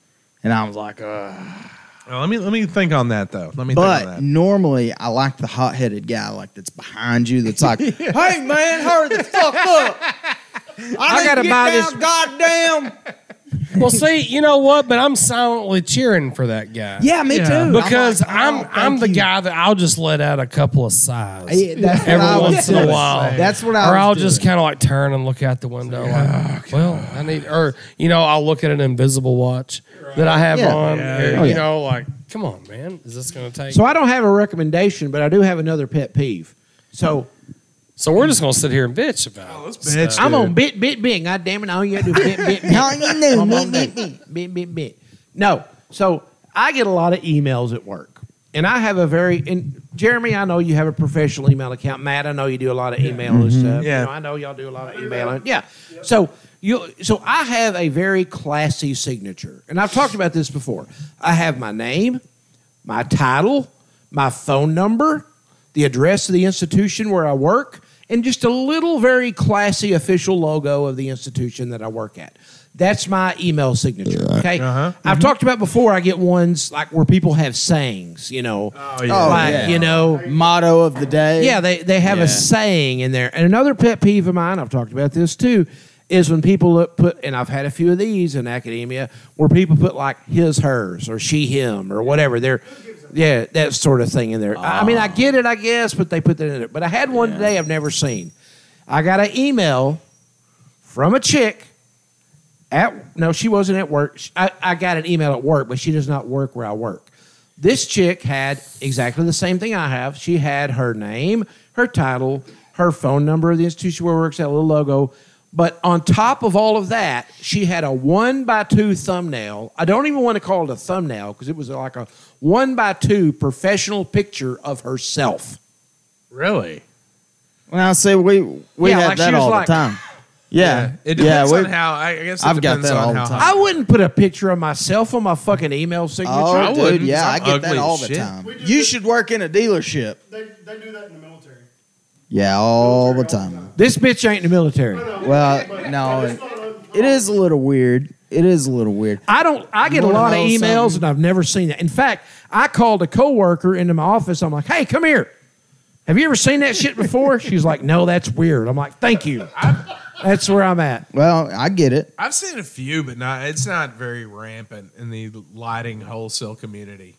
[SPEAKER 6] And I was like, uh
[SPEAKER 1] Well, Oh, let me let me think on that though. Let me think
[SPEAKER 6] But
[SPEAKER 1] on that.
[SPEAKER 6] normally, I like the hot-headed guy, like that's behind you.
[SPEAKER 1] *laughs*
[SPEAKER 6] That's like, "Hey, man, hurry the fuck up! I,
[SPEAKER 3] gotta buy this-
[SPEAKER 6] Goddamn!
[SPEAKER 4] Well, see, you know what? But I'm silently cheering for that guy.
[SPEAKER 6] Yeah, me
[SPEAKER 1] Yeah.
[SPEAKER 6] too.
[SPEAKER 4] because
[SPEAKER 6] like,
[SPEAKER 4] I'm
[SPEAKER 6] "Oh,
[SPEAKER 4] I'm,
[SPEAKER 6] thank
[SPEAKER 4] the
[SPEAKER 6] you."
[SPEAKER 4] guy that I'll just let out a couple of sighs.
[SPEAKER 6] Yeah, *laughs* that's what
[SPEAKER 4] Every
[SPEAKER 6] I was
[SPEAKER 4] once in a
[SPEAKER 6] doing.
[SPEAKER 4] while,
[SPEAKER 6] That's what I.
[SPEAKER 4] or
[SPEAKER 6] was
[SPEAKER 4] I'll
[SPEAKER 6] doing.
[SPEAKER 4] just kind of like turn and look out the
[SPEAKER 1] Oh,
[SPEAKER 4] window. like, well, I need, or you know, I'll look at an invisible watch that I have
[SPEAKER 6] Yeah.
[SPEAKER 4] on.
[SPEAKER 1] Yeah,
[SPEAKER 4] or,
[SPEAKER 1] yeah.
[SPEAKER 4] you
[SPEAKER 6] yeah.
[SPEAKER 4] know, like, come on, man, is this going to take?
[SPEAKER 3] So
[SPEAKER 4] So,
[SPEAKER 3] I don't have a recommendation, but I do have another pet peeve. So
[SPEAKER 4] we're just going to sit here and bitch
[SPEAKER 1] Oh,
[SPEAKER 4] about. it.
[SPEAKER 1] Bitch,
[SPEAKER 3] I'm
[SPEAKER 1] dude.
[SPEAKER 3] on bit bit bit. God damn it! All you gotta do is bit bit bit.
[SPEAKER 6] All you do,
[SPEAKER 3] I'm on
[SPEAKER 6] bit,
[SPEAKER 3] that. bit bit bit. No, so I get a lot of emails at work, and I have a very and Jeremy, I know you have a professional email account. Matt, I know you do a lot of email and stuff.
[SPEAKER 1] Yeah.
[SPEAKER 3] you know, I know y'all do a lot of emailing. Yeah, so. You, so I have a very classy signature, and I've talked about this before. I have my name, my title, my phone number, the address of the institution where I work, and just a little very classy official logo of the institution that I work at. That's my email signature. Okay. I've talked about before, I get ones like where people have sayings, you know. Oh,
[SPEAKER 1] yeah.
[SPEAKER 3] Like,
[SPEAKER 6] Oh, yeah.
[SPEAKER 3] you know,
[SPEAKER 6] motto of the day.
[SPEAKER 3] yeah, they, they have
[SPEAKER 6] Yeah.
[SPEAKER 3] a saying in there. And another pet peeve of mine, I've talked about this too, is when people look- put, and I've had a few of these in academia, where people put like his, hers, or she, him, or whatever. They're, yeah, that sort of thing in there. I I mean, I get it, I guess, but they put that in there. But I had one today I've never seen. I got an email from a chick at no, she wasn't at work. Sh- I, I got an email at work, but she does not work where I work. This chick had exactly the same thing I have. She had her name, her title, her phone number of the institution where it works, that little logo. But on top of all of that, she had a one by two thumbnail. I don't even want to call it a thumbnail because it was like a one by two professional picture of herself.
[SPEAKER 1] really.
[SPEAKER 6] Well, see, we we
[SPEAKER 3] Yeah,
[SPEAKER 6] had
[SPEAKER 3] like, she
[SPEAKER 6] that
[SPEAKER 3] was
[SPEAKER 6] all
[SPEAKER 3] like-
[SPEAKER 6] the
[SPEAKER 3] *laughs*
[SPEAKER 6] time. Yeah,
[SPEAKER 1] It depends
[SPEAKER 6] yeah,
[SPEAKER 1] on
[SPEAKER 6] we-
[SPEAKER 1] how. I I guess it
[SPEAKER 6] I've got
[SPEAKER 1] depends
[SPEAKER 6] that all
[SPEAKER 1] on
[SPEAKER 6] the
[SPEAKER 1] how.
[SPEAKER 6] time.
[SPEAKER 3] I wouldn't put a picture of myself on my fucking email signature.
[SPEAKER 1] I
[SPEAKER 6] Oh, dude,
[SPEAKER 1] wouldn't,
[SPEAKER 6] yeah,
[SPEAKER 1] 'cause I'm
[SPEAKER 6] I get that
[SPEAKER 1] ugly
[SPEAKER 6] all
[SPEAKER 1] as
[SPEAKER 6] the
[SPEAKER 1] shit.
[SPEAKER 6] time.
[SPEAKER 7] We do
[SPEAKER 6] You
[SPEAKER 7] this-
[SPEAKER 6] should work in a dealership.
[SPEAKER 7] They, they do that in the military.
[SPEAKER 6] Yeah, all the time.
[SPEAKER 3] This bitch ain't in the military.
[SPEAKER 6] Well, no,
[SPEAKER 7] It's not uncommon.
[SPEAKER 6] it is a little weird. It is a little weird.
[SPEAKER 3] I don't. I get a
[SPEAKER 6] Wanna
[SPEAKER 3] lot of
[SPEAKER 6] know
[SPEAKER 3] emails,
[SPEAKER 6] something?
[SPEAKER 3] and I've never seen that. In fact, I called a coworker into my office. I'm like, "Hey, come here. Have you ever seen that shit before?" She's like, "No, that's weird." I'm like, "Thank you." That's where I'm at.
[SPEAKER 6] Well, I get it.
[SPEAKER 1] I've seen a few, but not it's not very rampant in the lighting wholesale community.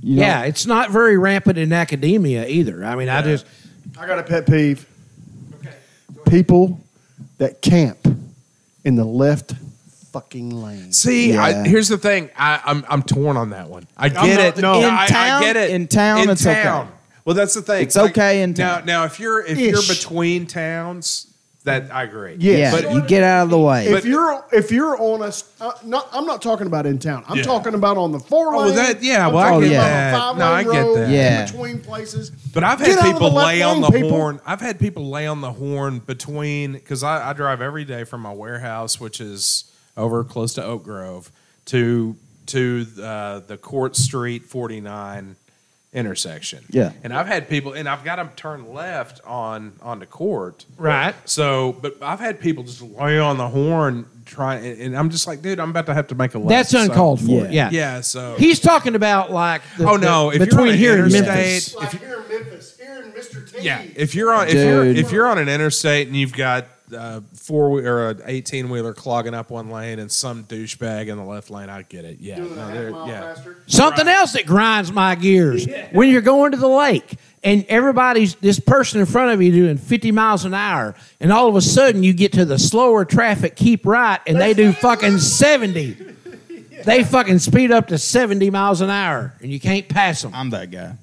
[SPEAKER 6] You know,
[SPEAKER 3] Yeah, it's not very rampant in academia either. I mean, I just
[SPEAKER 7] I got a pet peeve. People that camp in the left fucking lane.
[SPEAKER 1] See,
[SPEAKER 6] Yeah.
[SPEAKER 1] I, here's the thing. I, I'm I'm torn on that one. I get it.
[SPEAKER 7] not- no.
[SPEAKER 1] I-
[SPEAKER 7] In
[SPEAKER 1] I,
[SPEAKER 6] town-
[SPEAKER 1] get it.
[SPEAKER 6] in town, it's okay.
[SPEAKER 1] Well, that's the thing.
[SPEAKER 6] It's okay in town.
[SPEAKER 1] Now, now if you're if
[SPEAKER 6] Ish.
[SPEAKER 1] you're between towns, that I agree.
[SPEAKER 7] Yes.
[SPEAKER 6] yeah,
[SPEAKER 1] but
[SPEAKER 6] you get out of the way.
[SPEAKER 1] But-
[SPEAKER 7] if you're if you're on a, s- uh, not, I'm not talking about in town. I'm
[SPEAKER 1] Yeah.
[SPEAKER 7] talking about on the four
[SPEAKER 1] Oh,
[SPEAKER 7] lane.
[SPEAKER 1] that- yeah,
[SPEAKER 7] I'm
[SPEAKER 1] well, I
[SPEAKER 7] talking
[SPEAKER 6] get
[SPEAKER 7] about
[SPEAKER 1] that.
[SPEAKER 7] on
[SPEAKER 1] No, I
[SPEAKER 7] five-lane
[SPEAKER 1] get
[SPEAKER 7] roads,
[SPEAKER 1] that.
[SPEAKER 6] Yeah.
[SPEAKER 7] in between places.
[SPEAKER 1] But I've
[SPEAKER 7] Get
[SPEAKER 1] had
[SPEAKER 7] out of the
[SPEAKER 1] people
[SPEAKER 7] left
[SPEAKER 1] lay on the
[SPEAKER 7] lane, people.
[SPEAKER 1] horn. I've had people lay on the horn between because I, I drive every day from my warehouse, which is over close to Oak Grove, to to uh, the Court Street forty nine intersection.
[SPEAKER 6] Yeah.
[SPEAKER 1] and I've had people, and I've got them turn left on onto Court.
[SPEAKER 3] right.
[SPEAKER 1] So, but I've had people just lay on the horn trying, and, and I'm just like, dude, I'm about to have to make a left.
[SPEAKER 3] That's
[SPEAKER 1] So-
[SPEAKER 3] uncalled for. Yeah.
[SPEAKER 1] Yeah. So
[SPEAKER 3] He's talking about like the,
[SPEAKER 1] Oh, no,
[SPEAKER 3] the-
[SPEAKER 1] if you're
[SPEAKER 3] between
[SPEAKER 1] on an
[SPEAKER 3] here and
[SPEAKER 1] interstate-
[SPEAKER 3] Memphis.
[SPEAKER 7] Like here in Memphis, here in Mr. T.
[SPEAKER 1] Yeah, if you're on if you're,
[SPEAKER 6] Dude.
[SPEAKER 1] if you're on an interstate and you've got uh, four whe- or an eighteen wheeler clogging up one lane and some douchebag in the left lane, I get it. Yeah,
[SPEAKER 7] doing a
[SPEAKER 1] no,
[SPEAKER 7] half
[SPEAKER 1] they're-
[SPEAKER 7] mile
[SPEAKER 1] yeah.
[SPEAKER 7] faster.
[SPEAKER 3] Something else that grinds my gears when you're going to the lake and everybody's this person in front of you doing 50 miles an hour, and all of a sudden you get to the slower traffic, keep right, and they do fucking *laughs* 70. They fucking speed up to 70 miles an hour, and you can't pass them.
[SPEAKER 6] I'm that guy.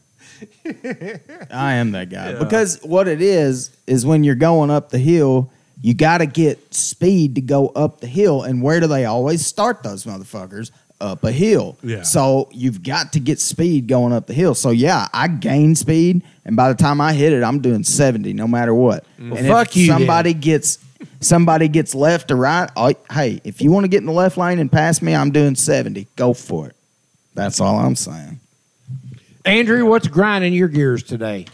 [SPEAKER 6] I am that guy. Because what it is, is when you're going up the hill, you got to get speed to go up the hill. And where do they always start those motherfuckers? Up a hill.
[SPEAKER 1] Yeah.
[SPEAKER 6] So you've got to get speed going up the hill. So yeah, I gain speed. And by the time I hit it, I'm doing 70 no matter what. And
[SPEAKER 3] Mm. fuck
[SPEAKER 6] if
[SPEAKER 3] you,
[SPEAKER 6] Somebody gets. Somebody gets left or right. I, hey, if you want to get in the left lane and pass me, I'm doing 70. Go for it. That's all I'm saying.
[SPEAKER 3] Andrew, what's grinding your gears today?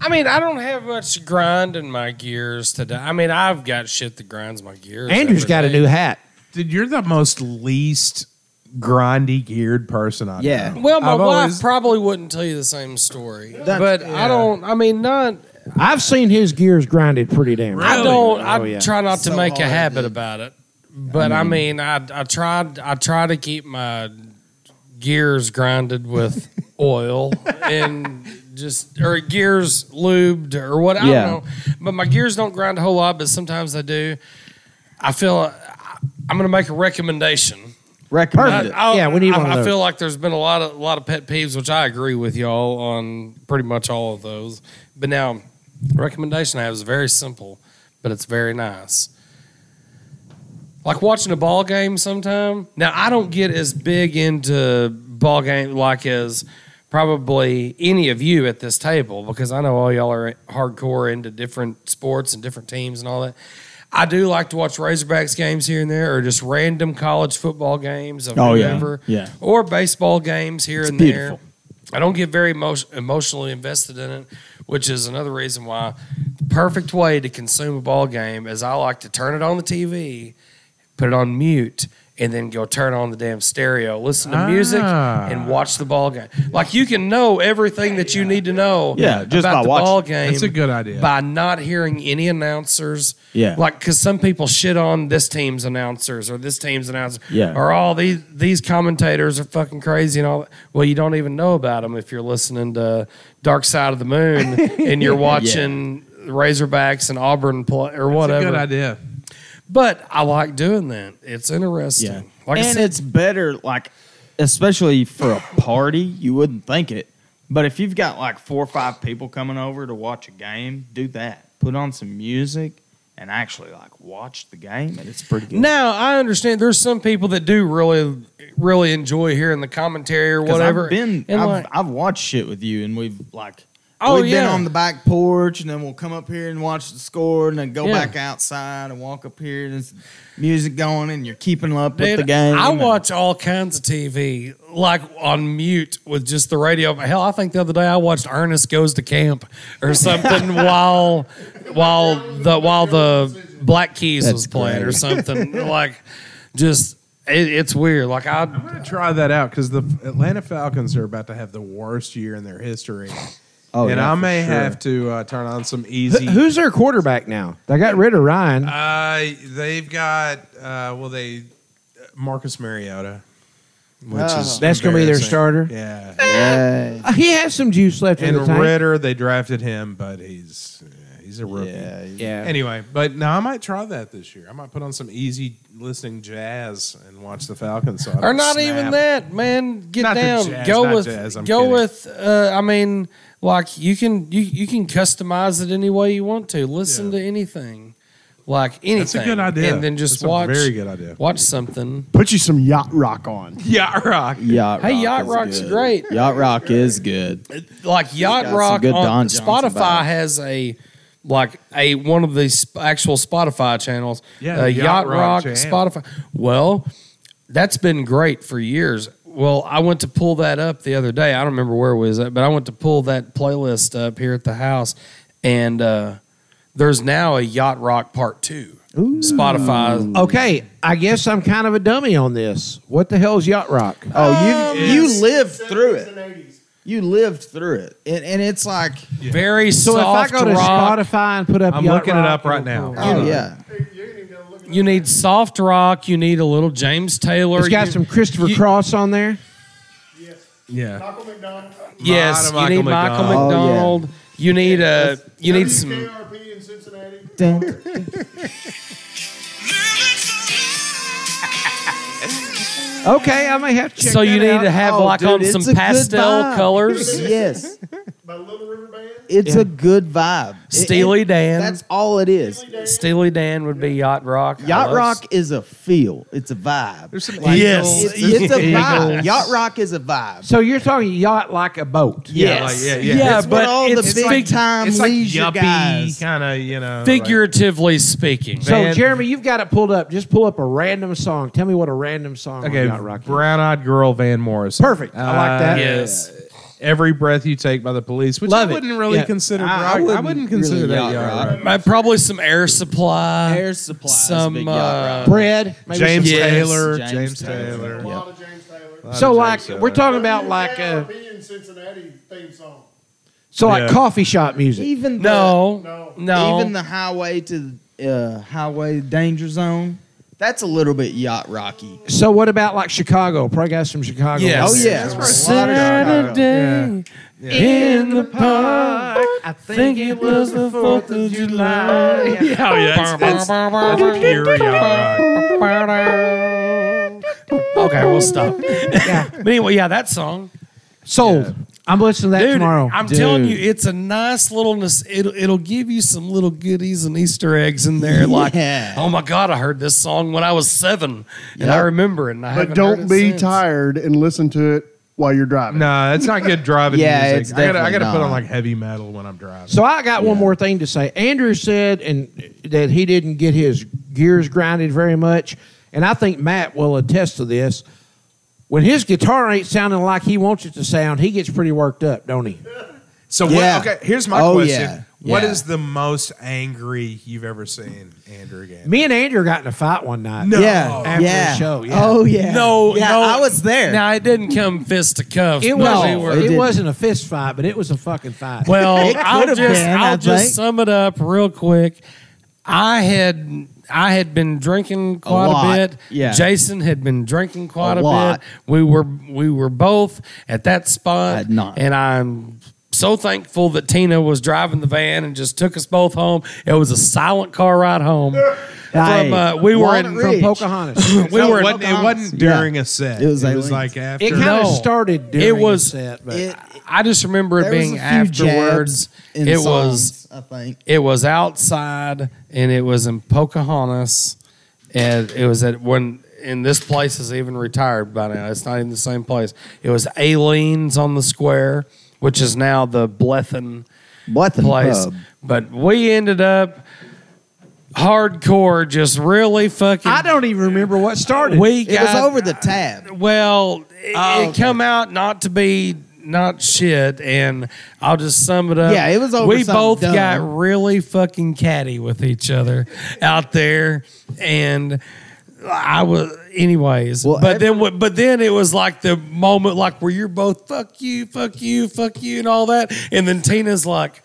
[SPEAKER 4] I mean, I don't have much grind in my gears today. I mean, I've got shit that grinds my gears.
[SPEAKER 3] Andrew's
[SPEAKER 4] every
[SPEAKER 3] got a
[SPEAKER 4] day.
[SPEAKER 3] new hat.
[SPEAKER 1] Dude, you're the most least grindy geared person I
[SPEAKER 6] Yeah.
[SPEAKER 1] know.
[SPEAKER 4] Well, my
[SPEAKER 1] I've
[SPEAKER 4] wife
[SPEAKER 1] always-
[SPEAKER 4] probably wouldn't tell you the same story, but I don't. I mean, not.
[SPEAKER 3] I've seen his gears grinded pretty damn.
[SPEAKER 4] I
[SPEAKER 1] Really?
[SPEAKER 4] don't. I
[SPEAKER 3] Oh, yeah. Mm.
[SPEAKER 4] try not to
[SPEAKER 6] So
[SPEAKER 4] make a
[SPEAKER 6] hard,
[SPEAKER 4] habit
[SPEAKER 6] dude.
[SPEAKER 4] about it, but I mean, I, I tried. I try to keep my gears
[SPEAKER 3] *laughs*
[SPEAKER 4] grinded with oil and just or gears lubed or what. I
[SPEAKER 6] Yeah.
[SPEAKER 4] don't know, but my gears don't grind a whole lot, but sometimes they do. I feel I, I'm going to make a recommendation.
[SPEAKER 6] Recommend
[SPEAKER 4] I,
[SPEAKER 6] it.
[SPEAKER 4] I'll-
[SPEAKER 3] Yeah, we need
[SPEAKER 4] I,
[SPEAKER 3] one of
[SPEAKER 4] I
[SPEAKER 3] those.
[SPEAKER 4] feel like there's been a lot of a lot of pet peeves, which I agree with y'all on pretty much all of those. But now, recommendation I have is very simple, but it's very nice. Like watching a ball game sometime. Now I don't get as big into ball game like as probably any of you at this table because I know all y'all are hardcore into different sports and different teams and all that. I do like to watch Razorbacks games here and there, or just random college football games of
[SPEAKER 6] Oh, yeah.
[SPEAKER 4] whoever,
[SPEAKER 6] Yeah.
[SPEAKER 4] or baseball games here and
[SPEAKER 6] beautiful.
[SPEAKER 4] there. I don't get very emo- emotionally invested in it, which is another reason why the perfect way to consume a ball game is I like to turn it on the TV, put it on mute, and then go turn on the damn stereo, listen to music,
[SPEAKER 1] Ah.
[SPEAKER 4] and watch the ball game. Like you can know everything that you need to know
[SPEAKER 6] Yeah, just
[SPEAKER 4] about
[SPEAKER 6] by
[SPEAKER 4] the
[SPEAKER 6] watching.
[SPEAKER 4] ball game.
[SPEAKER 1] That's a good idea.
[SPEAKER 4] By not hearing any announcers.
[SPEAKER 6] Yeah.
[SPEAKER 4] Like, because some people shit on this team's announcers or this team's announcer.
[SPEAKER 6] Yeah.
[SPEAKER 4] Or all these these commentators are fucking crazy and all. that. Well, you don't even know about them if you're listening to Dark Side of the Moon
[SPEAKER 6] *laughs*
[SPEAKER 4] and you're watching Razorbacks and Auburn play or
[SPEAKER 1] That's a
[SPEAKER 4] whatever.
[SPEAKER 1] good idea.
[SPEAKER 4] But I like doing that. It's interesting.
[SPEAKER 6] Yeah.
[SPEAKER 4] Like
[SPEAKER 6] and
[SPEAKER 4] I said,
[SPEAKER 6] it's better, like, especially for a party, you wouldn't think it. But if you've got like four or five people coming over to watch a game, do that. Put on some music and actually like watch the game, and it's pretty good.
[SPEAKER 4] Now I understand. There's some people that do really, really enjoy hearing the commentary or
[SPEAKER 6] 'Cause
[SPEAKER 4] whatever.
[SPEAKER 6] I've been,
[SPEAKER 4] and
[SPEAKER 6] I've,
[SPEAKER 4] like,
[SPEAKER 6] I've watched shit with you, and we've like,
[SPEAKER 4] Oh,
[SPEAKER 6] we've been
[SPEAKER 4] yeah.
[SPEAKER 6] on the back porch, and then we'll come up here and watch the score, and then go
[SPEAKER 4] Yeah.
[SPEAKER 6] back outside and walk up here, and there's music going, and you're keeping up with
[SPEAKER 4] dude,
[SPEAKER 6] the game.
[SPEAKER 4] I
[SPEAKER 6] and-
[SPEAKER 4] watch all kinds of TV, like on mute with just the radio. Hell, I think the other day I watched
[SPEAKER 6] *laughs*
[SPEAKER 4] Ernest Goes to Camp or something while, while the while the Black Keys was
[SPEAKER 6] That's
[SPEAKER 4] playing or
[SPEAKER 6] great.
[SPEAKER 4] something.
[SPEAKER 6] *laughs*
[SPEAKER 4] like, just it, it's weird. Like I,
[SPEAKER 1] I'm gonna try that out because the Atlanta Falcons are about to have the worst year in their history,
[SPEAKER 6] Oh,
[SPEAKER 1] and
[SPEAKER 6] yeah,
[SPEAKER 1] I
[SPEAKER 6] for
[SPEAKER 1] may
[SPEAKER 6] sure.
[SPEAKER 1] have to uh, turn on some
[SPEAKER 3] Who-
[SPEAKER 1] easy.
[SPEAKER 3] Who's their quarterback now? They got rid of Ryan.
[SPEAKER 1] Uh, they've got uh, well, they Marcus Mariota, which is
[SPEAKER 3] That's gonna be their
[SPEAKER 1] embarrassing.
[SPEAKER 3] starter?
[SPEAKER 1] Yeah,
[SPEAKER 6] Yeah.
[SPEAKER 3] Uh, he has some juice left in the
[SPEAKER 1] and
[SPEAKER 3] tank.
[SPEAKER 1] Ritter, they drafted him, but he's yeah, he's a rookie.
[SPEAKER 3] yeah.
[SPEAKER 1] Anyway, but now I might try that this year. I might put on some easy listening jazz and watch the Falcons. So I
[SPEAKER 4] or
[SPEAKER 1] don't
[SPEAKER 4] not
[SPEAKER 1] snap.
[SPEAKER 4] even that, man. Get
[SPEAKER 1] Not the
[SPEAKER 4] down.
[SPEAKER 1] jazz,
[SPEAKER 4] go
[SPEAKER 1] not
[SPEAKER 4] with
[SPEAKER 1] jazz, I'm
[SPEAKER 4] go
[SPEAKER 1] kidding.
[SPEAKER 4] with. Uh, I mean, like you can you you can customize it any way you want to. Listen
[SPEAKER 1] Yeah.
[SPEAKER 4] to anything, like anything.
[SPEAKER 1] That's a good idea.
[SPEAKER 4] And then just
[SPEAKER 1] That's a
[SPEAKER 4] watch.
[SPEAKER 1] very good idea.
[SPEAKER 4] Watch something.
[SPEAKER 7] Put you some yacht rock on.
[SPEAKER 1] Yeah, rock.
[SPEAKER 6] Yacht
[SPEAKER 4] Hey, Yacht
[SPEAKER 6] is
[SPEAKER 4] Rock's
[SPEAKER 6] good.
[SPEAKER 4] great.
[SPEAKER 6] Yacht Rock is good.
[SPEAKER 4] Like Yacht
[SPEAKER 6] got some
[SPEAKER 4] Rock
[SPEAKER 6] good
[SPEAKER 4] on
[SPEAKER 6] Don Johnson
[SPEAKER 4] Spotify
[SPEAKER 6] vibes.
[SPEAKER 4] has a like a one of the sp- actual Spotify channels.
[SPEAKER 1] Yeah,
[SPEAKER 4] uh,
[SPEAKER 1] the
[SPEAKER 4] Yacht,
[SPEAKER 1] Yacht Rock
[SPEAKER 4] Rock,
[SPEAKER 1] channel.
[SPEAKER 4] Spotify. Well, that's been great for years. Well, I went to pull that up the other day. I don't remember where it was at, but I went to pull that playlist up here at the house, and uh, there's now a Yacht Rock Part Two. Spotify.
[SPEAKER 3] Okay, I guess I'm kind of a dummy on this. What the hell's Yacht Rock?
[SPEAKER 6] Oh,
[SPEAKER 4] Um,
[SPEAKER 6] you
[SPEAKER 1] it's-
[SPEAKER 6] you lived through it. You lived through it, and, and it's like,
[SPEAKER 4] Very
[SPEAKER 3] So
[SPEAKER 4] soft
[SPEAKER 3] if I go to
[SPEAKER 4] rock.
[SPEAKER 3] Spotify and put up,
[SPEAKER 1] I'm
[SPEAKER 3] Yacht
[SPEAKER 1] looking it
[SPEAKER 3] Rock,
[SPEAKER 1] up right
[SPEAKER 3] it'll-
[SPEAKER 1] now.
[SPEAKER 6] oh yeah,
[SPEAKER 4] you need soft rock. You need a little James Taylor.
[SPEAKER 3] It's got
[SPEAKER 4] You-
[SPEAKER 3] some Christopher
[SPEAKER 4] you-
[SPEAKER 3] Cross on there.
[SPEAKER 1] Yeah.
[SPEAKER 4] Yes,
[SPEAKER 1] Michael
[SPEAKER 4] you
[SPEAKER 1] McDonald.
[SPEAKER 4] need Michael
[SPEAKER 6] Oh, yeah.
[SPEAKER 4] McDonald. You need a. You need some.
[SPEAKER 7] in Cincinnati.
[SPEAKER 3] Okay, I may have to check
[SPEAKER 4] So you
[SPEAKER 3] that
[SPEAKER 4] need
[SPEAKER 3] out.
[SPEAKER 4] to have
[SPEAKER 6] Oh,
[SPEAKER 4] like
[SPEAKER 6] dude,
[SPEAKER 4] on
[SPEAKER 6] it's
[SPEAKER 4] some
[SPEAKER 6] a good
[SPEAKER 4] pastel
[SPEAKER 6] vibe.
[SPEAKER 4] colors.
[SPEAKER 6] yes,
[SPEAKER 7] By Little River Band.
[SPEAKER 6] it's a good vibe. It-
[SPEAKER 4] Steely
[SPEAKER 6] it-
[SPEAKER 4] Dan.
[SPEAKER 6] That's all it is.
[SPEAKER 4] Steely Dan would be yacht rock. I
[SPEAKER 6] Yacht
[SPEAKER 4] love-
[SPEAKER 6] Rock is a feel. It's a vibe. There's some
[SPEAKER 4] Yes.
[SPEAKER 6] It's, it's a vibe. Yacht Rock is a vibe.
[SPEAKER 3] So you're talking yacht like a boat.
[SPEAKER 6] Yes.
[SPEAKER 1] Yeah, like, yeah,
[SPEAKER 4] Yeah,
[SPEAKER 1] yeah.
[SPEAKER 6] It's what
[SPEAKER 4] but
[SPEAKER 6] all
[SPEAKER 4] it's
[SPEAKER 6] the big
[SPEAKER 4] fig-
[SPEAKER 6] time
[SPEAKER 1] It's like
[SPEAKER 6] leisure
[SPEAKER 1] yuppie
[SPEAKER 6] guys.
[SPEAKER 1] kind of, you know. like-
[SPEAKER 4] figuratively speaking.
[SPEAKER 3] So
[SPEAKER 1] Man.
[SPEAKER 3] Jeremy, you've got it pulled up. Just pull up a random song. Tell me what a random song on
[SPEAKER 1] okay,
[SPEAKER 3] Yacht Rock is.
[SPEAKER 1] brown-eyed girl Van Morrison.
[SPEAKER 3] Perfect. I like that.
[SPEAKER 1] Uh,
[SPEAKER 4] yes.
[SPEAKER 1] Every breath you take by the police, which
[SPEAKER 3] Love
[SPEAKER 1] I
[SPEAKER 3] it.
[SPEAKER 1] wouldn't really
[SPEAKER 3] Yeah.
[SPEAKER 1] consider.
[SPEAKER 6] I- I
[SPEAKER 1] rock. I wouldn't,
[SPEAKER 6] wouldn't
[SPEAKER 1] consider
[SPEAKER 6] really
[SPEAKER 1] that
[SPEAKER 6] yacht
[SPEAKER 1] yacht
[SPEAKER 6] rock.
[SPEAKER 1] rock.
[SPEAKER 4] Uh, probably some air supply.
[SPEAKER 6] Air supply. is
[SPEAKER 4] Some,
[SPEAKER 6] big yacht
[SPEAKER 4] uh,
[SPEAKER 6] rock.
[SPEAKER 3] Bread. maybe
[SPEAKER 1] James
[SPEAKER 4] Yes,
[SPEAKER 1] Taylor. James,
[SPEAKER 6] James
[SPEAKER 1] Taylor.
[SPEAKER 6] Taylor. Yeah.
[SPEAKER 7] of James Taylor.
[SPEAKER 3] some- So
[SPEAKER 1] James
[SPEAKER 3] like
[SPEAKER 1] Taylor.
[SPEAKER 3] we're talking about like uh,
[SPEAKER 7] in Cincinnati theme song.
[SPEAKER 3] so like
[SPEAKER 1] Yeah.
[SPEAKER 3] coffee shop music.
[SPEAKER 6] Even the,
[SPEAKER 4] no, no.
[SPEAKER 6] even the highway to uh, highway danger zone. That's a little bit yacht rocky.
[SPEAKER 3] So what about like Chicago? Probably got some Chicago.
[SPEAKER 4] Yes.
[SPEAKER 6] Oh
[SPEAKER 3] music.
[SPEAKER 6] yeah,
[SPEAKER 4] Saturday in the park.
[SPEAKER 3] I think it was the Fourth of July.
[SPEAKER 4] Yeah, yeah. It's,
[SPEAKER 1] That's pure yacht rock.
[SPEAKER 4] okay, we'll stop. But anyway, yeah, that song.
[SPEAKER 3] Sold. I'm listening to that
[SPEAKER 4] Dude,
[SPEAKER 3] tomorrow.
[SPEAKER 4] I'm telling you,
[SPEAKER 6] Dude.
[SPEAKER 4] it's a nice little. nos- It'll, it'll give you some little goodies and Easter eggs in there. Like,
[SPEAKER 6] Yeah.
[SPEAKER 4] oh my God, I heard this song when I was seven, and I
[SPEAKER 6] Yep.
[SPEAKER 4] remember it. And I
[SPEAKER 7] But
[SPEAKER 4] haven't
[SPEAKER 7] don't
[SPEAKER 4] heard it
[SPEAKER 7] be
[SPEAKER 4] since.
[SPEAKER 7] tired and listen to it while you're driving.
[SPEAKER 1] No, that's not good driving
[SPEAKER 6] Yeah,
[SPEAKER 1] music.
[SPEAKER 6] it's
[SPEAKER 1] I gotta, I
[SPEAKER 6] definitely
[SPEAKER 1] gotta put on
[SPEAKER 6] not.
[SPEAKER 1] like heavy metal when I'm driving.
[SPEAKER 3] So I got one more thing to say. Andrew said and that he didn't get his gears grinded very much, and I think Matt will attest to this. When his guitar ain't sounding like he wants it to sound, he gets pretty worked up, don't he?
[SPEAKER 1] So
[SPEAKER 6] Yeah.
[SPEAKER 1] what? Okay, here's my
[SPEAKER 6] Oh,
[SPEAKER 1] question.
[SPEAKER 6] yeah.
[SPEAKER 1] What
[SPEAKER 6] Yeah.
[SPEAKER 1] is the most angry you've ever seen Andrew Gaines?
[SPEAKER 3] Me and Andrew got in a fight one night.
[SPEAKER 1] No.
[SPEAKER 6] Yeah,
[SPEAKER 3] After
[SPEAKER 6] yeah.
[SPEAKER 3] the show, yeah.
[SPEAKER 6] Oh yeah.
[SPEAKER 4] No,
[SPEAKER 6] yeah,
[SPEAKER 4] no.
[SPEAKER 6] I was there.
[SPEAKER 4] Now it didn't come fist to cuff.
[SPEAKER 3] It
[SPEAKER 4] but
[SPEAKER 3] was.
[SPEAKER 4] we were-
[SPEAKER 6] it
[SPEAKER 3] it
[SPEAKER 6] didn't.
[SPEAKER 3] wasn't a fist fight, but it was a fucking fight.
[SPEAKER 4] Well,
[SPEAKER 6] It
[SPEAKER 4] I'll
[SPEAKER 6] could've
[SPEAKER 4] just
[SPEAKER 6] been,
[SPEAKER 4] I'll
[SPEAKER 6] I
[SPEAKER 4] just
[SPEAKER 6] think.
[SPEAKER 4] sum it up real quick. I had I had been drinking quite a,
[SPEAKER 6] lot,
[SPEAKER 4] bit.
[SPEAKER 6] yeah.
[SPEAKER 4] Jason had been drinking quite a,
[SPEAKER 6] lot.
[SPEAKER 4] bit. We were we were both at that spot.
[SPEAKER 6] I had not.
[SPEAKER 4] And I'm so thankful that Tina was driving the van and just took us both home. It was a silent car ride home.
[SPEAKER 6] *laughs* Hey,
[SPEAKER 4] from, uh, we were
[SPEAKER 6] Walnut
[SPEAKER 4] in
[SPEAKER 6] Ridge.
[SPEAKER 3] from
[SPEAKER 4] *laughs*
[SPEAKER 3] Pocahontas.
[SPEAKER 4] we
[SPEAKER 1] No,
[SPEAKER 4] were
[SPEAKER 1] it
[SPEAKER 4] in-
[SPEAKER 1] wasn't, it wasn't
[SPEAKER 6] Yeah.
[SPEAKER 1] during a set.
[SPEAKER 6] It was
[SPEAKER 1] it
[SPEAKER 6] like-
[SPEAKER 1] was like after.
[SPEAKER 3] it kind of
[SPEAKER 4] No.
[SPEAKER 3] started during
[SPEAKER 4] It was-
[SPEAKER 3] the set, but
[SPEAKER 6] It-
[SPEAKER 4] I just remember it
[SPEAKER 6] there was
[SPEAKER 4] being
[SPEAKER 6] a few jabs
[SPEAKER 4] afterwards.
[SPEAKER 6] in
[SPEAKER 4] It
[SPEAKER 6] songs,
[SPEAKER 4] was
[SPEAKER 6] I think.
[SPEAKER 4] it was outside and it was in Pocahontas and it was at when and this place is even retired by now. It's not even the same place. It was Aileen's on the square, which is now the Blethyn
[SPEAKER 6] What the
[SPEAKER 4] place.
[SPEAKER 6] pub?
[SPEAKER 4] But we ended up hardcore, just really fucking.
[SPEAKER 3] I don't even remember what started.
[SPEAKER 4] We
[SPEAKER 6] It was
[SPEAKER 4] got-
[SPEAKER 6] over the tab.
[SPEAKER 4] Well, it, it come out not to be not shit. And I'll just sum it up.
[SPEAKER 6] Yeah, it was over
[SPEAKER 4] We
[SPEAKER 6] something
[SPEAKER 4] both
[SPEAKER 6] dumb.
[SPEAKER 4] got really fucking catty with each other out there, and I was, anyways.
[SPEAKER 6] Well,
[SPEAKER 4] but
[SPEAKER 6] ev-
[SPEAKER 4] then, what- but then it was like the moment, like where you're both fuck you, fuck you, fuck you, and all that, and then Tina's like.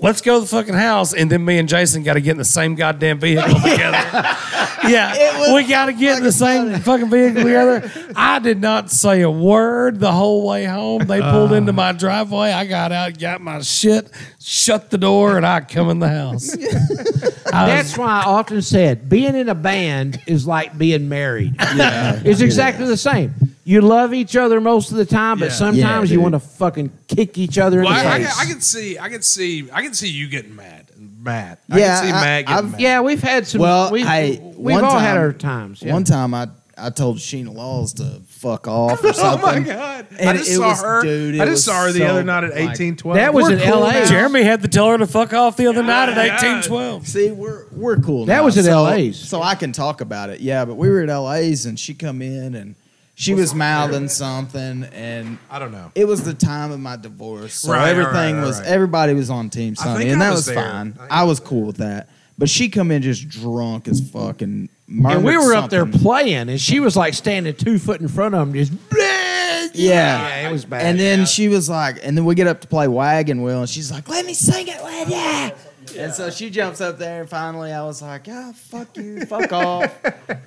[SPEAKER 4] Let's go to the fucking house, and then me and Jason got to get in the same
[SPEAKER 6] *laughs*
[SPEAKER 4] goddamn vehicle together.
[SPEAKER 6] It was
[SPEAKER 4] Yeah, we got to get in the same fucking vehicle together. I did not say a word the whole way home. They pulled into my driveway. I got out, got my shit, shut the door, and I come in the house. I was-
[SPEAKER 3] That's why I often said being in a band is like being married. It's exactly the same. You love each other most of the time, but
[SPEAKER 1] Yeah.
[SPEAKER 3] sometimes
[SPEAKER 6] Yeah,
[SPEAKER 3] you
[SPEAKER 6] dude.
[SPEAKER 3] want to fucking kick each other in
[SPEAKER 1] Well,
[SPEAKER 3] the
[SPEAKER 1] I, I,
[SPEAKER 3] face.
[SPEAKER 1] can- I can see, I can see, I can see you getting mad, Matt. I
[SPEAKER 6] Yeah,
[SPEAKER 1] can see
[SPEAKER 6] I-
[SPEAKER 1] Matt getting
[SPEAKER 6] I've-
[SPEAKER 1] mad.
[SPEAKER 3] yeah, we've had some.
[SPEAKER 6] Well,
[SPEAKER 3] we've,
[SPEAKER 6] hey,
[SPEAKER 3] we've
[SPEAKER 6] one
[SPEAKER 3] all had
[SPEAKER 6] time-
[SPEAKER 3] our times. yeah.
[SPEAKER 6] One time I I told Sheena Laws to fuck off or
[SPEAKER 1] Oh
[SPEAKER 6] something.
[SPEAKER 1] my god! I
[SPEAKER 6] And
[SPEAKER 1] just
[SPEAKER 6] it
[SPEAKER 1] saw
[SPEAKER 6] was-
[SPEAKER 1] her.
[SPEAKER 6] dude, it
[SPEAKER 1] I just
[SPEAKER 6] was
[SPEAKER 1] saw her the
[SPEAKER 6] so,
[SPEAKER 1] other night at
[SPEAKER 6] like-
[SPEAKER 1] eighteen twelve.
[SPEAKER 3] that was in L.A.
[SPEAKER 4] Jeremy had to tell her to fuck off the other night at eighteen
[SPEAKER 6] *laughs*
[SPEAKER 4] twelve.
[SPEAKER 6] See, we're we're cool.
[SPEAKER 3] That
[SPEAKER 6] now,
[SPEAKER 3] was at
[SPEAKER 6] so-
[SPEAKER 3] LA's.
[SPEAKER 6] so I can talk about it. Yeah, but we were at LA's, and she come in and she was mouthing something, and
[SPEAKER 1] I don't know.
[SPEAKER 6] it was the time of my divorce, so
[SPEAKER 1] Right, right,
[SPEAKER 6] everything
[SPEAKER 1] right,
[SPEAKER 6] was
[SPEAKER 1] right.
[SPEAKER 6] everybody was on Team
[SPEAKER 1] I
[SPEAKER 6] Sunny,
[SPEAKER 1] think
[SPEAKER 6] and
[SPEAKER 1] I
[SPEAKER 6] that
[SPEAKER 1] was
[SPEAKER 6] was,
[SPEAKER 1] there.
[SPEAKER 6] fine.
[SPEAKER 1] I think
[SPEAKER 6] I, was cool with that. But she come in just drunk as fucking.
[SPEAKER 3] and we
[SPEAKER 6] murmured
[SPEAKER 3] were up there
[SPEAKER 6] something.
[SPEAKER 3] playing, and she was like standing two foot in front of him, just
[SPEAKER 6] Yeah.
[SPEAKER 3] Yeah, it was bad.
[SPEAKER 6] And then she was like, and then we get up to play Wagon Wheel, and she's like, let me sing it, lad, yeah. And so she jumps up there, and finally I was like, ah, fuck you,
[SPEAKER 1] *laughs*
[SPEAKER 6] fuck off.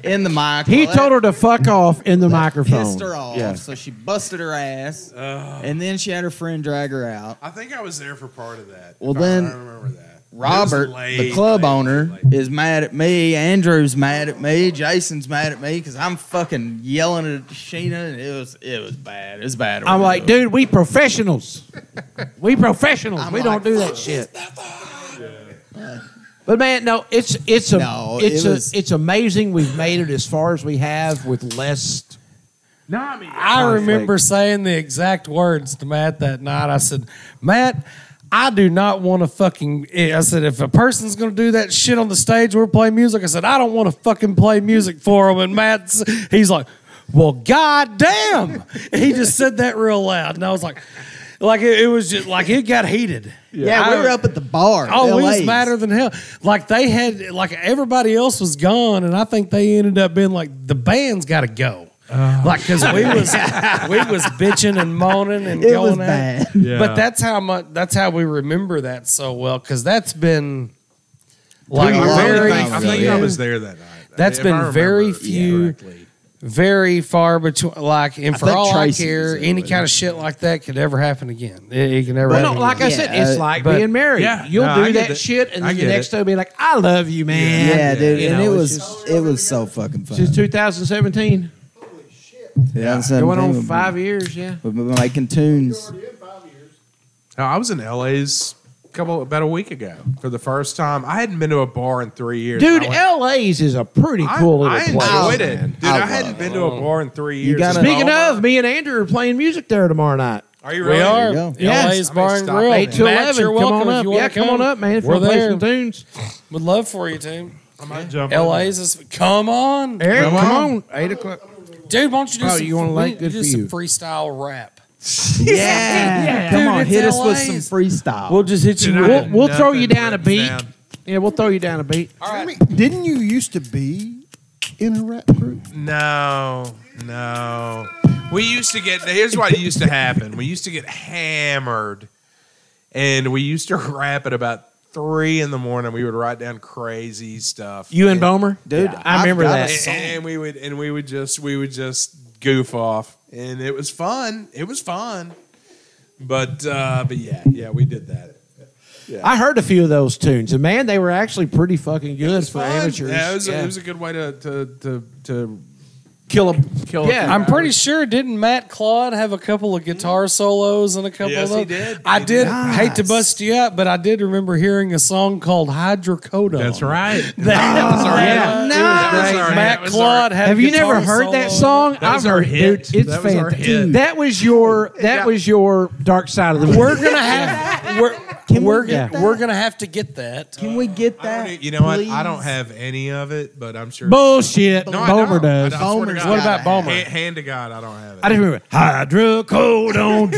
[SPEAKER 6] In the mic.
[SPEAKER 3] he
[SPEAKER 6] Well,
[SPEAKER 3] told her to fuck off in the
[SPEAKER 6] that
[SPEAKER 3] microphone.
[SPEAKER 6] Pissed her off,
[SPEAKER 3] Yeah.
[SPEAKER 6] so she busted her ass, and then she had her friend drag her out.
[SPEAKER 1] I think I was there for part of that.
[SPEAKER 6] Well,
[SPEAKER 1] If I-
[SPEAKER 6] then,
[SPEAKER 1] I remember that. It was
[SPEAKER 6] Robert, the
[SPEAKER 1] late,
[SPEAKER 6] club
[SPEAKER 1] late,
[SPEAKER 6] owner,
[SPEAKER 1] late, late.
[SPEAKER 6] is mad at me. Andrew's mad at me. Jason's mad at me because I'm fucking yelling at Sheena. And it was it was bad. It was bad.
[SPEAKER 3] I'm like, dude, we professionals.
[SPEAKER 6] *laughs*
[SPEAKER 3] we professionals.
[SPEAKER 6] I'm
[SPEAKER 3] we
[SPEAKER 6] like,
[SPEAKER 3] don't do that shit. But man, no, it's it's a
[SPEAKER 6] No,
[SPEAKER 3] it's
[SPEAKER 6] it
[SPEAKER 3] a,
[SPEAKER 6] was-
[SPEAKER 3] it's amazing we've made it as far as we have with less.
[SPEAKER 4] I remember saying the exact words to Matt that night. I said, Matt, I do not want to fucking. eh," I said, if a person's going to do that shit on the stage, we're playing music. I said, I don't want to fucking play music for him. And Matt's, he's like, well, goddamn. he just said that real loud. And I was like, like it, it was just like it got heated.
[SPEAKER 6] Yeah, we were up at the bar.
[SPEAKER 4] Oh, we was
[SPEAKER 6] LA's.
[SPEAKER 4] madder than hell. Like they had, like everybody else was gone, and I think they ended up being like the band's got to go.
[SPEAKER 1] Uh-huh.
[SPEAKER 4] like because
[SPEAKER 1] *laughs*
[SPEAKER 4] we was we was bitching and moaning and
[SPEAKER 6] It
[SPEAKER 4] going
[SPEAKER 6] was
[SPEAKER 4] out.
[SPEAKER 6] bad.
[SPEAKER 4] *laughs*
[SPEAKER 1] Yeah.
[SPEAKER 4] But that's how much that's how we remember that so well because that's been like
[SPEAKER 1] I,
[SPEAKER 6] long
[SPEAKER 1] very,
[SPEAKER 4] very
[SPEAKER 6] time
[SPEAKER 1] I think
[SPEAKER 4] few-
[SPEAKER 1] I was there that night.
[SPEAKER 4] That's
[SPEAKER 1] If
[SPEAKER 4] been
[SPEAKER 1] I remember
[SPEAKER 4] very few-
[SPEAKER 1] correctly.
[SPEAKER 4] very far between. Like and for
[SPEAKER 6] think
[SPEAKER 4] all
[SPEAKER 6] Tracy
[SPEAKER 4] I
[SPEAKER 6] was
[SPEAKER 4] care,
[SPEAKER 6] there,
[SPEAKER 4] any
[SPEAKER 6] wasn't
[SPEAKER 4] kind of shit like that could ever happen again. It, it can never.
[SPEAKER 3] Well,
[SPEAKER 4] happen
[SPEAKER 3] no, like I
[SPEAKER 4] again.
[SPEAKER 3] said,
[SPEAKER 6] Yeah,
[SPEAKER 3] it's
[SPEAKER 6] uh,
[SPEAKER 3] like
[SPEAKER 4] but-
[SPEAKER 3] being married.
[SPEAKER 1] Yeah,
[SPEAKER 3] You'll
[SPEAKER 1] no, I
[SPEAKER 3] do
[SPEAKER 1] get
[SPEAKER 3] that
[SPEAKER 1] it.
[SPEAKER 3] shit, and
[SPEAKER 1] I
[SPEAKER 3] then the
[SPEAKER 1] get
[SPEAKER 3] next
[SPEAKER 1] it.
[SPEAKER 3] day be like, "I love you, man."
[SPEAKER 6] Yeah, dude,
[SPEAKER 3] You
[SPEAKER 6] and
[SPEAKER 3] know,
[SPEAKER 6] it
[SPEAKER 3] it's
[SPEAKER 6] was
[SPEAKER 3] just-
[SPEAKER 6] it was so fucking fun.
[SPEAKER 3] since 2017,
[SPEAKER 6] yeah,
[SPEAKER 3] going on five years. Yeah,
[SPEAKER 6] We've been making tunes.
[SPEAKER 1] No, I was in LA's couple about a week ago for the first time. I hadn't been to a bar in three years.
[SPEAKER 3] dude,
[SPEAKER 1] I went-
[SPEAKER 3] LA's is a pretty
[SPEAKER 1] I-
[SPEAKER 3] cool little
[SPEAKER 1] I
[SPEAKER 3] place.
[SPEAKER 1] enjoyed it,
[SPEAKER 6] man.
[SPEAKER 1] dude.
[SPEAKER 6] I
[SPEAKER 1] I,
[SPEAKER 6] love
[SPEAKER 1] hadn't
[SPEAKER 6] it.
[SPEAKER 1] been to a bar in three
[SPEAKER 6] You
[SPEAKER 1] years.
[SPEAKER 6] gotta-
[SPEAKER 1] It's
[SPEAKER 3] Speaking
[SPEAKER 1] all-
[SPEAKER 3] of, me and Andrew are playing music there tomorrow night.
[SPEAKER 1] are you
[SPEAKER 4] We
[SPEAKER 1] really?
[SPEAKER 4] are
[SPEAKER 6] go.
[SPEAKER 4] LA's
[SPEAKER 1] I'm
[SPEAKER 4] Bar and
[SPEAKER 1] excited.
[SPEAKER 4] Grill.
[SPEAKER 1] Eight
[SPEAKER 3] Eight to
[SPEAKER 4] Oh, Matt,
[SPEAKER 3] eleven.
[SPEAKER 4] you're
[SPEAKER 3] Come
[SPEAKER 4] welcome
[SPEAKER 3] on
[SPEAKER 4] if
[SPEAKER 3] up.
[SPEAKER 4] you wanna
[SPEAKER 3] yeah, come. on up, man. If you
[SPEAKER 4] We're
[SPEAKER 3] wanna play
[SPEAKER 4] there.
[SPEAKER 3] some tunes.
[SPEAKER 4] Would love for you too.
[SPEAKER 1] I might jump. on it.
[SPEAKER 4] LA's is come on,
[SPEAKER 3] Eric,
[SPEAKER 1] Come
[SPEAKER 3] come,
[SPEAKER 1] on.
[SPEAKER 3] on. Eight o'clock.
[SPEAKER 4] dude. Why don't you do
[SPEAKER 3] Oh,
[SPEAKER 4] some?
[SPEAKER 3] you wanna
[SPEAKER 4] we
[SPEAKER 3] like-
[SPEAKER 4] need
[SPEAKER 3] good
[SPEAKER 4] do
[SPEAKER 3] for
[SPEAKER 4] some
[SPEAKER 3] you.
[SPEAKER 4] freestyle rap.
[SPEAKER 6] Yeah,
[SPEAKER 4] Dude,
[SPEAKER 6] come on,
[SPEAKER 4] it's
[SPEAKER 6] hit us with some
[SPEAKER 4] LA's.
[SPEAKER 6] freestyle.
[SPEAKER 4] just hit
[SPEAKER 1] Dude, I
[SPEAKER 3] We'll,
[SPEAKER 1] had
[SPEAKER 3] we'll throw
[SPEAKER 1] nothing
[SPEAKER 3] you down a
[SPEAKER 1] written
[SPEAKER 3] beat.
[SPEAKER 1] down.
[SPEAKER 3] Yeah, we'll throw you down a beat.
[SPEAKER 7] Didn't you used to be in a rap group?
[SPEAKER 1] No, no. We used to get. Here's what used to happen. We used to get hammered, and we used to *laughs* rap at about three in the morning. We would write down crazy stuff.
[SPEAKER 3] You and Bomer,
[SPEAKER 6] Dude,
[SPEAKER 3] I
[SPEAKER 6] I've
[SPEAKER 3] remember
[SPEAKER 6] got
[SPEAKER 3] that.
[SPEAKER 6] a
[SPEAKER 1] and, and we would and we would just we would just goof off, and it was fun. It was fun. But uh, but yeah, yeah, we did that.
[SPEAKER 3] I heard a few of those tunes, and man, they were actually pretty fucking good for
[SPEAKER 1] Fun.
[SPEAKER 3] amateurs.
[SPEAKER 1] Yeah, it was, A,
[SPEAKER 3] Yeah.
[SPEAKER 1] it was a good way to to to, to
[SPEAKER 3] kill 'em.
[SPEAKER 1] kill. a
[SPEAKER 3] Yeah.
[SPEAKER 1] few
[SPEAKER 4] I'm pretty
[SPEAKER 1] hours.
[SPEAKER 4] sure didn't Matt Claude have a couple of guitar solos and a couple
[SPEAKER 1] Yes,
[SPEAKER 4] of
[SPEAKER 1] he
[SPEAKER 4] those?
[SPEAKER 1] did.
[SPEAKER 4] I
[SPEAKER 1] He
[SPEAKER 4] did
[SPEAKER 1] did.
[SPEAKER 4] hate to bust you up, but I did remember hearing a song called Hydrocodone.
[SPEAKER 1] That's right.
[SPEAKER 4] *laughs* That was our
[SPEAKER 3] yeah.
[SPEAKER 4] hit.
[SPEAKER 3] No.
[SPEAKER 1] That
[SPEAKER 4] That was
[SPEAKER 1] was
[SPEAKER 4] our-
[SPEAKER 1] our- that
[SPEAKER 4] Matt
[SPEAKER 1] was
[SPEAKER 4] Claude had
[SPEAKER 3] Have
[SPEAKER 4] a
[SPEAKER 3] you never
[SPEAKER 4] guitar
[SPEAKER 3] heard that
[SPEAKER 4] solo.
[SPEAKER 3] song?
[SPEAKER 1] That was
[SPEAKER 3] I've
[SPEAKER 1] our
[SPEAKER 3] heard-
[SPEAKER 1] hit.
[SPEAKER 3] Dude, it's
[SPEAKER 1] That was our
[SPEAKER 3] fantastic.
[SPEAKER 1] hit.
[SPEAKER 3] That was your that
[SPEAKER 1] Yeah.
[SPEAKER 3] was your dark side of the.
[SPEAKER 4] We're gonna have. We're,
[SPEAKER 3] Can
[SPEAKER 4] we're
[SPEAKER 3] we
[SPEAKER 4] gonna-
[SPEAKER 3] get that?
[SPEAKER 4] we're gonna have to get that.
[SPEAKER 6] Can we get
[SPEAKER 1] I
[SPEAKER 6] that?
[SPEAKER 1] don't e- you know what? I don't
[SPEAKER 6] please?
[SPEAKER 1] have any of it, but I'm sure.
[SPEAKER 3] Bullshit.
[SPEAKER 1] No, I don't.
[SPEAKER 3] Bomber does.
[SPEAKER 1] I, I swear to
[SPEAKER 6] Bomer's
[SPEAKER 1] God.
[SPEAKER 6] What about
[SPEAKER 1] Bomber? Hand, hand to God, I don't have it.
[SPEAKER 3] I just remember hydrocodone.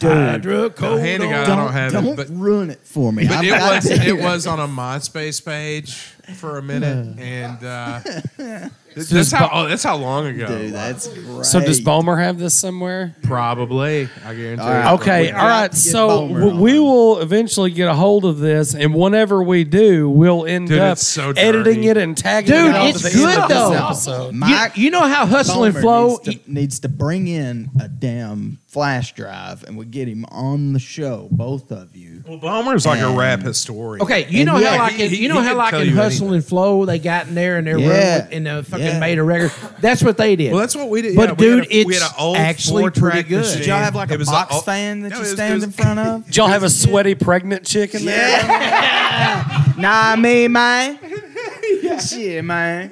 [SPEAKER 3] hydrocodone.
[SPEAKER 1] No, hand to God, I don't have
[SPEAKER 6] don't
[SPEAKER 1] it.
[SPEAKER 6] *laughs*
[SPEAKER 1] But,
[SPEAKER 6] ruin it for me.
[SPEAKER 1] but
[SPEAKER 6] I've
[SPEAKER 1] it
[SPEAKER 6] got
[SPEAKER 1] was
[SPEAKER 6] to-
[SPEAKER 1] it was on a MySpace page for a minute, and
[SPEAKER 6] *laughs*
[SPEAKER 1] uh, that's
[SPEAKER 4] just
[SPEAKER 1] how oh, that's how long ago.
[SPEAKER 6] Dude, that's great.
[SPEAKER 4] So does Balmer have this somewhere?
[SPEAKER 1] Probably, I guarantee.
[SPEAKER 6] All right.
[SPEAKER 1] it.
[SPEAKER 4] Okay, all
[SPEAKER 6] got
[SPEAKER 4] right.
[SPEAKER 6] to get
[SPEAKER 4] So
[SPEAKER 6] Balmer
[SPEAKER 4] w-
[SPEAKER 6] on
[SPEAKER 4] we
[SPEAKER 6] it.
[SPEAKER 4] will eventually get a hold of this, and whenever we do, we'll end
[SPEAKER 1] Dude,
[SPEAKER 4] up
[SPEAKER 1] it's so
[SPEAKER 4] editing
[SPEAKER 1] dirty.
[SPEAKER 4] it and tagging
[SPEAKER 3] Dude,
[SPEAKER 4] it on
[SPEAKER 3] it's
[SPEAKER 4] to the end
[SPEAKER 3] good,
[SPEAKER 4] of this
[SPEAKER 3] though.
[SPEAKER 4] episode.
[SPEAKER 3] You, you know how hustle and
[SPEAKER 6] Palmer
[SPEAKER 3] flow.
[SPEAKER 6] needs to, needs to bring in a damn flash drive, and we get him on the show, both of you.
[SPEAKER 1] Well, Bomber's like a
[SPEAKER 6] And-
[SPEAKER 1] rap historian.
[SPEAKER 3] Okay, you
[SPEAKER 6] And
[SPEAKER 3] know
[SPEAKER 6] yeah,
[SPEAKER 3] how like
[SPEAKER 1] he-
[SPEAKER 3] in,
[SPEAKER 1] he-
[SPEAKER 3] you know
[SPEAKER 1] he
[SPEAKER 3] how
[SPEAKER 1] could
[SPEAKER 3] like
[SPEAKER 1] tell
[SPEAKER 3] in
[SPEAKER 1] you
[SPEAKER 3] Hustle
[SPEAKER 1] anything.
[SPEAKER 3] and Flow they got in there in their
[SPEAKER 6] Yeah.
[SPEAKER 3] room and uh, fucking
[SPEAKER 6] Yeah.
[SPEAKER 3] made a record. That's what they did.
[SPEAKER 1] Well, that's what we did.
[SPEAKER 3] But
[SPEAKER 1] yeah, we had a-
[SPEAKER 3] dude,
[SPEAKER 1] we
[SPEAKER 3] it's
[SPEAKER 1] had an old
[SPEAKER 3] actually
[SPEAKER 1] four-track
[SPEAKER 3] pretty good.
[SPEAKER 1] machine.
[SPEAKER 6] Did y'all have like a
[SPEAKER 1] It was
[SPEAKER 6] box
[SPEAKER 1] old-
[SPEAKER 6] fan that
[SPEAKER 1] No, it
[SPEAKER 6] you
[SPEAKER 1] was- it
[SPEAKER 6] stand
[SPEAKER 1] was- *laughs*
[SPEAKER 6] in front of?
[SPEAKER 4] Did y'all have a sweaty pregnant chick in there?
[SPEAKER 6] nah,
[SPEAKER 1] *laughs*
[SPEAKER 6] me, man. Shit, man.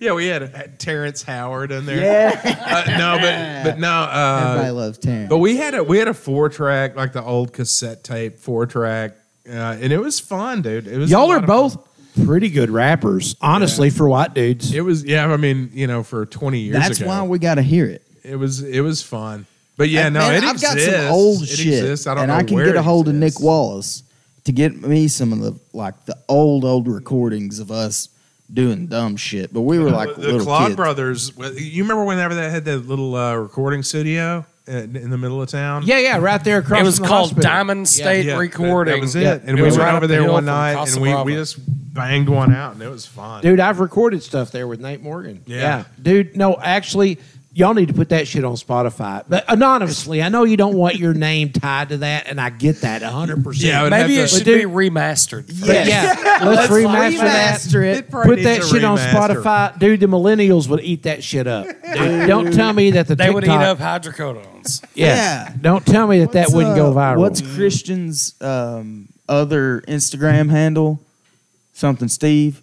[SPEAKER 1] Yeah, we had uh, Terrence Howard in there.
[SPEAKER 6] Yeah.
[SPEAKER 1] Uh, no, but but no.
[SPEAKER 6] Everybody
[SPEAKER 1] Uh,
[SPEAKER 6] loves Terrence.
[SPEAKER 1] but we had a we had a four track like the old cassette tape four track, uh, and it was fun, dude. It was a
[SPEAKER 3] Y'all
[SPEAKER 1] lot
[SPEAKER 3] are
[SPEAKER 1] of fun.
[SPEAKER 3] both pretty good rappers, honestly, for white dudes.
[SPEAKER 1] It was yeah. I mean, you know, for twenty years
[SPEAKER 6] That's
[SPEAKER 1] ago,
[SPEAKER 6] why we got to hear it.
[SPEAKER 1] it was it was fun. But yeah, no,
[SPEAKER 6] Man,
[SPEAKER 1] it
[SPEAKER 6] I've
[SPEAKER 1] exists.
[SPEAKER 6] got some old
[SPEAKER 1] it
[SPEAKER 6] shit,
[SPEAKER 1] Exists. I don't
[SPEAKER 6] and
[SPEAKER 1] know
[SPEAKER 6] I can
[SPEAKER 1] where
[SPEAKER 6] get
[SPEAKER 1] it
[SPEAKER 6] a hold of Nick
[SPEAKER 1] exists.
[SPEAKER 6] Wallace to get me some of the like the old old recordings of us doing dumb shit. But we were like
[SPEAKER 1] the
[SPEAKER 6] little
[SPEAKER 1] Claude
[SPEAKER 6] kids.
[SPEAKER 1] Brothers. You remember whenever they had that little uh, recording studio in, in the middle of town?
[SPEAKER 3] Yeah, yeah, right there across.
[SPEAKER 4] It was
[SPEAKER 3] from the
[SPEAKER 4] called
[SPEAKER 3] hospital.
[SPEAKER 4] Diamond State
[SPEAKER 1] Yeah, that-
[SPEAKER 4] Recording.
[SPEAKER 1] That was it.
[SPEAKER 3] Yeah.
[SPEAKER 1] And we
[SPEAKER 4] It was
[SPEAKER 1] went
[SPEAKER 4] right up
[SPEAKER 1] over
[SPEAKER 4] the
[SPEAKER 1] there
[SPEAKER 4] hill
[SPEAKER 1] one
[SPEAKER 4] from
[SPEAKER 1] night
[SPEAKER 4] Casa
[SPEAKER 1] and we,
[SPEAKER 4] Brava.
[SPEAKER 1] we just banged one out and it was fun.
[SPEAKER 3] Dude, I've recorded stuff there with Nate Morgan.
[SPEAKER 1] Yeah.
[SPEAKER 3] Dude, no, actually, y'all need to put that shit on Spotify. But anonymously, I know you don't want your name tied to that, and I get that 100%.
[SPEAKER 1] Yeah, I would
[SPEAKER 4] Maybe
[SPEAKER 1] have
[SPEAKER 4] it
[SPEAKER 1] to-
[SPEAKER 4] should
[SPEAKER 3] But
[SPEAKER 4] be
[SPEAKER 3] dude-
[SPEAKER 4] remastered.
[SPEAKER 1] *laughs*
[SPEAKER 3] But yeah, let's remaster that.
[SPEAKER 1] It probably
[SPEAKER 3] Put that
[SPEAKER 1] needs a
[SPEAKER 3] shit on
[SPEAKER 1] remaster.
[SPEAKER 3] Spotify. Dude, the millennials would eat that
[SPEAKER 1] *laughs*
[SPEAKER 3] shit up. Dude, don't tell me that the
[SPEAKER 4] They
[SPEAKER 3] TikTok,
[SPEAKER 4] would eat up hydrocodones.
[SPEAKER 3] Yeah.
[SPEAKER 6] Yeah.
[SPEAKER 3] Don't tell me that that
[SPEAKER 6] What's,
[SPEAKER 3] wouldn't go
[SPEAKER 6] uh,
[SPEAKER 3] viral.
[SPEAKER 6] What's Christian's um, other Instagram handle? Something Steve.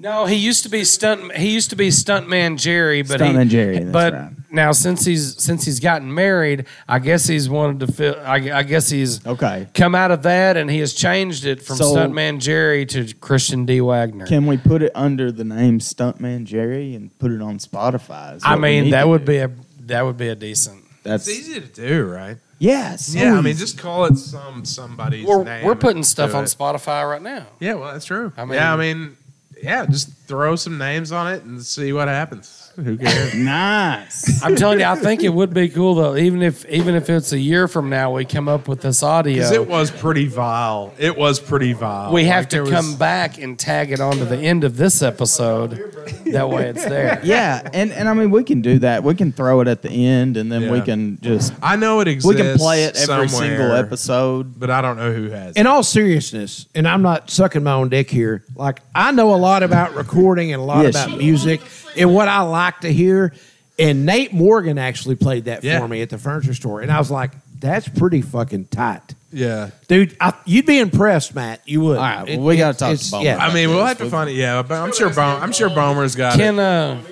[SPEAKER 4] No, he used to be stunt. He used to be stuntman Jerry, but he-
[SPEAKER 6] Stuntman Jerry, that's
[SPEAKER 4] but
[SPEAKER 6] right.
[SPEAKER 4] now since he's since he's gotten married, I guess he's wanted to feel. I, I guess he's
[SPEAKER 6] Okay.
[SPEAKER 4] come out of that, and he has changed it from
[SPEAKER 6] So-
[SPEAKER 4] stuntman Jerry to Christian D Wagner.
[SPEAKER 6] Can we put it under the name Stuntman Jerry and put it on Spotify? is
[SPEAKER 4] I
[SPEAKER 6] what we
[SPEAKER 4] mean,
[SPEAKER 6] need
[SPEAKER 4] that
[SPEAKER 6] to
[SPEAKER 4] would
[SPEAKER 6] do.
[SPEAKER 4] be a that would be a decent.
[SPEAKER 1] It's
[SPEAKER 6] that's
[SPEAKER 1] easy to do, right?
[SPEAKER 6] yes.
[SPEAKER 1] yeah, I mean, just call it some somebody's
[SPEAKER 4] We're,
[SPEAKER 1] name.
[SPEAKER 4] we're
[SPEAKER 1] and
[SPEAKER 4] putting stuff
[SPEAKER 1] do
[SPEAKER 4] on
[SPEAKER 1] it.
[SPEAKER 4] Spotify right now.
[SPEAKER 1] Yeah, well, that's true.
[SPEAKER 4] I
[SPEAKER 1] yeah, I
[SPEAKER 4] mean-
[SPEAKER 1] mean, yeah, just throw some names on it and see what happens. Who *laughs* cares?
[SPEAKER 6] nice.
[SPEAKER 4] *laughs* I'm telling you, I think it would be cool though. Even if even if it's a year from now, we come up with this audio.
[SPEAKER 1] Because it was pretty vile. It was pretty vile.
[SPEAKER 4] we have
[SPEAKER 1] Like,
[SPEAKER 4] to
[SPEAKER 1] there was-
[SPEAKER 4] come back and tag it onto the end of this episode. That way, it's there.
[SPEAKER 6] yeah, and and I mean, we can do that. We can throw it at the end, and then we
[SPEAKER 1] Yeah.
[SPEAKER 6] can just
[SPEAKER 1] I know it exists.
[SPEAKER 6] we can play it every single
[SPEAKER 1] somewhere,
[SPEAKER 6] episode.
[SPEAKER 1] but I don't know who has. it.
[SPEAKER 3] in all seriousness, and I'm not sucking my own dick here, like I know a lot about recording and a lot
[SPEAKER 6] Yes.
[SPEAKER 3] about music and what I like to hear. And Nate Morgan actually played that
[SPEAKER 1] Yeah.
[SPEAKER 3] for me at the furniture store. And I was like, that's pretty fucking tight.
[SPEAKER 1] Yeah,
[SPEAKER 3] Dude, I, you'd be impressed, Matt. You would.
[SPEAKER 6] All right, well, we gotta talk to
[SPEAKER 3] it's-
[SPEAKER 6] Bowman.
[SPEAKER 1] I mean, we'll have to find it. Yeah, but I'm sure. Bom- I'm sure Bomer's got
[SPEAKER 4] Can uh,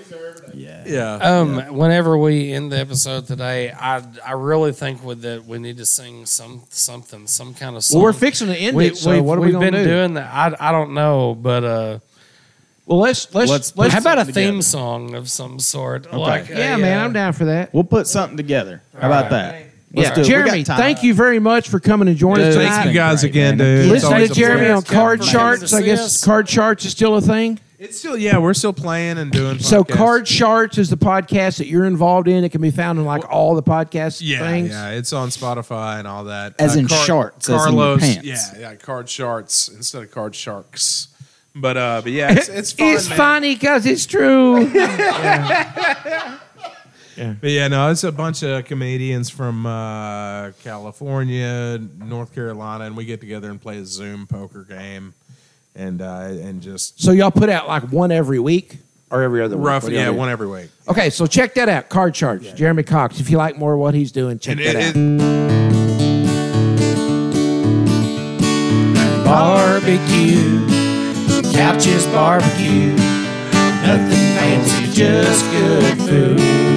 [SPEAKER 1] it. Yeah.
[SPEAKER 4] um, whenever we end the episode today, I I really think with that we need to sing some something, some kind of song.
[SPEAKER 3] Well, we're fixing to end
[SPEAKER 4] We,
[SPEAKER 3] it. So
[SPEAKER 4] we've-
[SPEAKER 3] what are we
[SPEAKER 4] we've
[SPEAKER 3] going
[SPEAKER 4] been
[SPEAKER 3] to do?
[SPEAKER 4] doing that. I I don't know, but uh,
[SPEAKER 3] Well, let's let's let's.
[SPEAKER 4] how about a theme song of some sort? Like a,
[SPEAKER 3] yeah, man,
[SPEAKER 4] uh,
[SPEAKER 3] I'm down for that.
[SPEAKER 6] We'll put something together. How about that? Let's
[SPEAKER 3] yeah,
[SPEAKER 6] do it. We got
[SPEAKER 3] Jeremy,
[SPEAKER 6] time.
[SPEAKER 3] thank you very much for coming and joining us
[SPEAKER 6] Dude,
[SPEAKER 3] tonight.
[SPEAKER 6] it's been
[SPEAKER 1] guys
[SPEAKER 6] great,
[SPEAKER 1] again,
[SPEAKER 6] man.
[SPEAKER 1] dude.
[SPEAKER 3] Listen to
[SPEAKER 1] Always a
[SPEAKER 3] Jeremy
[SPEAKER 1] pleasure.
[SPEAKER 3] on card
[SPEAKER 4] Come
[SPEAKER 3] charts.
[SPEAKER 4] back
[SPEAKER 3] I
[SPEAKER 4] to see
[SPEAKER 3] guess
[SPEAKER 4] us.
[SPEAKER 3] card charts is still a thing.
[SPEAKER 1] It's still. Yeah, we're still playing and doing.
[SPEAKER 3] So
[SPEAKER 1] podcasts.
[SPEAKER 3] card charts is the podcast that you're involved in. It can be found in like all the podcast
[SPEAKER 1] Yeah,
[SPEAKER 3] things.
[SPEAKER 1] yeah, it's on Spotify and all that. Uh,
[SPEAKER 6] As in sharks, as in your
[SPEAKER 1] Carlos.
[SPEAKER 6] pants.
[SPEAKER 1] Yeah, yeah, card sharks instead of card sharks. But uh, but yeah, it's
[SPEAKER 6] *laughs*
[SPEAKER 1] it's fun. man.
[SPEAKER 3] funny because it's true.
[SPEAKER 1] *laughs* But yeah, no, it's a bunch of comedians from uh, California, North Carolina, and we get together and play a Zoom poker game, and uh, and just
[SPEAKER 3] so y'all put out like one every week or every other week.
[SPEAKER 1] rough.
[SPEAKER 3] What do y'all
[SPEAKER 1] Yeah,
[SPEAKER 3] do?
[SPEAKER 1] one every week.
[SPEAKER 3] Okay, so check that out. Card charts. Jeremy Cox. If you like more of what he's doing, check
[SPEAKER 1] And
[SPEAKER 3] that out.
[SPEAKER 1] it-
[SPEAKER 4] barbecue. Couch is barbecue. Nothing fancy, just good food.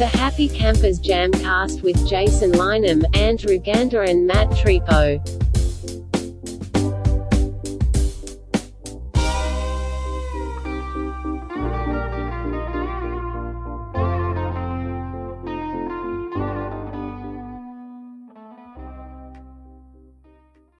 [SPEAKER 5] Happy Campers Jamcast with Jason Lynham, Andrew Gander, and Matt Tripo.